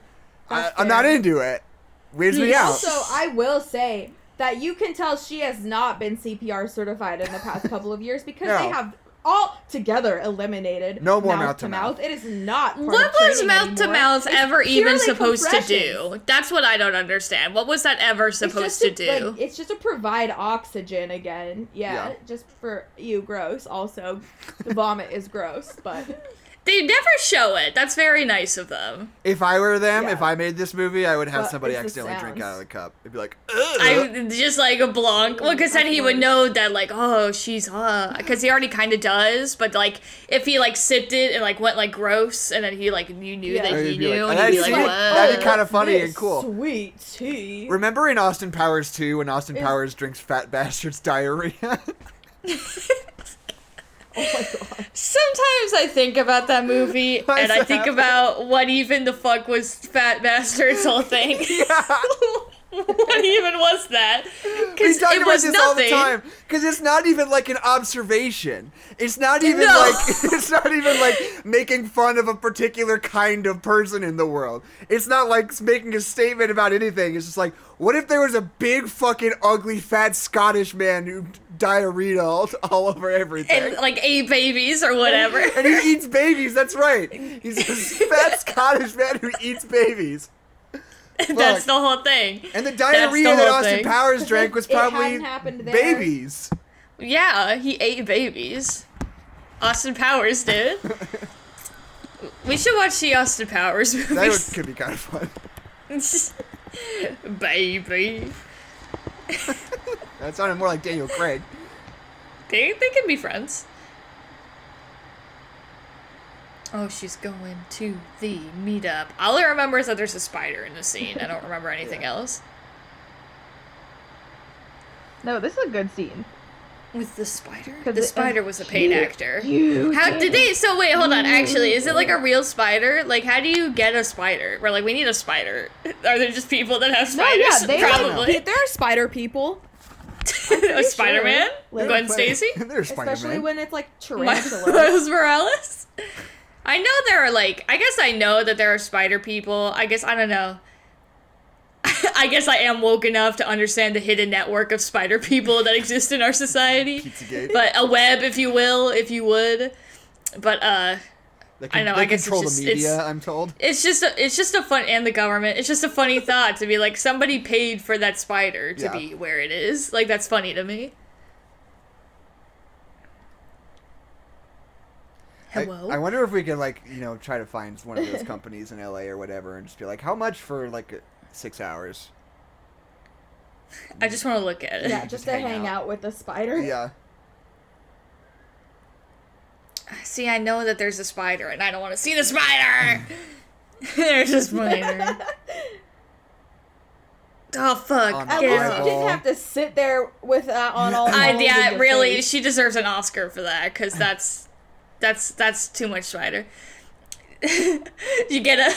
A: I,
C: That's
A: I'm not
C: fair. Hmm.
A: into it. Weirds me out.
C: Also, I will say that you can tell she has not been CPR certified in the past couple of years because they
A: No.
C: have all together eliminated
A: No more
C: mouth-to-mouth.
A: mouth-to-mouth.
C: It is not part
B: What
C: of
B: was
C: training
B: mouth to
C: anymore.
B: mouth
C: It's
B: ever even
C: purely
B: supposed to do?
C: compressions.
B: That's what I don't understand. What was that ever
C: It's
B: supposed
C: just
B: to do?
C: like, it's just to provide oxygen again. Yeah,
A: Yeah.
C: just for you, gross. Also, the vomit is gross, but
B: They never show it. That's very nice of them.
A: If I were them,
C: Yeah.
A: if I made this movie, I would have
C: But
A: somebody
C: it's the
A: accidentally drink
C: sounds.
A: out of the cup. It'd be like,
B: I just like a Blanc. Well, because then he would know that like, oh, she's uh, because he already kind of does. But like, if he like sipped it and like went like gross, and then he like you knew
C: Yeah.
B: that
A: I'd
B: he
A: be like,
B: knew,
A: "Oh,
B: and he'd
A: that's
B: be
A: it.
B: like,
A: That'd be
B: "Whoa."
A: kind of funny
C: This
A: and cool.
C: Sweet tea.
A: Remember in Austin Powers 2 when Austin Powers drinks Fat [LAUGHS] Bastard's
C: [LAUGHS]
A: diarrhea?
B: Sometimes I think about that movie,
A: [LAUGHS] Why
B: and
A: does
B: I
A: that
B: think
A: happen?
B: about what even the fuck was Fat Bastard's
A: [LAUGHS]
B: whole thing. [LAUGHS] what even was that?
A: we
B: Because
A: talk
B: it
A: about
B: was
A: this all the
B: nothing.
A: time because it's not even like an observation. It's not even
B: No.
A: like [LAUGHS] it's not even like making fun of a particular kind of person in the world. It's not like making a statement about anything. It's just like, what if there was a big fucking ugly fat Scottish man who diarrhea all, all over everything?
B: And
A: And-
B: like eight babies
A: [LAUGHS]
B: or whatever. [LAUGHS]
A: he eats babies. That's right. He's a fat Scottish man who eats babies.
B: That's the whole thing.
A: And the
B: the
A: diarrhea that
B: whole
A: Austin
B: thing.
A: Powers drank was
C: It hadn't
A: probably
C: happened there.
A: babies. [LAUGHS]
B: Yeah, he ate babies. Austin Powers did. we should watch the Austin Powers
A: That would,
B: movies.
A: could be kind of fun.
B: [LAUGHS] Baby.
A: That sounded more like Daniel Craig.
B: They, they can be friends. Oh, she's going to the meetup. All I remember is that there's a spider in the scene. I don't remember [LAUGHS] anything else.
C: No, this is a good scene.
B: With the spider?
C: 'Cause
B: The
C: it-
B: spider was a paid actor.
C: You
B: How did they? So wait, hold on. Actually, is it like [LAUGHS] a real spider? Like, how do you get a spider? We're like, we need a spider. [LAUGHS] Are there just people that have
D: No, yeah,
B: spiders?
D: they
B: [LAUGHS] Probably.
D: There are spider people.
B: a Spider Man, [LAUGHS]
C: Like-
D: [LAUGHS]
A: [LAUGHS]
B: Gwen Stacy,
A: There's
C: Especially
A: Spider-Man.
C: when it's like
B: [LAUGHS]
C: tarantula.
B: Miles Morales. I know there are like. I guess I know that there are spider people. I guess I don't know. [LAUGHS] I guess I am woke enough to understand the hidden network of spider people that exist in our society.
A: Pizzagate.
B: But a web, if you will, if you would. But uh.
A: they can,
B: I know,
A: They
B: I guess it's
A: control
B: just-
A: the
B: it's-
A: media. I'm told.
B: It's just a, it's just a fun and the government. It's just
A: [LAUGHS]
B: a funny thought to be like somebody paid for that spider to
A: Yeah.
B: be where it is. Like that's funny to me.
A: I,
B: Hello.
A: I wonder if we could like you know try to find one of those [LAUGHS] companies in LA or whatever and just be like, how much for like six hours?
B: I just want to look at it.
C: yeah, just to hang out with the spider.
A: [LAUGHS] Yeah.
B: [LAUGHS] See, I know that there's a spider, and I don't want to see the spider. [LAUGHS] there's a
C: [LAUGHS]
B: spider. oh fuck!
A: On
C: At
A: Yeah.
C: least you didn't have to sit there with uh, on all.
B: I,
C: all of
B: yeah,
C: your
B: really,
C: face.
B: she deserves an Oscar for that because that's that's that's too much spider. [LAUGHS] you get a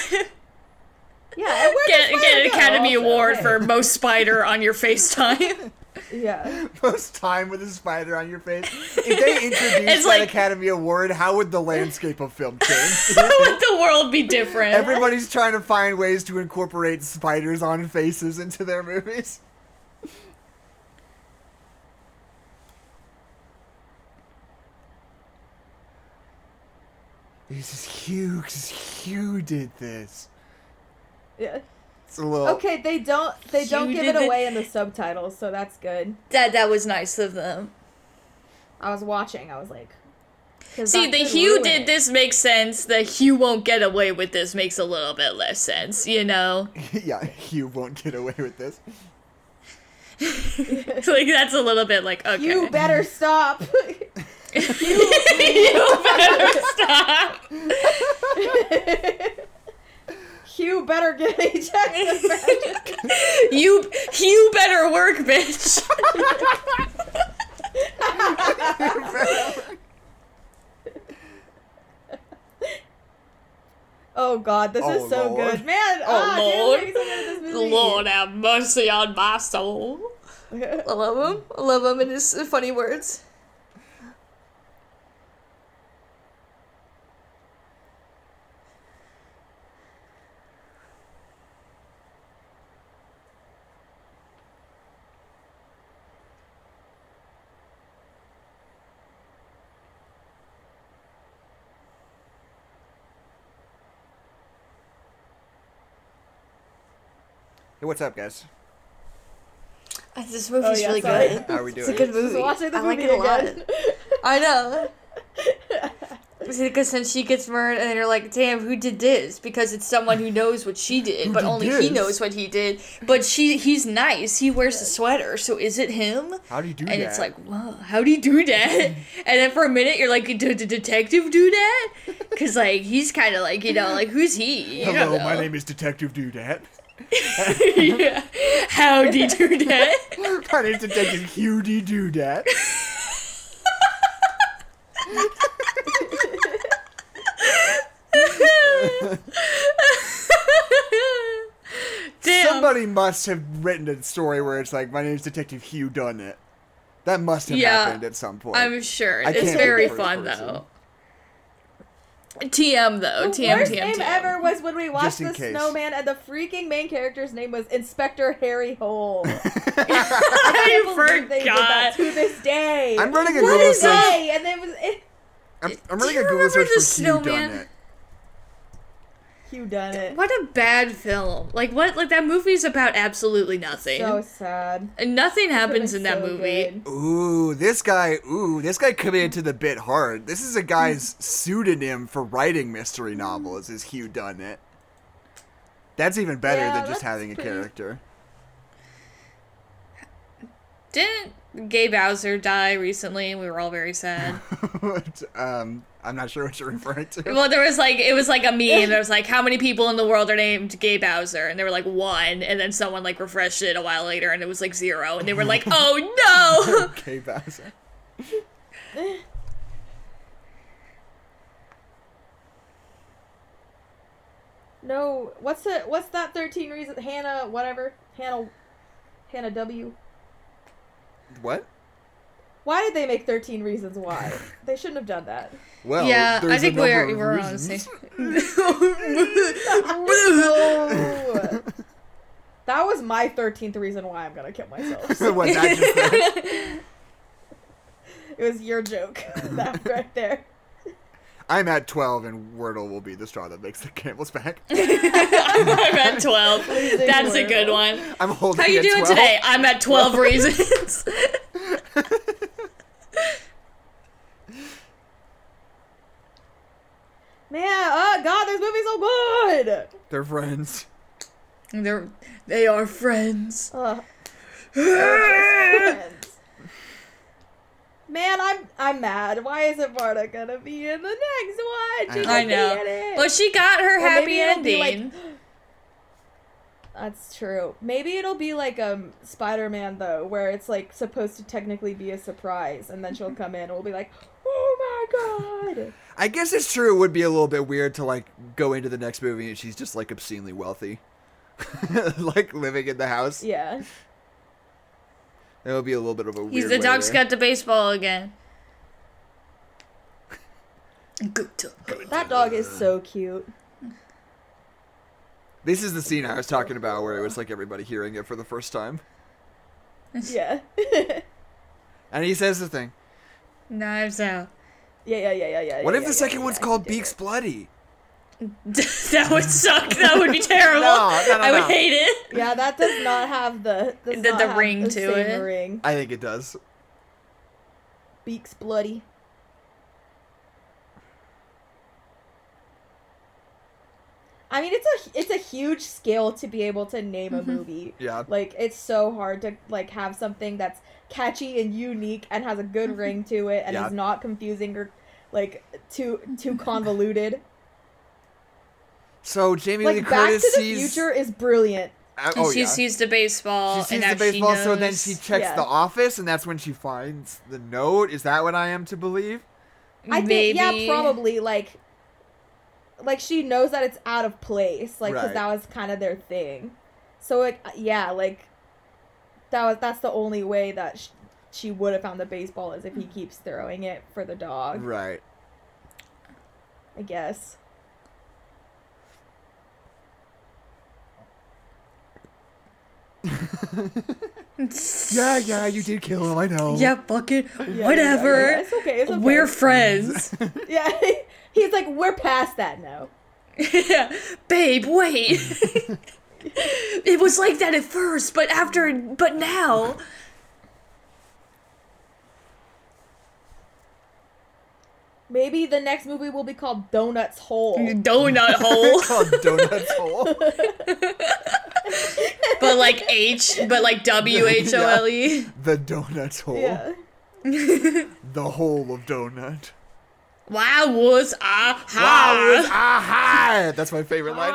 C: Yeah, and where
B: get get an Academy Award
C: okay.
B: for most spider on your [LAUGHS]
C: [LAUGHS]
B: FaceTime.
C: Yeah,
A: Most time with a spider on your face. If
B: [LAUGHS]
A: they introduced that
B: like-
A: Academy Award, how would the landscape of film change?
B: How would the world be different?
A: Everybody's trying to find ways to incorporate spiders on faces into their movies. This is Hugh. 'cause Hugh did this.
C: yeah.
A: It's a little.
C: Okay, they don't they don't
B: You
C: give
B: did
C: it
B: the-
C: away in the subtitles, so that's good.
B: that that was nice of them.
C: I was watching. I was like, 'cause
B: See,
C: that
B: the
C: could
B: Hugh
C: ruin
B: did
C: it.
B: this makes sense. The Hugh won't get away with this makes a little bit less sense, you [LAUGHS] know.
A: [LAUGHS] yeah, Hugh won't get away with [LAUGHS] this.
B: It's like that's a little bit like okay. [LAUGHS]
A: [LAUGHS]
C: You better stop. [LAUGHS]
B: You better stop.
C: Hugh better get a
B: [LAUGHS]
C: Jackson back.
B: You you better work, [LAUGHS] bitch.
C: Oh God, this
A: Oh,
C: is so
A: Lord.
C: good, man.
B: Oh,
C: ah, dude,
B: Lord.
C: make me think of this movie.
B: Lord have mercy on my soul. I love him. I love him and his funny words.
A: Hey, what's up, guys?
B: Uh, This
C: Oh,
B: movie's
C: yeah,
B: really
C: sorry.
B: good.
A: How are we doing?
B: It's a good
C: Just
B: movie.
C: watching the
B: I
C: movie
B: like it a lot.
C: again.
B: I know. because then she gets murdered, and you're like, damn, who did this? Because it's someone who knows what she did, but
A: did
B: only he
A: this?
B: knows what he did. But she, he's nice. He wears a sweater, so is it him?
A: How do you do
B: and
A: that?
B: it's like, whoa, how do you do
A: [LAUGHS]
B: that? and then for a minute, you're like, did the detective do that? Because like he's kind of like, you know, like who's he? You don't
A: hello,
B: know.
A: my name is Detective Doodat.
B: [LAUGHS] yeah. How do you do
A: [LAUGHS]
B: that?
A: [LAUGHS]
B: [LAUGHS]
A: my name's Detective Hughie Doodat.
B: Damn.
A: Somebody must have written a story where it's like, my name's Detective Hugh Dunnett. That must have
B: Yeah,
A: happened at some point.
B: I'm sure.
A: I
B: it's
A: can't
B: very
A: be the first
B: fun
A: person.
B: though. TM though.
C: The
B: TM
C: worst
B: TM
C: name
B: TM. [LAUGHS]
C: ever was when we watched
A: Just in
C: the
A: case.
C: snowman, and the freaking main character's name was Inspector
A: [LAUGHS]
C: Harry Hole.
B: I
C: can't believe they did that
B: [LAUGHS] forgot.
C: to this day.
A: I'm running a
C: To
A: Google
C: this
A: search.
C: day, and then it was it,
A: I'm, I'm
B: Do
A: running
B: you
A: a Google
B: remember
A: search
B: the
A: for
B: snowman?
A: Hugh Dunnett.
C: you done it.
B: What a bad film. Like what like that movie's about absolutely nothing.
C: So sad.
B: and nothing happens
C: It was
B: in that
C: so
B: movie.
C: good.
A: Ooh, this guy. Ooh, this guy committed to the bit hard. This is a guy's pseudonym for writing mystery novels. Is Hugh Dunnett? That's even better
C: Yeah,
A: than just
C: that's
A: having a
C: pretty-
A: character. [LAUGHS]
B: Didn't Gay Bowser die recently and we were all very sad? [LAUGHS]
A: um, I'm not sure what you're referring to.
B: well, there was like it was like a meme. There was like how many people in the world are named Gay Bowser and they were like one and then someone like refreshed it a while later and it was like zero and they were like, "Oh no."
A: okay, Bowser.
C: No, what's the what's that thirteen reasons? Hannah, whatever, Hannah, Hannah W.
A: What?
C: Why did they make thirteen
A: [LAUGHS]
C: reasons why? they shouldn't have done that.
A: [LAUGHS] Well,
B: yeah, I
A: there's a
B: think we're
A: number of
B: we're on the
A: reasons.
B: same. [LAUGHS]
C: [LAUGHS]
A: [LAUGHS]
C: No. that was my thirteenth reason why I'm gonna kill myself.
A: [LAUGHS]
C: So
A: What, not
B: [LAUGHS]
A: just that?
C: it was your joke, [LAUGHS] that right there.
A: I'm at 12, and Wordle will be the straw that makes the camel's
B: [LAUGHS]
A: back.
B: I'm at twelve. That's a good one.
A: I'm holding.
B: How you
A: at
B: doing
A: 12.
B: today? I'm at twelve [LAUGHS] reasons.
C: Man, oh god, this movie's so good.
A: They're friends.
B: They're they are
C: [LAUGHS]
B: friends.
C: Ugh. Friends. Man, I'm I'm mad. Why isn't Varda gonna be in the next one?
A: I
C: She
B: I
C: should be
B: know.
C: in it.
B: But she got her
C: Or maybe
B: happy
C: it'll be
B: ending.
C: like- [GASPS] That's true. Maybe it'll be like um Spider-Man though, where it's like supposed to technically be a surprise, and then she'll come in and we'll be like, "Oh my god!"
A: I guess it's true. It would be a little bit weird to like go into the next movie and she's just like obscenely wealthy, [LAUGHS] like living in the house.
C: Yeah.
A: It would be a little bit of a weird.
B: He's the
A: way
B: dog's
A: there.
B: got the baseball again. Good dog.
C: That dog is so
B: [LAUGHS]
C: cute.
A: This is the scene I was talking about where it was like everybody hearing it for the first time,
C: Yeah. [LAUGHS] yeah,
A: and he says the thing.
B: Knives out. [LAUGHS]
C: yeah, yeah, yeah, yeah.
A: What
C: yeah,
A: if
C: yeah,
A: the second
C: yeah,
A: one's
C: yeah,
A: called
C: yeah.
A: Beaks Bloody?
B: that would suck. That would be terrible.
A: No, no, no,
B: I would
A: no.
B: hate it.
C: Yeah, that does not have the does
B: The-
C: not
B: the
C: have
B: ring
C: the
B: to
C: same
B: it.
C: Ring.
A: I think it does.
C: Beaks bloody. I mean, it's a it's a huge skill to be able to name
B: Mm-hmm.
C: a movie.
A: Yeah.
C: Like it's so hard to like have something that's catchy and unique and has a good
B: Mm-hmm.
C: ring to it and
A: Yeah.
C: is not confusing or like too too
B: [LAUGHS]
C: convoluted.
A: So Jamie Lee
C: like Back to
A: Curtis
C: the
A: sees.
C: Future is brilliant.
A: Uh,
B: And
A: oh
B: she
A: yeah.
B: sees the baseball.
C: Oh,
A: she sees
B: and now
A: the baseball,
B: she knows.
A: so then she checks
C: Yeah.
A: the office, and that's when she finds the note. Is that what I am to believe?
C: I
B: Maybe.
C: think yeah, probably like like she knows that it's out of place, like 'cause
A: Right.
C: that was kind of their thing. So like uh, yeah, like that was that's the only way that sh- she would have found the baseball is if he keeps throwing it for the dog.
A: Right.
C: I guess.
A: Yeah, yeah, you did kill him. I know. [LAUGHS]
B: Yeah, bucket.
C: Yeah, yeah, yeah,
B: whatever.
C: yeah, It's okay. It's okay.
B: We're friends.
C: [LAUGHS]
B: [LAUGHS]
C: yeah. [LAUGHS] He's like we're past that now.
B: Yeah. Babe,
C: [LAUGHS]
B: wait. it was like that at first, but after, but now.
C: Maybe the next movie will be called Donuts
B: Mm-hmm.
C: Hole.
B: donut
C: [LAUGHS]
B: hole,
A: called Donuts Hole.
B: but like H, but like W H O L E.
A: The Donuts Hole.
C: Yeah.
A: The hole of donut.
B: Why was I
C: Ah.
A: Wow, it's-
B: high?
A: aha! That's my favorite line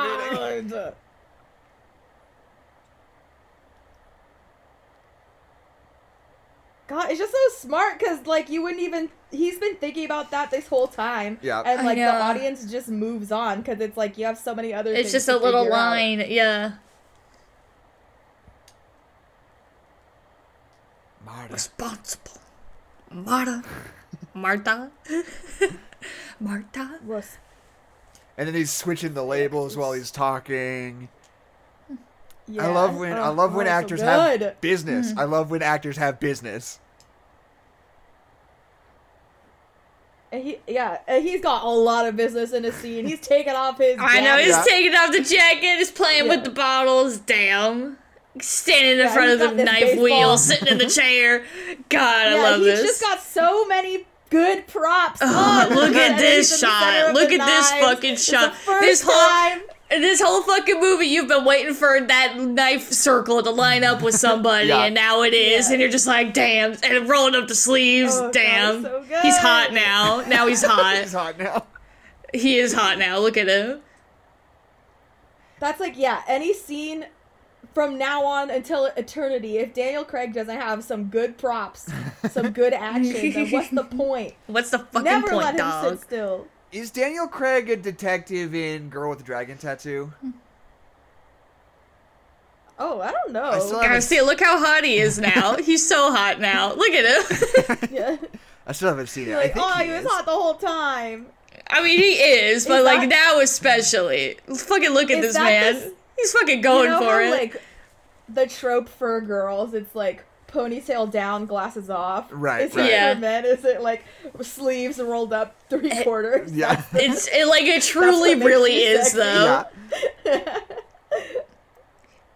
A: reading.
C: God, it's just so smart because like you wouldn't even. He's been thinking about that this whole time.
A: Yeah.
C: And
B: I
C: like the
B: know.
C: audience just moves on because it's like you have so many other.
B: It's
C: things
B: just
C: to
B: a little
C: figure out.
B: line, yeah.
A: Marta.
B: Responsible, Marta,
C: [LAUGHS]
B: Marta, Marta.
C: Res-
A: And then he's switching the labels while he's talking.
C: yeah.
A: I love when I
C: Oh,
A: love when
C: oh, so
A: actors
C: good. Mm-hmm.
A: have business. I love when actors have business.
C: And he, yeah, and he's got a lot of business in his scene. He's taking off his.
B: I know he's
A: Yeah.
B: taking off the jacket, he's playing with
C: Yeah.
B: the bottles. Damn, standing in
C: Yeah,
B: front
C: he's
B: of the
C: got this
B: knife
C: baseball.
B: wheel, sitting
C: [LAUGHS]
B: in the chair. God, I
C: Yeah,
B: love
C: he's
B: this.
C: just got so many good props.
B: Oh, look at
C: And
B: this
C: he's in the center
B: shot.
C: of the
B: Look at this
C: knives.
B: fucking
C: It's
B: shot.
C: the first
B: This whole
C: time.
B: this whole fucking movie you've been waiting for that knife circle to line up with somebody
A: Yeah.
B: and now it is
C: Yeah.
B: and you're just like damn and rolling up the sleeves,
C: Oh, God,
B: damn.
C: so good.
B: he's hot now. Now
C: [LAUGHS]
B: he's
A: He's
B: hot.
A: hot now.
B: he is hot now. Look at him.
C: That's like yeah, any scene from now on until eternity, if Daniel Craig doesn't have some good props, some good action, then
B: [LAUGHS]
C: what's the point?
B: What's the fucking
C: Never
B: point,
C: let him
B: dog?
C: sit still.
A: Is Daniel Craig a detective in Girl with the Dragon Tattoo?
C: Oh, I don't know.
A: I still haven't,
B: Garcia, look how hot he is now. he's so hot now. Look at him. [LAUGHS]
C: [LAUGHS]
A: [LAUGHS]
C: yeah.
A: I still haven't seen it. I
C: Like,
A: think
C: oh,
A: he
C: he was
A: is.
C: hot the whole time.
B: I mean, he is, but
C: Is
B: like
C: that-
B: now especially. Fucking look at
C: Is
B: this
C: that
B: man.
C: this-
B: He's fucking going
C: you know
B: for
C: how,
B: it.
C: like [LAUGHS] the trope for girls, it's like ponytail down, glasses off.
A: Right,
C: Is
A: right.
C: it
B: Yeah. Eh,
C: for men? Is it like sleeves rolled up three
A: [LAUGHS]
C: quarters?
A: Yeah.
B: it's it, like it truly
C: what makes
B: really
C: me
B: is
C: sexy.
B: though.
A: yeah.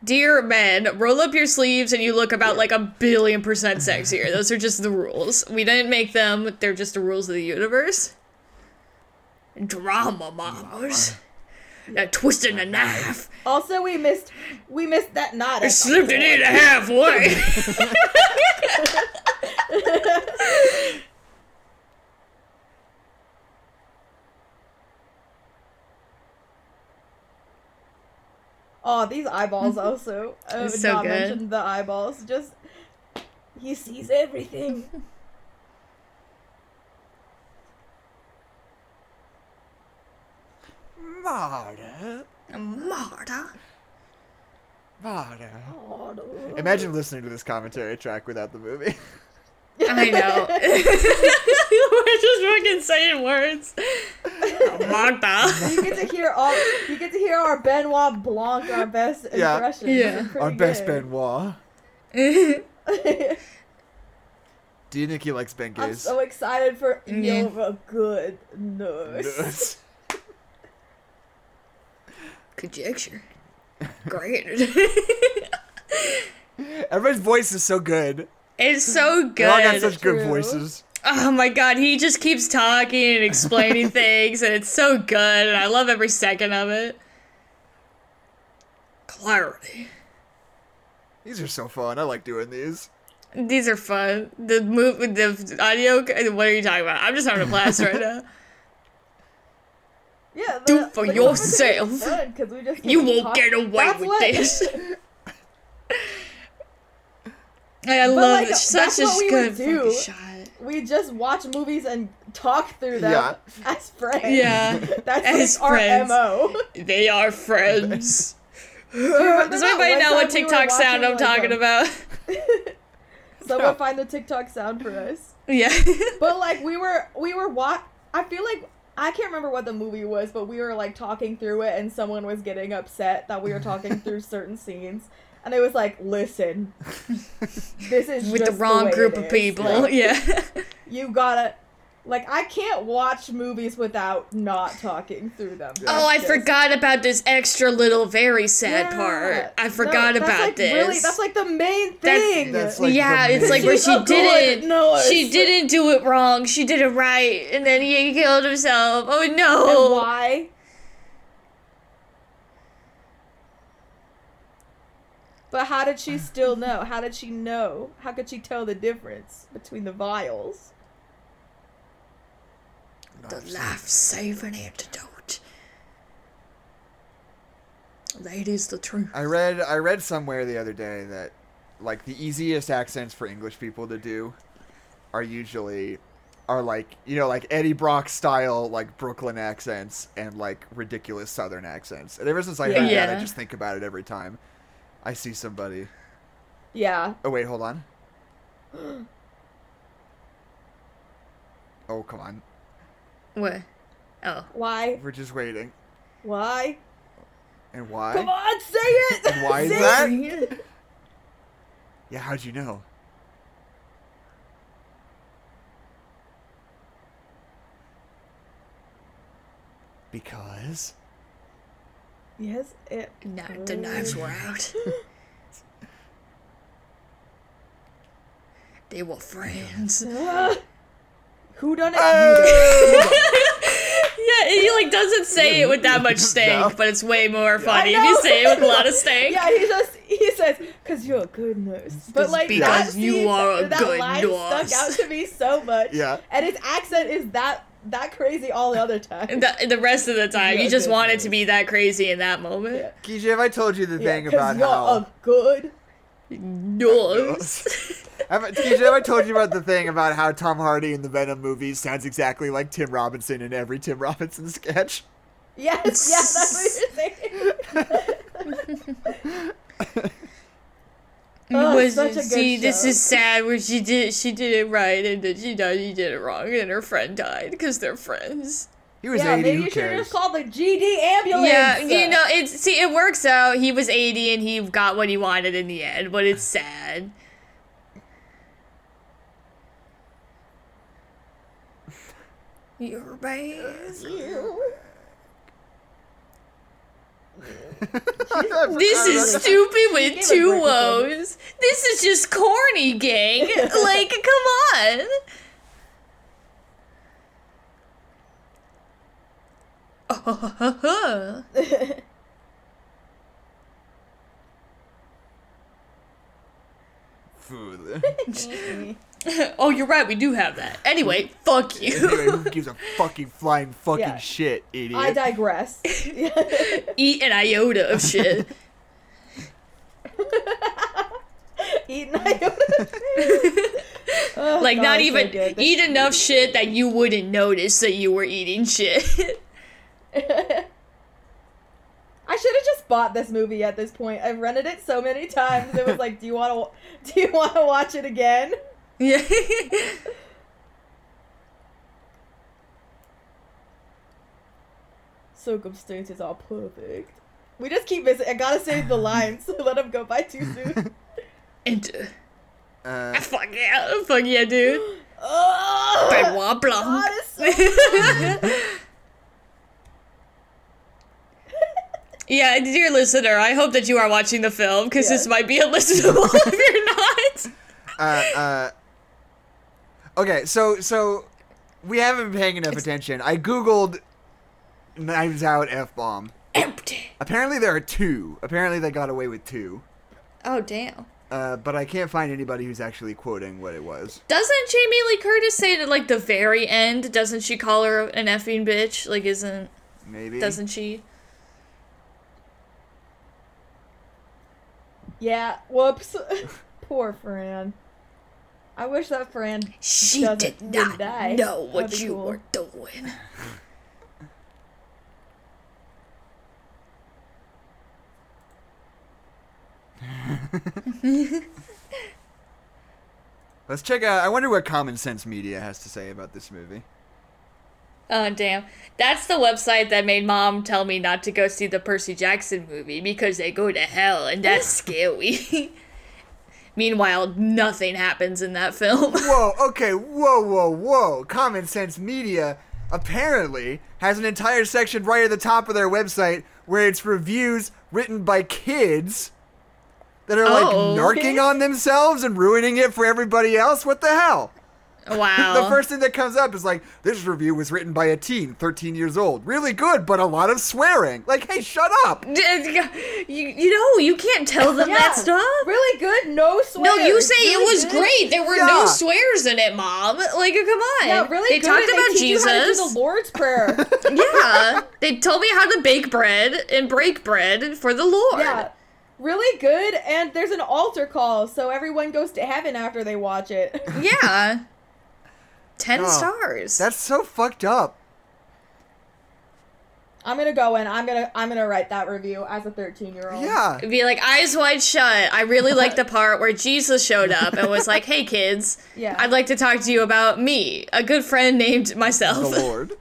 B: Dear men, roll up your sleeves and you look about like a billion percent sexier. Those are just the rules. We didn't make them. They're just the rules of the universe. Drama mamas. Now twisting a knife.
C: Also, we missed we missed that knot. at some
B: Slipped it in halfway.
C: Oh,
A: [LAUGHS]
C: these eyeballs also. I would
B: It's so
C: not
B: good.
C: mention the eyeballs. Just he sees everything.
A: [LAUGHS] Marta.
B: [LAUGHS] Marta.
A: Marta.
C: Oh, no.
A: Imagine listening to this commentary track without the movie.
B: I [LAUGHS] know. We're just fucking saying words. Marta.
C: you get to hear all. You get to hear our Benoit Blanc, our best
A: Yeah.
C: impression.
B: Yeah.
C: [LAUGHS] Pretty
A: Our best
C: good.
A: Benoit.
C: Ben.
A: Do you think he likes Ben
C: [LAUGHS] I'm
A: Gaze? [LAUGHS]
C: so [LAUGHS] excited for
B: Yeah.
C: Nova Good Nurse.
B: Conjecture. Great.
A: Everybody's voice is so good.
B: [LAUGHS] it's so good.
A: They all got such good
C: True.
A: voices.
B: Oh my god, he just keeps talking and [LAUGHS] explaining things, and it's so good, and I love every second of it. Clarity.
A: These are so fun. I like doing these.
B: These are fun. The move, the audio. What are you talking about? I'm just having a blast right now.
C: Yeah, the,
B: Do [LAUGHS] for
C: the
B: yourself.
C: conversation's done 'cause we just
B: You
C: keep
B: won't
C: talking.
B: get away
C: That's
B: with
C: what-
B: this. I
C: But,
B: love
C: like,
B: such
C: that's
B: a
C: what we
B: good
C: would do.
B: fucking shot.
C: [LAUGHS] We just watch movies and talk through them
A: Yeah.
C: as friends. [LAUGHS]
B: Yeah,
C: That's
B: as
C: like our
B: friends. [LAUGHS]
C: MO.
B: they are friends.
C: Remember
B: Does
C: that
B: anybody
C: one
B: know what
C: time we were
B: TikTok sound I'm
C: watching, like,
B: talking
C: um,
B: about? [LAUGHS]
C: Someone find the TikTok sound for us.
B: yeah.
C: But like we were we were what I feel like I can't remember what the movie was, but we were like talking through it and someone was getting upset that we
B: [LAUGHS]
C: were talking through certain scenes. And it was like, listen, this is
B: with the
C: just
B: wrong
C: way
B: group
C: it
B: of
C: is. [LAUGHS]
B: people. Yeah.
C: You gotta Like I can't watch movies without not talking through them.
B: [LAUGHS] Oh, I
C: That's just-
B: forgot about this extra little, very sad
C: Yeah.
B: part. I
C: No,
B: forgot
C: that's,
B: about
C: like,
B: this.
C: Really, that's like the main
B: That's-
C: thing.
A: That's like
B: yeah,
A: the
B: it's like
A: main-
B: where
C: She's
B: she
C: a
B: did
C: good
B: not
C: nurse.
B: She didn't do it wrong. She did it right, and then he killed himself. Oh
C: and
B: no!
C: why? But how did she still know? How did she know? How could she tell the difference between the vials?
B: The life-saving antidote. That is the truth.
A: I read I read somewhere the other day that like the easiest accents for English people to do are usually are like you know like Eddie Brock style like Brooklyn accents and like ridiculous Southern accents. And ever since I heard that,
B: Yeah.
A: I just think about it every time I see somebody.
C: Yeah.
A: Oh wait, hold on. Oh come on,
B: What? Oh,
C: Why?
A: we're just waiting.
C: Why?
A: And why?
C: Come on, say it.
A: And why is
C: Say
A: that?
C: it!
A: Yeah, how'd you know? Because
C: Yes, it.
B: no, the knives were out. they were [LAUGHS]
C: [LAUGHS]
B: friends.
A: Uh,
C: Who done it?
B: Yeah, he like doesn't say it with that much stank,
A: No.
B: but it's way more [LAUGHS] funny
C: I
B: if you
C: know.
B: say it with a [LAUGHS] lot of stank.
C: Yeah, he just he says, "Cause you're a good nurse." But like
B: because
C: that
B: you
C: scene-
B: are a
C: that
B: good
C: line
B: nurse.
C: stuck out to me so much.
A: Yeah.
C: and his accent is that that crazy all the other time.
B: The, the rest of the time, you
C: Yeah,
B: just
C: good
B: want it to be that crazy in that moment.
A: [LAUGHS] Keisha, have I told you the
C: Yeah,
A: thing
C: 'cause
A: about
C: you're
A: how?
C: a good.
B: Nurse. [LAUGHS]
A: Have, I- Keisha, have I told you about the thing about how Tom Hardy in the Venom movies sounds exactly like Tim Robinson in every Tim Robinson sketch?
C: Yes, yeah,
B: [LAUGHS]
C: that's what you're
A: [LAUGHS]
C: Oh,
B: was
C: such a good
B: see, this
C: show.
B: is sad. Where she did she did it right, and then she done she did it wrong, and her friend died because they're friends.
A: He was
C: saying.
A: 80.
C: Yeah, maybe
A: Who
C: you should have
A: cares?
C: just called the GD ambulance.
B: Yeah, you know it's see it works out. He was eighty, and he got what he wanted in the end, but it's sad. You're bad.
A: [LAUGHS]
B: This
C: Oh,
B: is stupid with
C: Give it
B: two
C: break, Nicole.
B: woes. This is just corny,
C: [LAUGHS]
B: gang. like, come on. [LAUGHS] Oh,
A: Food.
B: Oh, you're right. We do have that. Anyway, fuck you.
A: Anyway,
B: [LAUGHS]
A: who gives a fucking flying fucking
C: Yeah.
A: shit, idiot?
C: [LAUGHS]
B: [LAUGHS]
C: I digress. [LAUGHS]
B: Eat an iota of shit. [LAUGHS]
C: Eating iota.
A: [LAUGHS]
C: Oh,
B: Like,
C: God,
B: not
C: it's so
B: even
C: good. [LAUGHS]
B: eat enough shit that you wouldn't notice that you were eating
C: [LAUGHS]
B: shit. [LAUGHS]
C: I should have just bought this movie at this point. I've rented it so many times. It was like, do you want to, [LAUGHS] do you want to watch it again?
B: yeah.
C: Circumstances are perfect. We just keep missing. I gotta save the lines. [LAUGHS] So let them go by too
B: [LAUGHS]
C: soon.
B: and uh,
A: [LAUGHS] Uh,
B: fuck yeah. Fuck yeah,
C: [GASPS]
B: dude.
C: oh,
B: Benoit Blanc.
C: God, it's so-
B: [LAUGHS] yeah, dear listener, I hope that you are watching the film because this
C: Yeah.
B: might be unlistenable [LAUGHS] if you're not.
A: uh, uh, okay, so so we haven't been paying enough attention. I googled "Knives Out f bomb."
B: Empty.
A: Apparently, there are two. Apparently, they got away with two.
B: Oh damn.
A: Uh, but I can't find anybody who's actually quoting what it was.
B: Doesn't Jamie Lee Curtis say it at like the very end? Doesn't she call her an effing bitch? Like, isn't
A: Maybe
B: doesn't she?
C: yeah. Whoops. [LAUGHS] Poor Fran. I wish that Fran.
B: She
C: Doesn't-
B: did
C: didn't
B: not
C: die.
B: know what
C: That'd be
B: you
C: cool.
B: were doing.
A: Let's check out. I wonder what Common Sense Media has to say about this movie.
B: Oh damn. That's the website that made mom tell me not to go see [LAUGHS] the Percy Jackson movie because they go to hell and that's scary. [LAUGHS] Meanwhile, nothing happens in that [LAUGHS] film.
A: Whoa, okay, whoa, whoa, whoa. Common Sense Media apparently has an entire section right at the top of their website where it's reviews written by kids that are like
B: Oh.
A: narking on themselves and ruining it for everybody else. What the hell?
B: wow.
A: The first thing that comes up is like, this review was written by a teen, 13 years old. Really good, but a lot of swearing. Like, hey, shut up.
B: you, you know, you can't tell them
C: Yeah.
B: that stuff.
C: Really good, no swear.
B: No, you say it was great. There were
A: Yeah.
B: no swears in it, Mom. Like, come on.
C: Yeah, really
B: they
C: good.
B: talked
C: and
B: about
C: teach you
B: Jesus.
C: how to do the
B: [LAUGHS]
C: Lord's Prayer. [LAUGHS]
B: yeah. They told me how to bake bread and break bread for the Lord.
C: yeah. Really good, and there's an altar call, so everyone goes to heaven after they watch it. [LAUGHS]
B: Yeah. Ten
A: Oh,
B: stars.
A: That's so fucked up.
C: I'm gonna go and I'm gonna I'm gonna write that review as a 13 year old.
B: [LAUGHS]
A: Yeah.
B: It'd be like eyes wide shut. I
C: [LAUGHS]
B: really like the part where Jesus showed up and was like, "Hey kids,
C: [LAUGHS] Yeah.
B: I'd like to talk to you about me, a good friend named
A: The
B: myself.
A: Lord.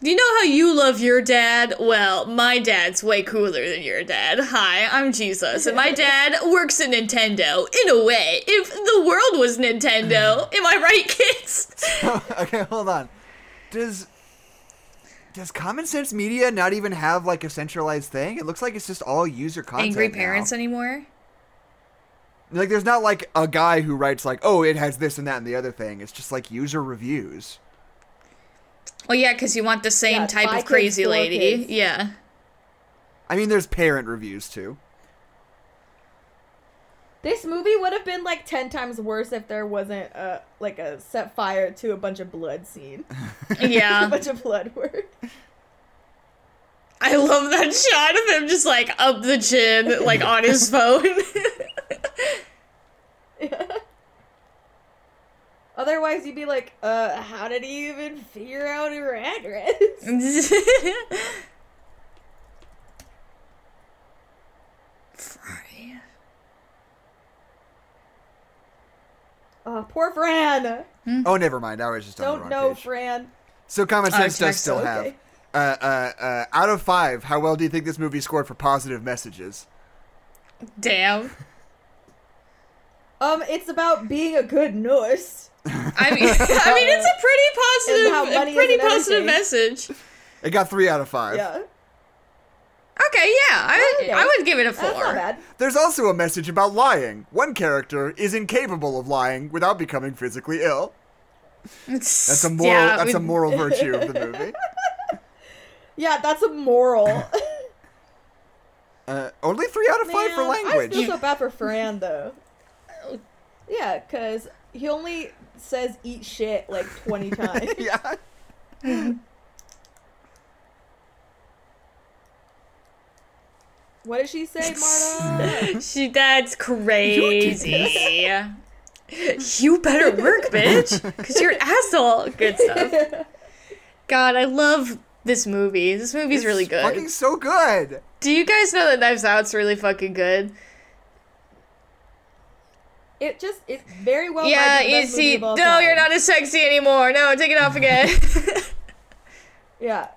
B: Do you know how you love your dad? Well, my dad's way cooler than your dad. Hi, I'm Jesus, and my dad works at Nintendo. In a way, if the world was
C: [SIGHS]
B: Nintendo, am I right, kids?
A: [LAUGHS] okay, hold on. Does does Common Sense Media not even have like a centralized thing? It looks like it's just all user content.
B: Angry
A: now.
B: parents anymore?
A: Like, there's not like a guy who writes like, oh, it has this and that and the other thing. It's just like user reviews.
B: Well, yeah, because you want the same
C: Yeah,
B: type
C: by
B: of
C: kids,
B: crazy
C: for
B: lady.
C: kids.
B: Yeah.
A: I mean, there's parent reviews too.
C: This movie would have been like 10 times worse if there wasn't a like a set fire to a bunch of blood
A: [LAUGHS]
C: scene. a [LAUGHS]
B: Yeah.
C: bunch of blood work.
B: I love that shot of him just like up the chin, like on
C: [LAUGHS]
B: his phone. [LAUGHS]
C: Otherwise you'd be like, uh, how did he even figure out
A: [LAUGHS]
C: her address?
B: Fry.
C: Oh, poor Fran.
A: Oh, never mind. I was just on the
C: Mm-hmm. Don't
A: wrong
C: know
A: page.
C: Fran.
A: so Common
B: Oh,
A: Sense does
B: text,
A: still have.
C: okay.
A: Uh, uh, uh, out of five, how well do you think this movie scored for positive messages?
B: Damn.
C: Um, it's about being a good nurse.
B: I mean, [LAUGHS] I mean, it's a pretty
C: And how
B: positive, a
C: money
B: pretty
C: isn't
B: positive
C: everything.
B: message.
A: It got three out of five.
C: Yeah.
B: Okay, yeah, I,
C: Oh, Okay.
B: I would give it a
C: That's not
B: four.
C: bad.
A: There's also a message about lying. One character is incapable of lying without becoming physically ill. That's a moral. that's a moral virtue of the movie.
C: Yeah, that's a
A: [LAUGHS]
C: moral.
A: Uh, only three out of five for
C: Man,
A: language. [LAUGHS]
C: I feel so bad for Fran though. Yeah, because he only says "eat shit" like
A: [LAUGHS]
C: twenty times.
A: yeah.
C: what did she say,
B: [LAUGHS]
C: Marta?
B: [LAUGHS] She that's crazy. [LAUGHS] you better work, bitch, because you're an asshole. Good stuff. God, I love this movie. This movie's really
A: It's
B: good.
A: Fucking so good.
B: Do you guys know that Knives Out's really fucking good?
C: it just it's very well.
B: yeah,
C: written,
B: you
C: Oh, best movie
B: see,
C: of all
B: no,
C: time.
B: you're not as sexy anymore. No, take it off again.
A: [LAUGHS]
B: [LAUGHS]
C: Yeah,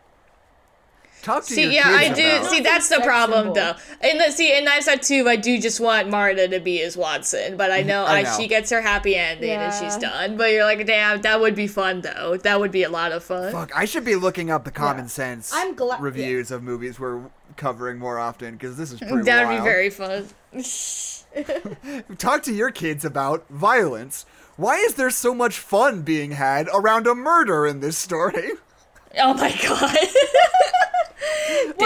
A: Talk to your
B: see, yeah, I
A: kids
B: do.
A: about-
B: See,
C: Nothing
B: that's the
C: sex
B: problem,
C: symbol.
B: though. And let's see, in Knives Out 2, I do just want Marta to be as Watson, but I know,
A: Mm-hmm. I
B: I
A: know.
B: she gets her happy ending and she's
C: Yeah.
B: done. But you're like, damn, that would be fun, though. That would be a lot of fun.
A: Fuck, I should be looking up the common
C: Yeah.
A: sense
C: I'm gla-
A: reviews of movies we're covering more often because this is pretty
B: That would be
A: wild.
B: very fun.
A: Talk to your kids about violence. Why is there so much fun being had around a murder in this story? [LAUGHS]
B: Oh my god.
C: Why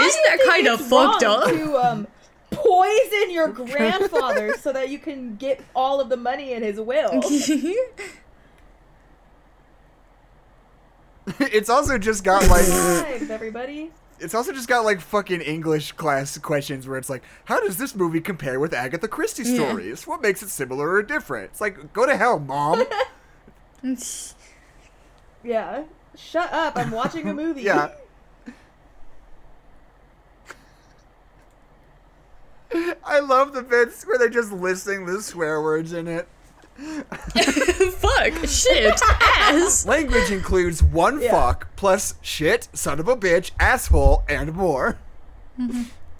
B: Isn't
C: do you
B: that
C: think
B: kind of
C: it's
B: fucked
C: wrong
B: up?
C: To um, poison your grandfather so that you can get all of the money in his
B: [LAUGHS]
C: will.
A: it's also just got like
C: Lives, everybody.
A: It's also just got like fucking English class questions where it's like, how does this movie compare with Agatha Christie stories? What makes it similar or different? It's like, go to hell, mom.
C: Yeah. Shut up! I'm watching a movie.
A: yeah. I love the bits where they're just listing the swear words in it.
B: [LAUGHS] Fuck, shit,
A: [LAUGHS]
B: ass.
A: Language includes one
C: Yeah.
A: fuck plus shit, son of a bitch, asshole, and more.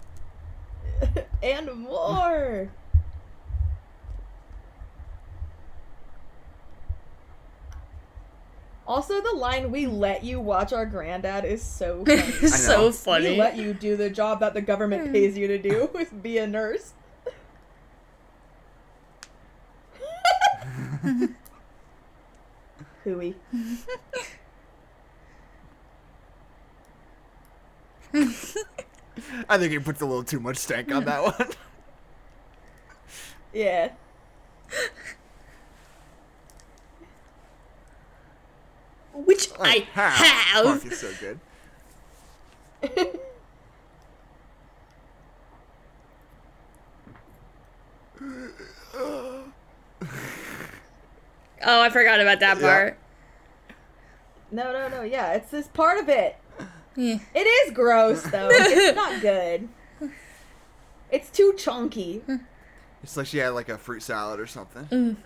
C: [LAUGHS] and more. Also, the line "We let you watch our granddad" is so funny.
B: It's so
A: know.
C: we
B: funny.
C: let you do the job that the government pays you to do, [LAUGHS] is be a nurse. [LAUGHS] Hooey.
A: I think he puts a little too much stank on that one. [LAUGHS]
C: Yeah.
B: Which I
A: Oh, How?
B: have.
A: Fuck, it's so
C: [LAUGHS]
A: good.
B: Oh, I forgot about that
A: Yeah.
B: part.
C: No, no, no. Yeah, it's this part of it.
B: Yeah.
C: It is gross though.
B: [LAUGHS]
C: it's not good. It's too chunky.
A: It's like she had like a fruit salad or something.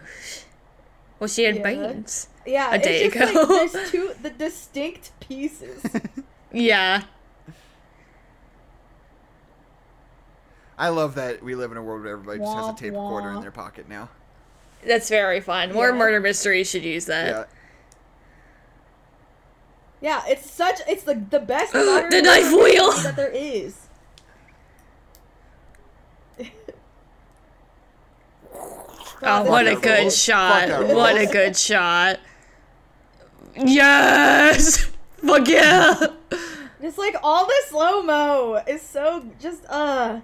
B: Well, she had
C: Yeah.
B: beans.
C: Yeah,
B: A
C: it's
B: day
C: just
B: ago.
C: like there's two the distinct pieces.
B: Yeah.
A: [LAUGHS] I love that we live in a world where everybody just has a
C: Wah,
A: tape recorder in
C: wah.
A: their pocket now.
B: That's very fun. More
C: Yeah.
B: murder mysteries should use
C: Uh,
A: Yeah.
B: that.
C: Yeah, it's such it's the the best
B: [GASPS]
C: modern
B: The knife
C: horror movie
B: wheel!
C: that there is. [LAUGHS]
B: Oh,
C: God,
B: Oh, what a
A: that
B: good
A: rules.
B: shot.
A: Fuck that
B: What a
A: rules.
B: good shot. Yes! [LAUGHS] Fuck yeah!
C: Just like all this slow mo is so just uh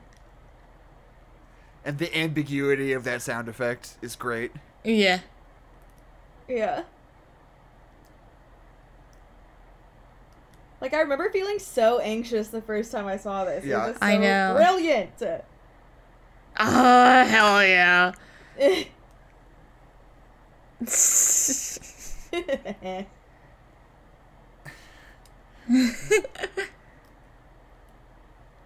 A: And the ambiguity of that sound effect is great.
B: Yeah.
C: yeah. Like I remember feeling so anxious the first time I saw this.
A: Yeah.
C: It was just so
B: I know.
C: Brilliant. [LAUGHS]
B: Oh, hell yeah. [LAUGHS]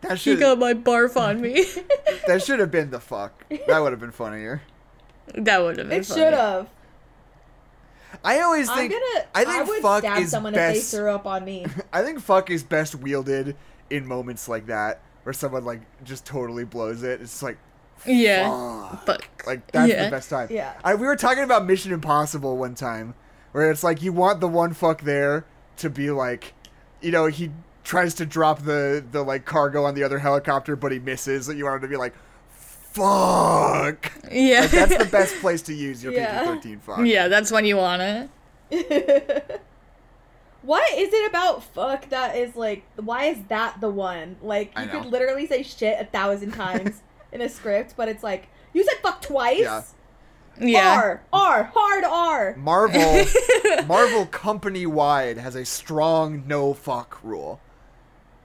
A: That
B: she
A: should
B: got my barf on me. [LAUGHS]
A: that should have been the fuck. That would have been funnier.
B: that would have been
C: it
B: funny.
C: should have.
A: I always
C: I'm
A: think
C: gonna.
A: I think
C: would
A: fuck
C: stab
A: is
C: someone if
A: best.
C: they threw up
A: [LAUGHS]
C: on me. [LAUGHS]
A: I think fuck is best wielded in moments like that where someone like just totally blows it. It's like
B: Yeah.
A: fuck.
B: Fuck.
A: Like that's
B: Yeah.
A: the best time.
C: Yeah.
A: I, we were talking about Mission Impossible one time, where it's like you want the one fuck there to be like, you know, he tries to drop the the like cargo on the other helicopter, but he misses. And you want him to be like, fuck.
B: [LAUGHS] Yeah.
A: Like,
B: [LAUGHS]
A: that's the best place to use your
C: Yeah.
A: PG-13 fuck.
B: yeah, that's when you want it.
C: what is it about fuck that is like? Why is that the one? Like
A: I
C: you
A: know.
C: could literally say shit a
A: [LAUGHS]
C: thousand times in a script, but it's like you said fuck twice.
A: Yeah.
B: Yeah.
C: R R hard R.
B: [LAUGHS]
A: Marvel, Marvel company wide has a strong no fuck rule.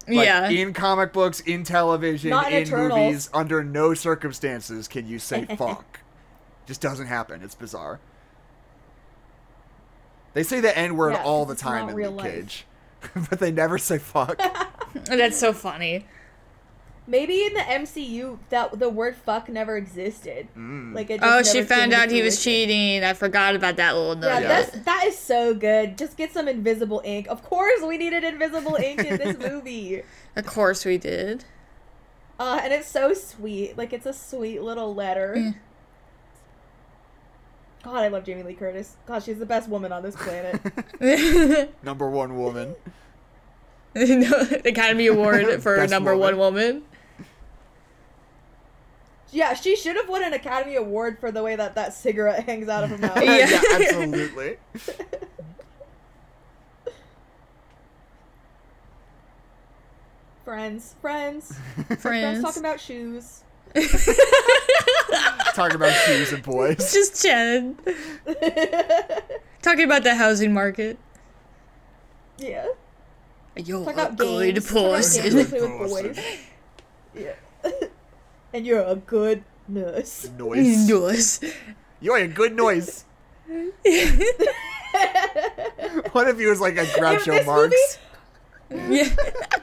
A: Like,
B: yeah.
A: In comic books, in television,
C: Not in
A: in
C: Eternals.
A: movies, under no circumstances can you
B: [LAUGHS]
A: say fuck. Just doesn't happen. It's bizarre. They say the N word
C: Yeah,
A: all
C: 'cause
A: the
C: it's
A: time
C: not
A: in
C: real
A: Luke
C: life.
A: Cage, [LAUGHS] but they never say
C: [LAUGHS]
A: fuck.
B: That's so funny.
C: Maybe in the MCU that the word fuck never existed.
A: Mm.
C: Like it just
B: Oh, she
C: never came
B: found
C: to
B: out he was
C: fruition.
B: cheating. I forgot about that little
C: Yeah,
B: note.
A: Yeah.
C: that's that is so good. Just get some invisible ink. Of course, we needed invisible ink
B: [LAUGHS]
C: in this movie.
B: Of course we did. [LAUGHS]
C: Uh, and it's so sweet. Like it's a sweet little letter. God, I love Jamie Lee Curtis. God, she's the best woman on
B: [LAUGHS]
C: this planet.
B: No,
A: [LAUGHS] Number one woman.
B: Academy [LAUGHS] Award for
A: Best
B: number
A: woman.
B: one woman.
C: yeah, she should have won an Academy Award for the way that that cigarette hangs out
A: [LAUGHS]
B: [LAUGHS]
C: of her mouth.
B: Yeah.
A: absolutely.
C: [LAUGHS] Friends, friends, friends
B: Friends.
C: talking about shoes. [LAUGHS]
A: Talking about shoes and boys.
B: It's [LAUGHS] just Jen. Talking about the housing market.
C: yeah,
B: You're
C: talking
B: a
C: about
B: good
C: games. Talking about games
B: person.
C: they
A: [LAUGHS]
C: play with boys. Yeah, and you're a good nurse. [LAUGHS]
A: Noise. [LAUGHS]
B: [LAUGHS] Yes.
A: You ain't good noise. What if he was
C: [LAUGHS]
A: like a Groucho
C: this
A: Marx?
B: Yeah.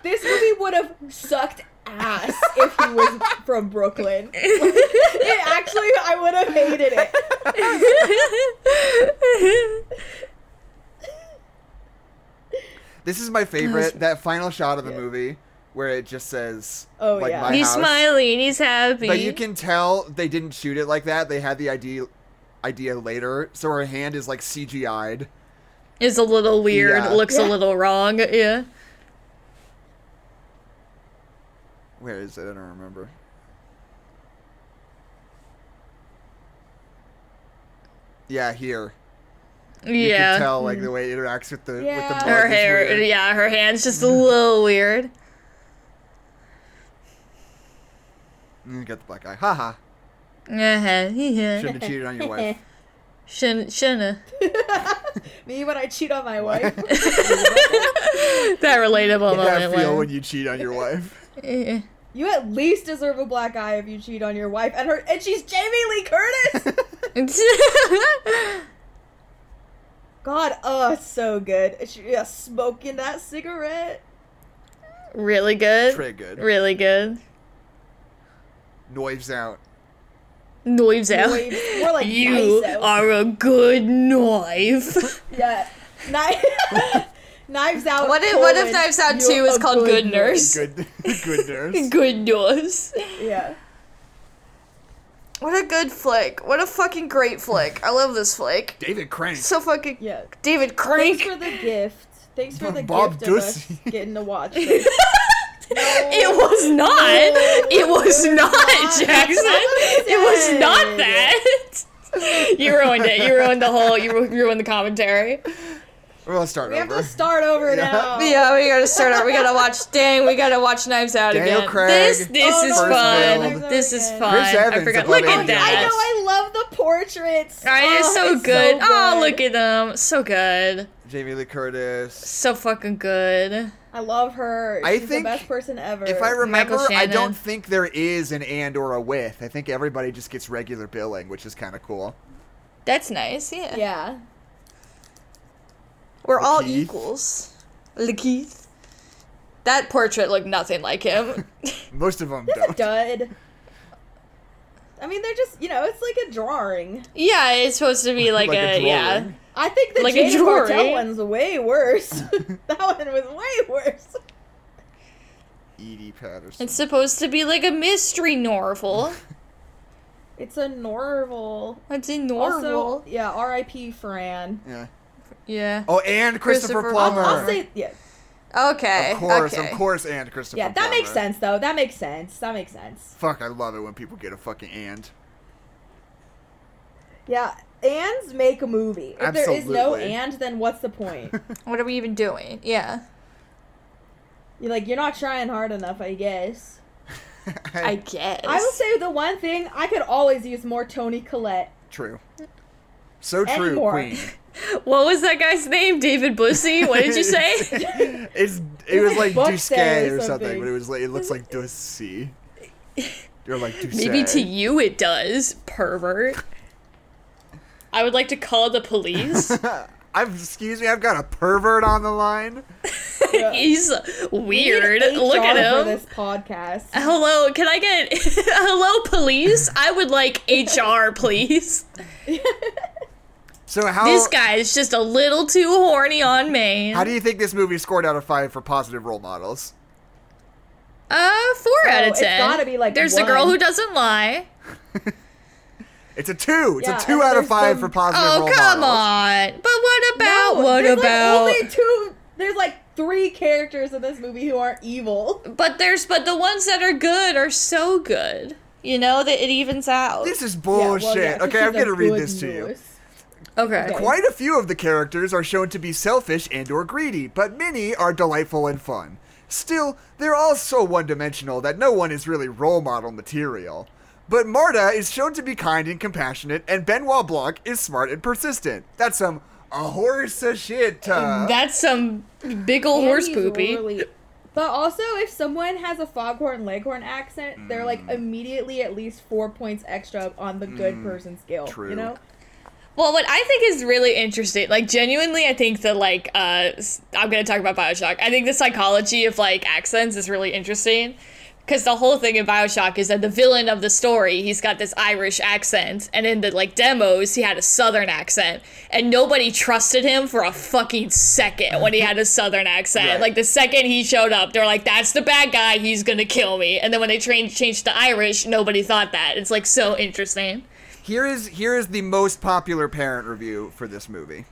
C: This movie would have sucked ass if he was from Brooklyn. It actually, I would have hated it.
A: This is my favorite. That final shot of the movie where it just says,
C: Oh,
A: like,
C: yeah.
A: my
B: he's
A: house.
B: smiling. He's happy.
A: But you can tell they didn't shoot it like that. They had the idea idea later, so her hand is like CGI'd.
B: is a little weird,
A: Yeah.
B: looks a
C: Yeah.
B: little wrong. Yeah.
A: Where is it? I don't remember. Yeah, here. You
B: yeah.
A: can tell like the way it interacts with the with the
C: Hmm. Yeah.
A: mug
B: her
A: is
B: hair,
A: weird. Mm-hmm.
B: yeah, her hand's just a little weird.
A: Mm, You got the black eye. Haha.
B: Uh-huh.
A: Shouldn't have cheated
C: [LAUGHS]
A: on your wife. [LAUGHS]
B: Shouldn't, shouldn't.
C: Me when I cheat on my wife.
B: [LAUGHS] That relatable
A: that
B: moment.
A: feel
B: when-
A: when you cheat on your wife.
B: [LAUGHS] Yeah.
C: you at least deserve a black eye if you cheat on your wife, and her and she's Jamie
B: [LAUGHS]
C: Lee Curtis. God, oh, it's so good. She, yeah, smoking that cigarette.
B: really good.
A: Pretty good.
B: Really good.
A: Knives
C: [LAUGHS]
A: out.
B: Knives out.
C: Knives-
B: [LAUGHS]
C: more like
B: you
C: knives out.
B: are a good knife.
C: Yeah, knife, [LAUGHS] knives out.
B: [LAUGHS] What if What if
C: colon,
B: Knives Out Two
C: you're
B: is
C: a
B: called Good Nurse?
A: Good good nurse.
B: [LAUGHS] Good Nurse.
C: Yeah.
B: What a good flick. What a fucking great flick. I love this flick.
A: David Crane.
B: So fucking
C: Yeah.
B: David
C: Thanks
B: Crank.
C: for the gift. Thanks for the
A: Bob
C: gift of us
B: [LAUGHS]
A: Ducey.
C: getting to watch. This.
B: it was not. It was not, Jackson. It was not that. [LAUGHS] you ruined it. You ruined the whole. You ru- you ruined the commentary.
A: Well, let's start
C: We have
A: over.
C: to start over
A: Yeah.
C: now.
B: Oh. Yeah, we gotta start out. We gotta watch. Dang, we gotta watch Knives Out
A: Daniel
B: again.
A: Craig,
B: this this
C: Oh,
B: is
C: no.
B: fun.
A: First
B: This is
C: Chris
B: fun. I
A: Evans,
B: forgot.
A: the
B: Look
A: bloody Evans.
B: at
C: I know.
B: that.
C: I love the portraits.
B: All right, it's
C: Oh,
B: so good. Oh,
C: good.
B: look at them. So good.
A: Jamie Lee Curtis.
B: So fucking good.
C: I love her.
A: I
C: She's
A: think
C: the best person ever.
A: If I remember, I
B: Shannon.
A: don't think there is an and or a with. I think everybody just gets regular billing, which is kind of cool.
B: That's nice. Yeah.
C: yeah,
B: We're all
A: Lakeith.
B: equals. Lakeith. That portrait looked nothing
A: [LAUGHS]
B: like him.
A: Most of them
C: it's a
A: [LAUGHS] don't.
C: dud. I mean, they're just you know, it's like a drawing.
B: yeah, it's supposed to
A: [LAUGHS]
B: be like,
C: uh,
B: a, yeah.
A: drawing.
C: I think the
B: Like
C: like
B: a
C: Jane Bartel
B: drawing.
C: one's
A: [LAUGHS]
C: way worse. [LAUGHS] that one was way worse.
A: Edie Patterson.
B: It's supposed to be like a
A: [LAUGHS]
B: mystery Norval.
C: It's a Norval.
B: It's in Norval.
C: Also, yeah, R.I.P. Fran.
A: yeah.
B: yeah.
A: Oh, and Christopher,
B: Christopher
A: Plummer.
C: I'll say yeah,
B: Okay.
A: Of course,
B: okay.
A: of course, and Christopher.
C: yeah. That makes
A: Plummer.
C: sense though. That makes sense. That makes sense.
A: Fuck, I love it when people get a fucking and. [LAUGHS]
C: Yeah, ands make a movie. If there is no
A: Absolutely.
C: and, then what's
A: [LAUGHS]
C: the point?
B: What are we even doing? Yeah.
C: you're like you're not trying hard enough, I guess.
B: I guess.
C: I will say the one thing I could always use more Tony Collette.
A: true. So true,
C: Anymore.
A: Queen.
B: what was that guy's name? David Bussey?
A: [LAUGHS]
B: What did you say?
A: It's it was like
C: Buck
A: Duske
C: said
A: or
C: or
A: something,
C: something.
A: but it was like it looks like Ducey. You're like Ducey.
B: [LAUGHS] Maybe
A: [LAUGHS]
B: to you it does, pervert. I would like to call
A: [LAUGHS]
B: the police.
A: I've excuse me, I've got a pervert on the line.
B: He's weird.
C: We need
B: Look at
C: HR
B: him. Uh,
C: For this podcast.
B: Hello, can I get [LAUGHS] hello police? I would like HR, please.
A: So how
C: Oh.
B: This guy is just a little too horny on me.
A: how do you think this movie scored out of five for positive role models?
B: uh, four out of
C: Oh, it's
B: ten.
C: gotta be, like,
B: There's the girl
C: one.
B: who doesn't lie.
A: It's a two. It's
C: Yeah,
A: a two
C: and
A: out of
C: there's
A: five
C: some-
A: for positive
B: Oh
A: role
B: come
A: models.
B: on! But what about
C: No,
B: what
C: there's
B: about?
C: Like only two. There's like three characters in this movie who aren't evil. [LAUGHS]
B: but there's but the ones that are good are so good. You know that it evens out.
A: This is
C: Yeah, well,
A: bullshit.
C: yeah, 'cause
A: okay,
C: she's
A: I'm
C: a
A: gonna read
C: good
A: this to you.
C: nurse.
B: Okay.
C: Okay.
A: Quite a few of the characters are shown to be selfish and or greedy, but many are delightful and fun. Still, they're all so one-dimensional that no one is really role model material. But Marta is shown to be kind and compassionate, and Benoit Blanc is smart and persistent. That's some a horse of shit. uh.
B: That's some big ol'
C: And
B: Oh, horse
C: he's
B: poopy.
C: really- But also, if someone has a foghorn leghorn accent, they're like
A: Mm.
C: immediately at least four points extra on the good person scale.
A: true.
C: You know?
B: Well, what I think is really interesting, like genuinely, I think that like uh, s- I'm gonna talk about Bioshock. I think the psychology of like accents is really interesting because the whole thing in Bioshock is that the villain of the story he's got this Irish accent, and in the like demos he had a Southern accent, and nobody trusted him for a fucking second when he had a Southern accent.
A: Right.
B: Like the second he showed up, they're like, "That's the bad guy. He's gonna kill me." And then when they trained changed to Irish, nobody thought that. It's like so interesting.
A: Here is here is the most popular parent review for this movie.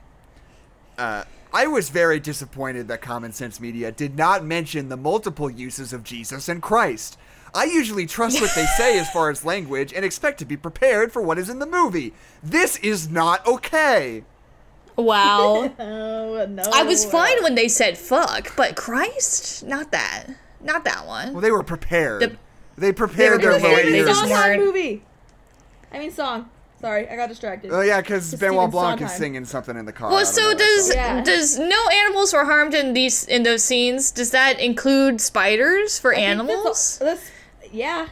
A: uh, I was very disappointed that Common Sense Media did not mention the multiple uses of Jesus and Christ. I usually trust what they say as far as language and expect to be prepared for what is in the movie. This is not okay.
B: Wow.
C: Oh no!
B: I was fine when they said fuck, but Christ? Not that. Not that one.
A: Well, they were prepared.
B: The-
A: they prepared
B: They were
A: their
B: prepared.
A: prepared.
B: They
A: ears.
B: just
C: Song
B: weren't-
C: on movie. I mean song. Sorry, I got distracted.
A: Oh yeah, because Benoit
C: Stephen
A: Blanc is
C: Sondheim.
A: singing something in the car. I
B: Well,
A: don't know
B: so
A: what that
B: does
A: song
C: Yeah.
B: does no animals were harmed in these in those scenes? Does that include spiders for
C: I think that's all-
B: animals?
C: That's, yeah.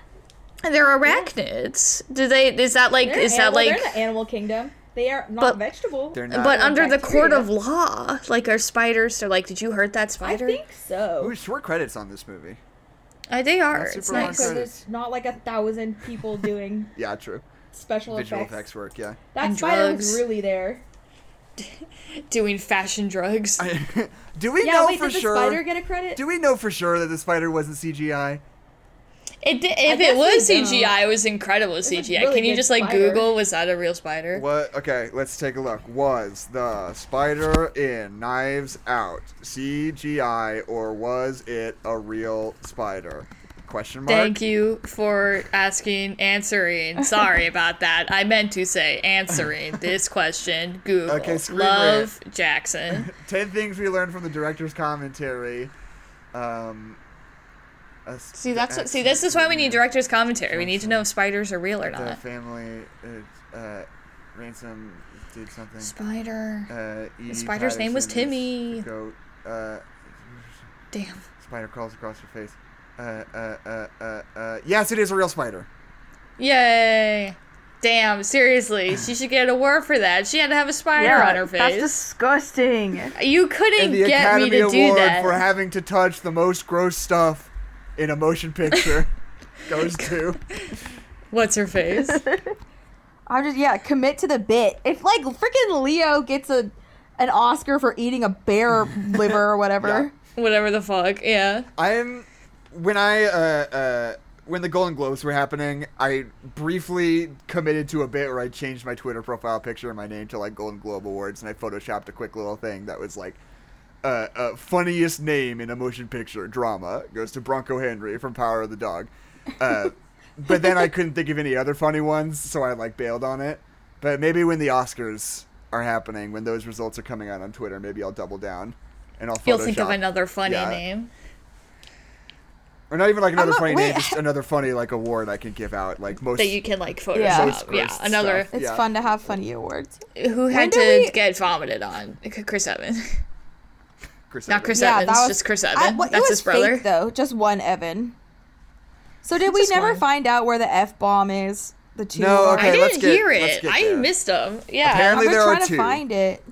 B: And They're arachnids. Do they? Is that like?
C: They're
B: is
C: animal,
B: that
C: they're
B: like?
C: in the animal kingdom? They are not
B: But-
C: vegetable.
A: They're not.
B: But under the
C: bacteria.
B: court of law, like are spiders? They're like, did you hurt that
C: I
B: spider?
C: think so.
A: Ooh, short credits on this movie.
B: Uh, they are.
A: That's
B: It's
A: super long
B: nice.
C: Because there's not like a thousand people doing
A: Yeah, true.
C: special
A: Visual
C: effects.
A: effects work. Yeah.
C: That
B: And
C: spider was
B: drugs.
C: really there.
B: Doing fashion drugs.
A: [LAUGHS] Do we
C: Yeah,
A: know
C: wait,
A: for
C: did the
A: sure?
C: spider get a credit?
A: Do we know for sure that the spider wasn't CGI?
B: It, di- if it
C: guess
B: was
C: they don't.
B: CGI, it was incredible CGI.
C: really
B: Can you
C: good
B: just like
C: spider.
B: Google was that a real spider?
A: What? Okay, let's take a look. Was the spider in Knives Out CGI or was it a real spider? Question mark.
B: Thank you for asking,
A: [LAUGHS]
B: answering. Sorry about that. I meant to say answering this question. Google.
A: Okay, screen
B: Love
A: [LAUGHS]
B: Jackson.
A: Ten things we learned from the director's commentary. Um. a s-
B: See, that's what, see. This is why we need director's commentary. We need to know if spiders are real or
A: The
B: not.
A: family, uh, uh, ransom did something.
B: Spider.
A: Uh, the
B: spider's name was Timmy.
A: Goat. Uh,
B: Damn.
A: spider crawls across her face. Uh, uh, uh, uh, uh, yes, it is a real spider.
B: Yay. Damn. Seriously, she should get an award for that. She had to have a spider on her face.
D: disgusting.
B: You couldn't
A: And the
B: get
A: Academy
B: me to
A: Award
B: do that.
A: for having to touch the most gross stuff in a motion
B: [LAUGHS]
A: picture goes to.
B: What's
A: [LAUGHS]
B: her face?
C: I'm just yeah, commit to the bit. If like freaking Leo gets a an Oscar for eating a
A: [LAUGHS]
C: bear liver or whatever.
B: Whatever the fuck. Yeah.
A: I'm when I uh, uh, when the Golden Globes were happening, I briefly committed to a bit where I changed my Twitter profile picture and my name to like Golden Globe Awards, and I photoshopped a quick little thing that was like. Uh, uh, funniest name in a motion picture drama goes to Bronco Henry from Power of the Dog, uh, but then I couldn't think of any other funny ones, so I like bailed on it. But maybe when the Oscars are happening, when those results are coming out on Twitter, maybe I'll double down and I'll.
B: You'll think of
A: Photoshop
B: another funny
A: Yeah.
B: name.
A: Or not even like another
C: not-
A: funny name,
C: wait,
B: [LAUGHS]
A: just another funny like award I can give out. Like most
B: that you can like Photoshop.
C: Yeah.
B: Yeah,
A: Most gross
B: another
A: stuff.
C: It's
A: Yeah.
C: fun to have funny awards.
B: who had
C: do
B: to
C: we-
B: get vomited on. Chris Evans, [LAUGHS]
A: Chris
B: not
A: Evans.
B: Chris
C: Yeah,
B: Evans,
C: that was-
B: just Chris
C: I-
B: Evans.
C: well, it
B: That's
C: was
B: his brother.
C: fake, though, just one Evan. So did we
B: Just
C: never
B: one.
C: find out where the f bomb is? The two.
A: No,
C: are?
A: okay.
B: I
A: let's
B: didn't
A: get-
B: hear
A: let's
B: it.
A: get
B: I
A: there.
B: missed him.
A: Apparently-
B: Yeah,
C: I've been
A: there are
C: trying
A: two.
C: to find it.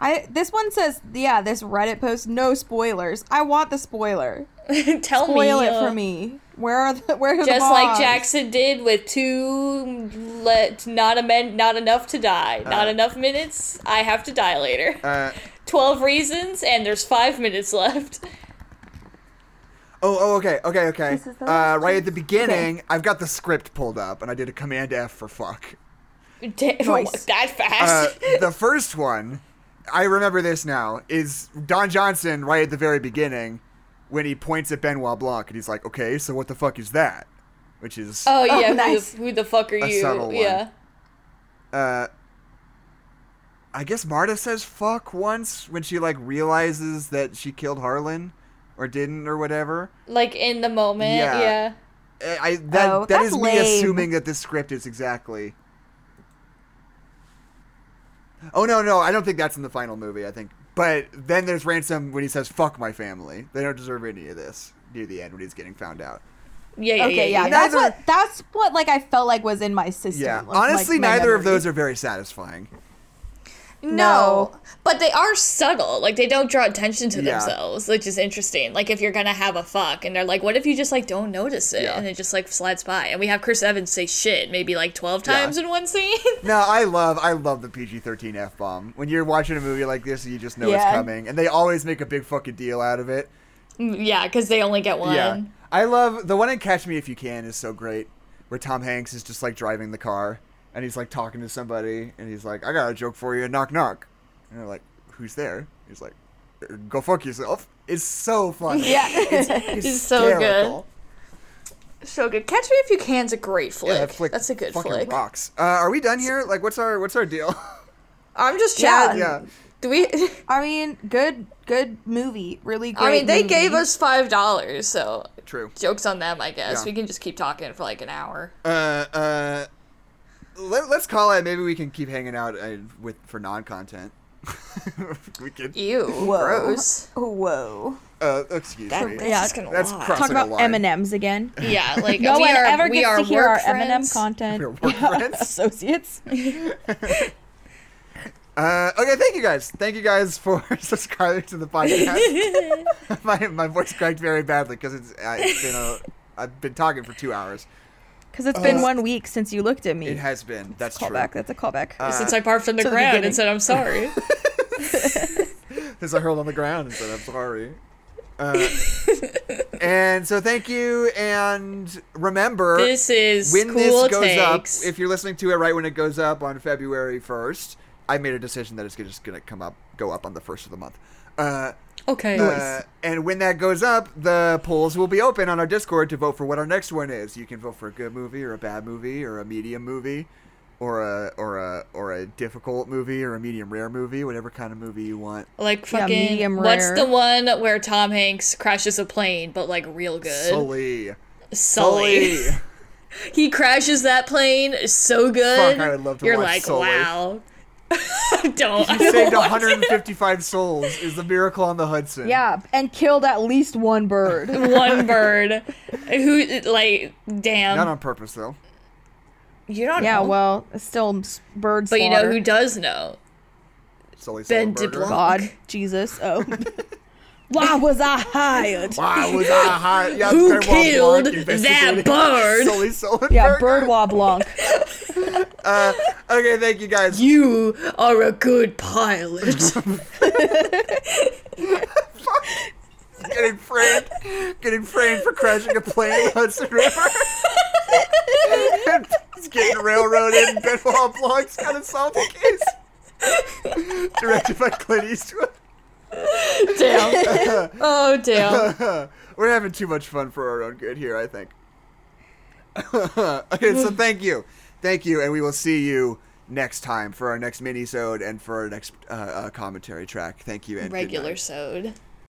C: I this one says yeah. This Reddit post no spoilers. I want the spoiler.
B: [LAUGHS] tell
C: Spoil
B: me,
C: it for
B: uh,
C: me. Where are the [LAUGHS] where are the
B: Just like
C: bombs?
B: Jackson did with two, let not a men, not enough to die, not
A: Uh.
B: enough minutes. I have to die later.
A: Uh,
B: Twelve reasons, and there's five minutes left. [LAUGHS]
A: oh, oh, okay, okay, okay.
C: This is the
A: Uh,
C: last
A: right at the beginning, I've got the script pulled up, and I did a Command F for fuck.
B: Damn,
C: Nice.
B: [LAUGHS] that
A: Uh,
B: fast.
A: the first one, I remember this now, is Don Johnson right at the very beginning when he points at Benoit Blanc and he's like, "Okay, so what the fuck is that?" Which is
B: [LAUGHS] oh yeah, who,
C: nice.
B: the, who the fuck are
A: A
B: you?
A: subtle one.
B: Yeah.
A: uh, I guess Marta says fuck once when she like realizes that she killed Harlan or didn't or whatever.
B: like in the moment.
A: Yeah.
B: Yeah.
A: I I- that
C: Oh,
A: that
C: that's
A: is me
C: lame.
A: assuming that this script is exactly. Oh no no I don't think that's in the final movie I think but then there's ransom when he says fuck my family they don't deserve any of this near the end when he's getting found out
B: Yeah. Yeah.
C: Okay, yeah,
B: yeah.
C: that's
A: Neither-
C: what that's what like I felt like was in my system.
A: yeah
C: like,
A: honestly
C: my
A: neither of
C: memory.
A: those are very satisfying
B: No, but they are subtle. Like they don't draw attention to
A: Yeah.
B: themselves, which is interesting. Like if you're gonna have a fuck, and they're like, "What if you just like don't notice it?"
A: Yeah.
B: and it just like slides by. And we have Chris Evans say shit maybe like twelve times in one scene. [LAUGHS]
A: No, I love I love the PG thirteen F bomb. When you're watching a movie like this, you just know
C: Yeah.
A: it's coming, and they always make a big fucking deal out of it.
B: yeah, because they only get one.
A: Yeah, I love the one in Catch Me If You Can is so great, where Tom Hanks is just like driving the car, and he's like talking to somebody, and he's like, "I got a joke for you, knock knock," And they're like, who's there? He's like, go fuck yourself. It's so funny.
B: Yeah, it's, it's so good.
A: Hysterical.
B: [LAUGHS] So good. Catch Me If You Can's a great flick.
A: Yeah, that flick
B: That's a good
A: fucking
B: flick.
A: Rocks. Uh, are we done here? Like, what's our what's our deal? [LAUGHS]
B: I'm just
D: Yeah.
B: chatting.
A: yeah.
B: Do we? [LAUGHS]
D: I mean, good, good movie. Really great.
B: I mean, they
D: movie.
B: gave us five dollars, so
A: True.
B: jokes on them. I guess
A: Yeah.
B: we can just keep talking for like an hour.
A: Uh, uh, let, let's call it. Maybe we can keep hanging out uh, with for non-content. [LAUGHS] we could.
B: Ew,
D: Whoa.
B: gross.
D: Whoa.
A: Uh, excuse
B: That,
A: me.
B: that's
D: Yeah.
B: just gonna
A: That's
B: lie.
A: cross-
D: Talk about
A: Crossing
D: M
A: a
D: and
A: line.
D: M's again.
B: Yeah, like
D: No
B: we
D: one
B: are,
D: Oh, ever
B: we
D: gets
B: are
D: to hear
B: work
D: our
B: friends.
D: M&M content.
A: [LAUGHS]
B: [LAUGHS]
A: We're work
D: [LAUGHS]
A: friends. [LAUGHS]
D: Associates.
A: Uh, okay, thank you guys. Thank you guys for [LAUGHS] subscribing to the podcast.
B: [LAUGHS]
A: my, my voice cracked very badly because it's, uh, it's been a, I've been talking for two hours.
D: Because it's been one week since you looked at me.
A: Uh, It has been. That's true.
D: callback. That's a callback.
A: Uh,
B: Since I parked from the
D: to the
B: ground and
D: beginning.
B: said
A: [LAUGHS]
B: I'm sorry.
A: Because I hurled on the ground and said, I'm sorry. Uh, and so thank you. And remember,
B: this is
A: when
B: cool
A: this goes
B: takes.
A: up, if you're listening to it right when it goes up on February 1st, I made a decision that it's just going to come up, go up on the first of the month. Uh,
B: okay.
A: Uh, and when that goes up, the polls will be open on our Discord to vote for what our next one is. You can vote for a good movie or a bad movie or a medium movie or a or a or a difficult movie or a medium rare movie, whatever kind of movie you want.
B: like
D: Yeah,
B: fucking
D: medium
B: what's
D: rare.
B: the one where Tom Hanks crashes a plane but like real good?
A: Sully.
B: Sully. [LAUGHS] he crashes that plane so good.
A: I would love to
B: You're
A: watch
B: like,
A: Sully.
B: wow. [LAUGHS] don't. I
A: You
B: don't
A: saved
B: want to.
A: 155 souls is the miracle on the Hudson.
D: yeah, and killed at least one bird.
B: [LAUGHS] one bird. Who like damn?
A: Not on purpose though.
B: you
D: [LAUGHS]
B: don't
D: yeah,
B: know.
D: well, it's still s- bird
B: but you know
D: slaughter.
B: who does know?
A: Sully
B: Ben
A: Sullenberger.
D: [LAUGHS]
B: DeBlanc. [LAUGHS]
D: God, Jesus.
A: [LAUGHS]
D: Oh. Why was I hired?
A: Wow, was
B: [LAUGHS]
A: I high? Yeah,
B: Who
A: Benoit Blanc
B: killed
A: investigating [LAUGHS]
B: that bird?
A: Sully Sullenberger.
D: Yeah, Birdwa
A: [LAUGHS]
D: Blanc.
A: Uh, okay, thank you guys.
B: You are a good pilot. [LAUGHS]
A: getting framed, getting framed for crashing a plane in the Hudson River. It's getting railroaded. and Benoit Blanc's got to solve the case. Directed by Clint Eastwood. [LAUGHS]
B: damn. Oh damn.
A: We're having too much fun for our own good here, I think. [LAUGHS] okay, so thank you, thank you, and we will see you next time for our next mini-sode and for our next uh, uh, commentary track. Thank you and good night.
B: Regular sode.